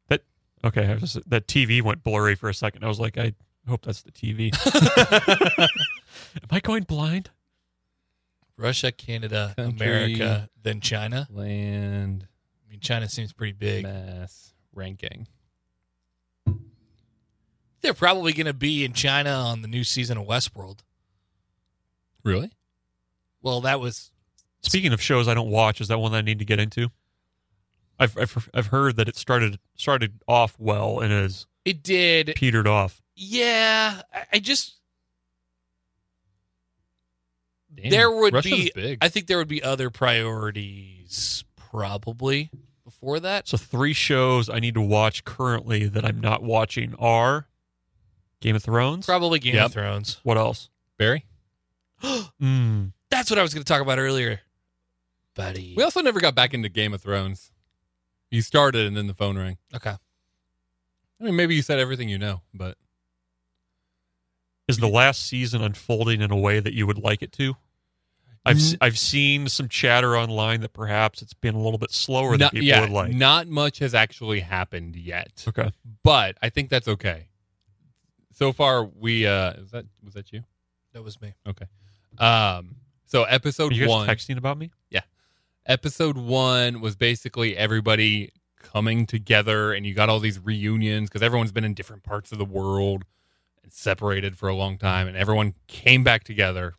C: That okay? I just, that TV went blurry for a second. I was like, I hope that's the TV. *laughs* Am I going blind?
B: Russia, Canada,
A: Country.
B: America, then China.
A: land
B: I mean, China seems pretty big.
A: mass ranking.
B: They're probably going to be in China on the new season of Westworld.
A: Really?
B: Well, that was
C: Speaking of shows I don't watch, is that one that I need to get into? I've I've, I've heard that it started started off well and has
B: it. Did
C: petered off.
B: yeah? I, I just
A: Damn,
B: there would
A: Russia's
B: be.
A: big.
B: I think there would be other priorities probably before that.
C: So three shows I need to watch currently that I'm not watching are Game of Thrones.
B: Probably Game
A: Yep.
B: of Thrones.
C: What else?
A: Barry.
C: Mm.
B: That's what I was going to talk about earlier, buddy.
A: We also never got back into Game of Thrones. You started and then the phone rang.
B: okay.
A: I mean, maybe you said everything you know, but
C: Is the last season unfolding in a way that you would like it to? I've s- I've seen some chatter online that perhaps it's been a little bit slower than
A: not,
C: people
A: yeah,
C: would like.
A: not much has actually happened yet.
C: okay.
A: But I think that's okay. So far, we uh, is that was that you?
B: That was me.
A: Um, so
C: Are
A: episode
C: you guys
A: one,
C: texting about me?
A: episode one was basically everybody coming together, and you got all these reunions because everyone's been in different parts of the world and separated for a long time, and everyone came back together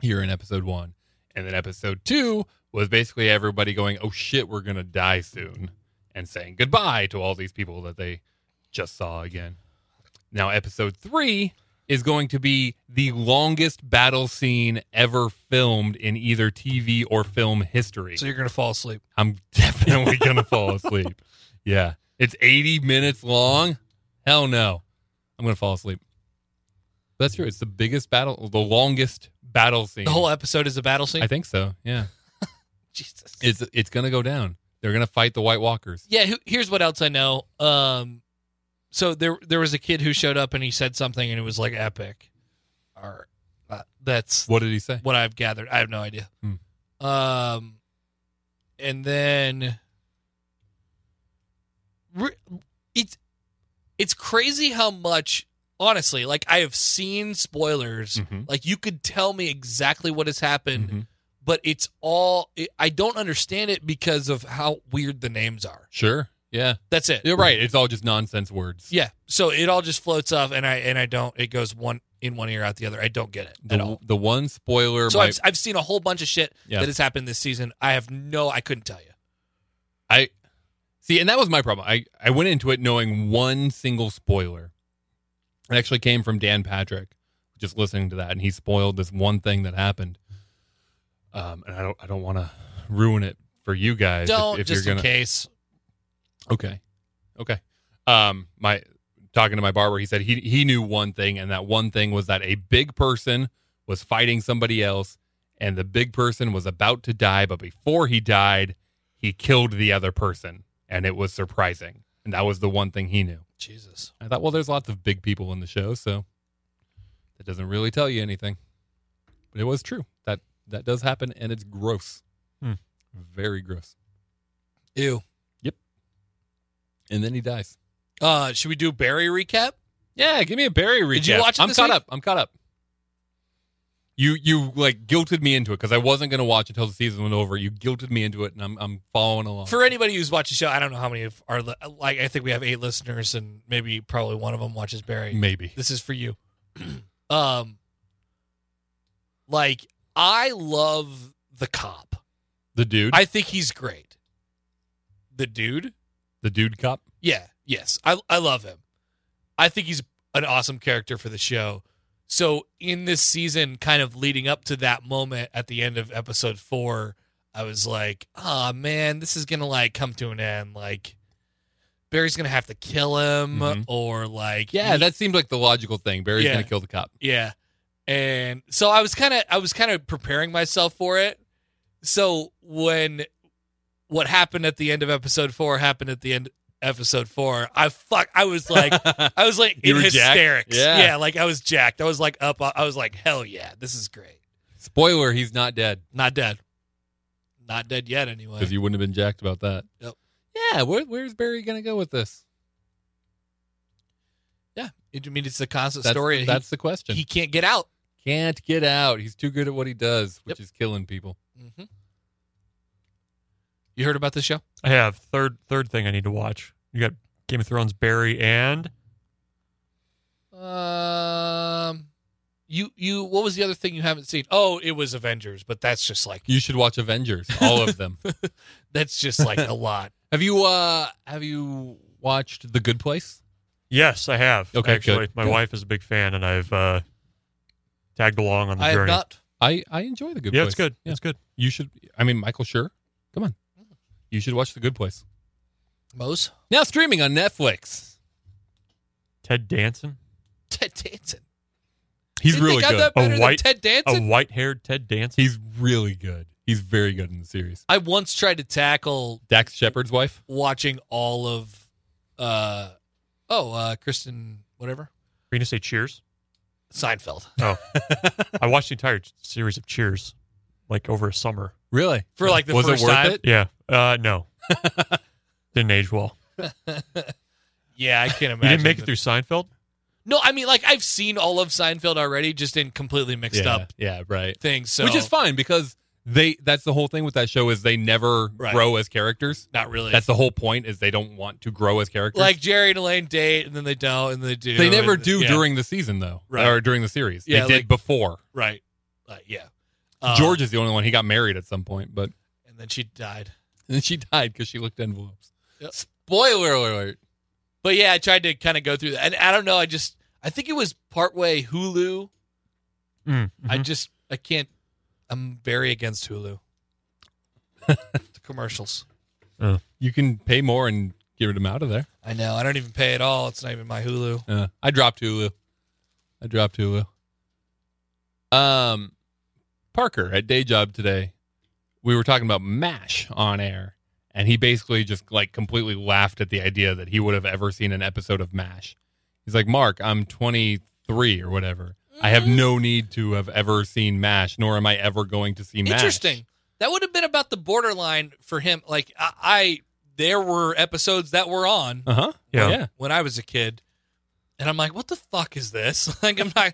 A: here in episode one, and then episode two was basically everybody going, "Oh shit, we're gonna die soon," and saying goodbye to all these people that they just saw again. Now, episode three is going to be the longest battle scene ever filmed in either TV or film history.
B: So you're going to fall asleep.
A: I'm *laughs* definitely going to fall asleep. Yeah. It's 80 minutes long. Hell no. I'm going to fall asleep. That's true. It's the biggest battle, the longest battle scene.
B: The whole episode is a battle scene.
A: I think so. Yeah.
B: Jesus.
A: It's it's going to go down. They're going to fight the White Walkers.
B: Yeah, who, here's what else I know. Um, so there there was a kid who showed up and he said something and it was like epic. Or uh, that's
A: What did he say?
B: what I've gathered. I have no idea. Um, and then re- it's it's crazy how much honestly like I have seen spoilers.
A: Mhm.
B: Like you could tell me exactly what has happened,
A: Mhm.
B: but it's all it, I don't understand it because of how weird the names are.
A: Sure. Yeah.
B: That's it.
A: You're right. It's all just nonsense words.
B: Yeah. So it all just floats off, and I and I don't. It goes one in one ear out the other. I don't get it at
A: The,
B: all.
A: the one spoiler
B: So
A: my-
B: I've, I've seen a whole bunch of shit
A: Yeah.
B: that has happened this season. I have no. I couldn't tell you.
A: I see, and that was my problem. I, I went into it knowing one single spoiler. It actually came from Dan Patrick, just listening to that, and he spoiled this one thing that happened. Um, and I don't I don't want to ruin it for you guys. if-
B: Don't
A: if,
B: just
A: you're gonna
B: in case.
A: okay, okay. Um, my talking to my barber, he said he he knew one thing, and that one thing was that a big person was fighting somebody else, and the big person was about to die, but before he died, he killed the other person, and it was surprising. And that was the one thing he knew.
B: Jesus.
A: I thought, well, there's lots of big people in the show, so that doesn't really tell you anything. But it was true that that does happen, and it's gross,
C: Hmm.
A: very gross.
B: Ew.
A: And then he dies.
B: Uh, should we do Barry recap?
A: Yeah, give me a Barry recap.
B: Did you watch it
A: I'm
B: this
A: caught
B: week?
A: up. I'm caught up. You you like guilted me into it because I wasn't gonna watch until the season went over. You guilted me into it, and I'm I'm following along.
B: For anybody who's watching the show, I don't know how many of our li- like. I think we have eight listeners, and maybe probably one of them watches Barry.
A: Maybe
B: This is for you.
A: *clears throat*
B: um, like I love the cop.
A: the dude,
B: I think he's great. The dude.
A: the dude cop.
B: Yeah, Yes, I I love him. I think he's an awesome character for the show. So in this season, kind of leading up to that moment at the end of episode four, I was like, "Ah, man, this is gonna like come to an end. Like Barry's gonna have to kill him,
A: Mhm.
B: or like,
A: Yeah,
B: he-
A: that seemed like the logical thing. Barry's
B: Yeah.
A: gonna kill the cop.
B: yeah." And so I was kind of I was kind of preparing myself for it. So when what happened at the end of episode four happened at the end episode four, I fuck, I was
A: *laughs*
B: like, I was like
A: You
B: in
A: were jacked?
B: hysterics.
A: Yeah.
B: like I was jacked. I was like up. I was like, hell yeah, this is great.
A: Spoiler: He's not dead.
B: Not dead. Not dead yet, anyway.
A: Because you wouldn't have been jacked about that.
B: Yep.
A: Yeah. Where, where's Barry gonna go with this?
B: yeah, It- I mean it's a constant
A: That's,
B: story. He-
A: that's the question.
B: he, can't get out.
A: can't get out. He's too good at what he does, which is killing people.
B: hmm You heard about this show?
C: I have third third thing I need to watch. You got Game of Thrones, Barry, and
B: Um, you you what was the other thing you haven't seen? Oh, it was Avengers, but that's just like
A: You should watch Avengers, all of them.
B: that's just
A: *laughs*
B: like a lot.
A: have you uh have you watched The Good Place?
C: yes, I have.
A: Okay,
C: actually,
A: good,
C: my
A: good.
C: wife is a big fan, and I've uh, tagged along on the
B: I have
C: journey.
B: not.
A: I I enjoy The Good
C: yeah,
A: Place.
C: it's good. It's good.
A: You should. I mean, Michael Schur. Come on. You should watch The Good Place.
B: Mose *laughs*
A: Now streaming on Netflix.
C: Ted Danson,
B: Ted Danson.
A: He's
B: You think
A: really
B: I'm
A: good.
B: that better
C: a white
B: than Ted Danson.
C: a white haired Ted Danson.
A: He's really good. He's very good in the series.
B: I once tried to tackle
A: Dax Shepard's wife.
B: watching all of uh oh uh Kristen whatever
C: Are you gonna say Cheers?
B: Seinfeld
C: Oh, *laughs* I watched the entire series of Cheers, like over a summer.
A: Really?
B: for like the
A: Was
B: first
A: it worth
B: time.
A: it?
C: Yeah. Uh, no, *laughs* didn't age well.
B: Yeah,
A: *laughs*
B: I can't
C: You
B: imagine.
C: didn't make it
B: that-
C: through Seinfeld.
B: No, I mean like I've seen all of Seinfeld already, just in completely mixed
A: yeah,
B: up
A: Yeah, right.
B: things. So
A: Which is fine because they that's the whole thing with that show is they never
B: Right.
A: grow as characters.
B: Not really.
A: That's the whole point is they don't want to grow as characters.
B: like Jerry and Elaine date, and then they don't, and they do.
A: they never
B: and-
A: do
B: yeah,
A: during the season though,
B: Right.
A: or during the series.
B: Yeah,
A: they did
B: like-
A: before.
B: Right. Uh, yeah. Uh,
A: George is the only one. He got married at some point, but *laughs*
B: and then she died.
A: and then she died because she looked envelopes.
B: Yep.
A: Spoiler alert!
B: But yeah, I tried to kind of go through that, and I don't know. I just I think it was partway Hulu.
C: Mm,
B: I
C: mhm.
B: just I can't. I'm very against Hulu. the commercials.
A: You can pay more and get them out of there.
B: I know. I don't even pay at all. It's not even my Hulu.
A: Uh, I dropped Hulu. I dropped Hulu. Um, Parker at day job today, we were talking about Mash on air, and he basically just like completely laughed at the idea that he would have ever seen an episode of Mash. He's like, Mark, I'm 23 or whatever. I have
B: Mm-hmm.
A: no need to have ever seen Mash, nor am I ever going to see Mash.
B: Interesting. That would have been about the borderline for him. Like I, I there were episodes that were on
A: Uh huh.
C: Yeah.
A: yeah.
B: when I was a kid, and I'm like, what the fuck is this? *laughs* like I'm not.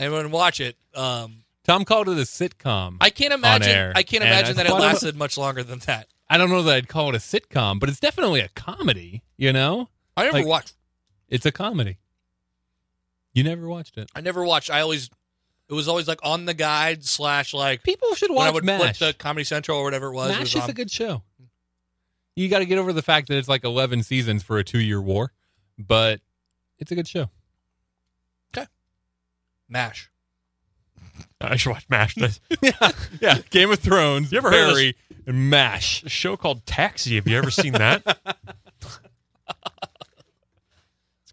B: I wouldn't watch it. Um,
A: Tom called it a sitcom.
B: I can't imagine.
A: air.
B: I can't
A: And
B: imagine
A: I
B: that it
A: thought about-
B: lasted much longer than that.
A: I don't know that I'd call it a sitcom, but it's definitely a comedy. You know,
B: I never
A: Like-
B: watched.
A: it's a comedy. You never watched it.
B: I never watched. I always. It was always like on the guide slash like
A: People should
B: when I
A: watch
B: would
A: MASH.
B: flip the um, Comedy Central or whatever it was. it was
A: MASH is
B: on.
A: a good show. You got to get over the fact that it's like 11 seasons for a two year war, but it's a good
B: *laughs*
A: show.
B: Mash.
C: *laughs* I should watch Mash. *laughs* This
A: yeah. Yeah. Game of Thrones,
C: You ever heard of
A: Barry, and MASH.
C: show called Taxi. Have you ever seen *laughs* that? it's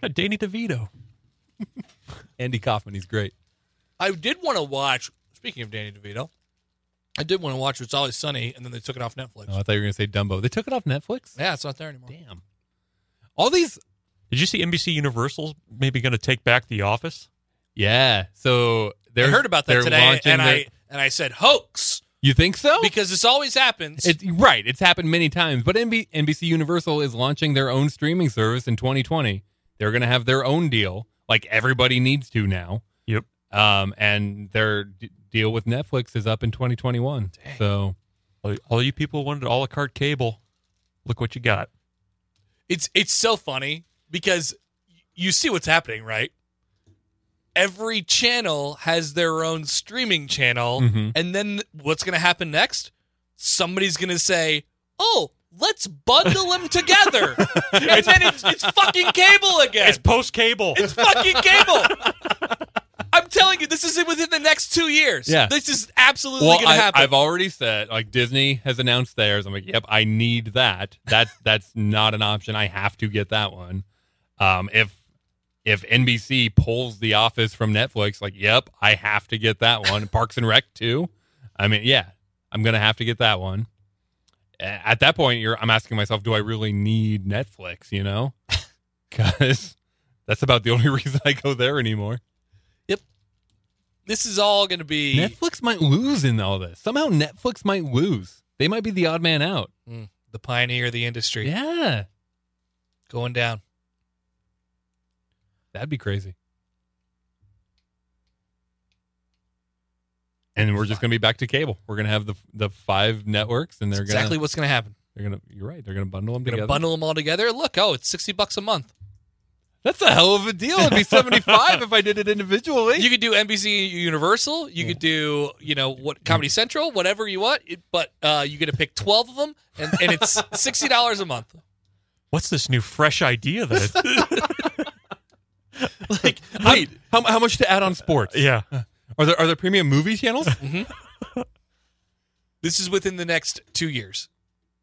C: got Danny DeVito.
A: *laughs* Andy Kaufman, he's great.
B: I did want to watch. Speaking of Danny DeVito, I did want to watch It's Always Sunny, and then they took it off Netflix.
A: Oh, I thought you were going to say Dumbo. They took it off Netflix?
B: yeah, it's not there anymore.
A: Damn. All these.
C: Did you see NBC Universal's maybe going to take back The Office?
A: Yeah. So they
B: I heard about that today, and I and I said hoax
A: You think so?
B: because this always happens.
A: It's right. It's happened many times. But NB, NBC Universal is launching their own streaming service in 2020. They're going to have their own deal, like everybody needs to now.
C: Yep.
A: Um, and their d- deal with Netflix is up in 2021. So
C: All, all you people wanted a la carte cable. Look what you got.
B: it's it's so funny because you see what's happening, right? Every channel has their own streaming channel,
A: Mhm.
B: and then what's going to happen next? Somebody's going to say, "Oh, let's bundle
A: *laughs*
B: them together. and then it's, it's fucking cable again.
C: It's post cable.
B: It's fucking cable. I'm telling you, this is within the next two years.
A: Yeah.
B: This is absolutely
A: Well,
B: going to
A: I,
B: happen.
A: I've already said like Disney has announced theirs. I'm like, yep, I need that. That's *laughs* that's not an option. I have to get that one. Um, if if NBC pulls The Office from Netflix, like, yep, I have to get that one. Parks and Rec too. I mean, yeah, I'm gonna have to get that one. A- At that point, you're I'm asking myself, do I really need Netflix? You know, *laughs* because that's about the only *laughs* reason I go there anymore.
B: this is all going to be.
A: Netflix might lose in all this. Somehow Netflix might lose. They might be the odd man out.
B: Mm, the pioneer of the industry
A: Yeah.
B: going down.
A: That'd be crazy. And we're just going to be back to cable. We're going to have the the five networks, and they're
B: That's exactly
A: gonna,
B: what's going to happen.
A: they're going to. You're right. They're going to bundle them
B: We're going
A: together.
B: to bundle them all together. Look, oh, it's 60 bucks a month.
A: That's a hell of a deal.
B: *laughs*
A: It'd be seventy five if I did it individually.
B: You could do NBC Universal. You could do, you know, what Comedy Central, whatever you want. It, but uh, you get to pick 12 of them, and, and *laughs* it's $60 a month.
C: What's this new fresh idea *laughs* that?
B: Like,
A: Wait, how, how much to add on sports?
C: yeah.
A: Are there are there premium movie *laughs* channels?
B: this is within the next two years.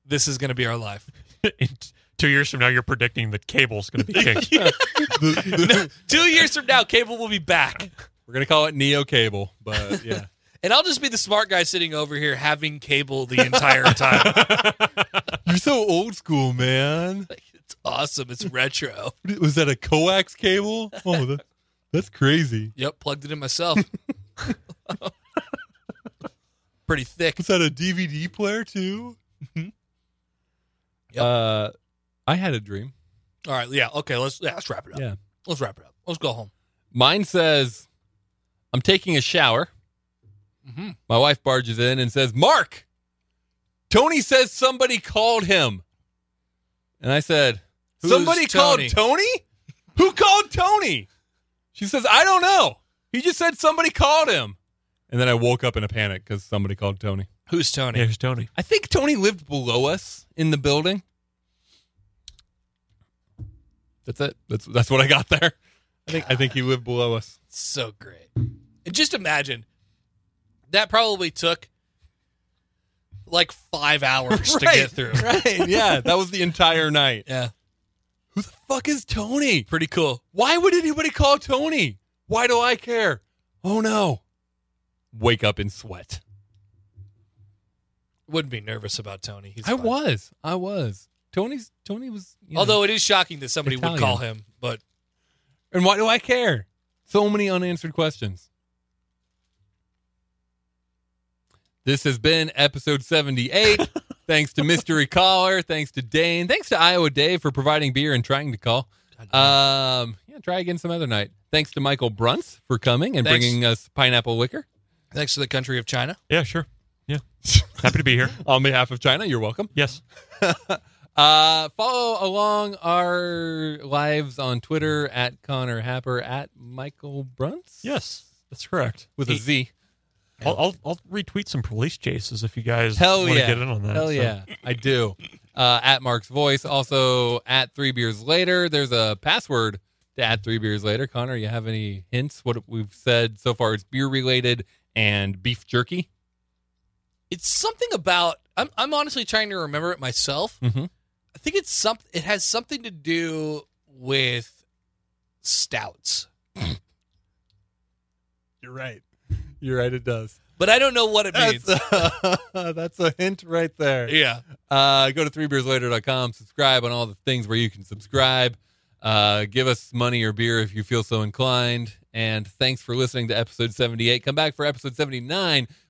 B: This is going to be our *laughs* life.
C: *laughs* In t- two years from now, you're predicting that cable's going to be king.
B: two years from now, cable will be back.
A: We're going to call it Neo Cable, *laughs* but yeah.
B: And I'll just be the smart guy sitting over here having cable the *laughs* entire time.
A: You're so old school, man.
B: it's awesome. It's retro.
A: Was that a coax cable? Oh, that, that's crazy.
B: Yep, plugged it in myself. *laughs* Pretty
A: *laughs*
B: thick.
A: Was that a DVD player too?
B: *laughs* Yep.
A: Uh, I had a dream.
B: All right, yeah, okay, let's yeah, let's wrap it up.
A: Yeah.
B: Let's wrap it up. Let's go home.
A: Mine says, I'm taking a shower.
B: Mhm.
A: My wife barges in and says, Mark, Tony says somebody called him. And I said,
B: Who's
A: Somebody
B: Tony?"
A: called Tony? Who called Tony? She says, I don't know. He just said somebody called him. And then I woke up in a panic because somebody called Tony.
B: Who's Tony?
C: Here's Tony.
A: I think Tony lived below us in the building. That's it. That's that's what I got there. I think I think he lived below *laughs* us.
B: So great. And just imagine that probably took like five hours to get through.
A: *laughs* Right. Yeah, that was the entire night.
B: Yeah.
A: Who the fuck is Tony?
B: Pretty cool.
A: Why would anybody call Tony? Why do I care? Oh no. Wake up in sweat.
B: Wouldn't be nervous about Tony. He's
A: I
B: fine.
A: was. I was. Tony's Tony was you know-
B: Although it is shocking that somebody would
A: Italian.
B: call him, but
A: and why do I care? So many unanswered questions. This has been episode 78. thanks to Mystery Caller. Thanks to Dane. Thanks to Iowa Dave for providing beer and trying to call. Um, yeah, try again some other night. Thanks to Michael Brunts for coming and
B: Thanks.
A: bringing us pineapple liquor.
B: thanks to the country of China.
C: Yeah, sure. Yeah. Happy to be here.
A: On behalf of China, you're welcome.
C: Yes.
A: Uh, follow along our lives on Twitter at Connor Happer, at Michael Brunts.
C: Yes. That's correct.
A: With a Z.
C: I'll, I'll, I'll retweet some police chases if you guys
A: Hell
C: want
A: yeah.
C: to get in on that.
A: Hell
C: so.
A: yeah. I do. Uh, at Mark's Voice. Also at Three Beers Later. There's a password to at Three Beers Later. Connor, you have any hints? What we've said so far is beer related and beef jerky.
B: It's something about I'm I'm honestly trying to remember it myself.
A: Mhm.
B: I think it's some it has something to do with stouts.
A: You're right. You're right. It does.
B: But I don't know what it
A: That's,
B: means.
A: that's a *laughs* hint right there.
B: yeah.
A: Uh, go to threebeerslater.com, subscribe on all the things where you can subscribe. Uh, give us money or beer if you feel so inclined. And thanks for listening to episode 78. Come back for episode 79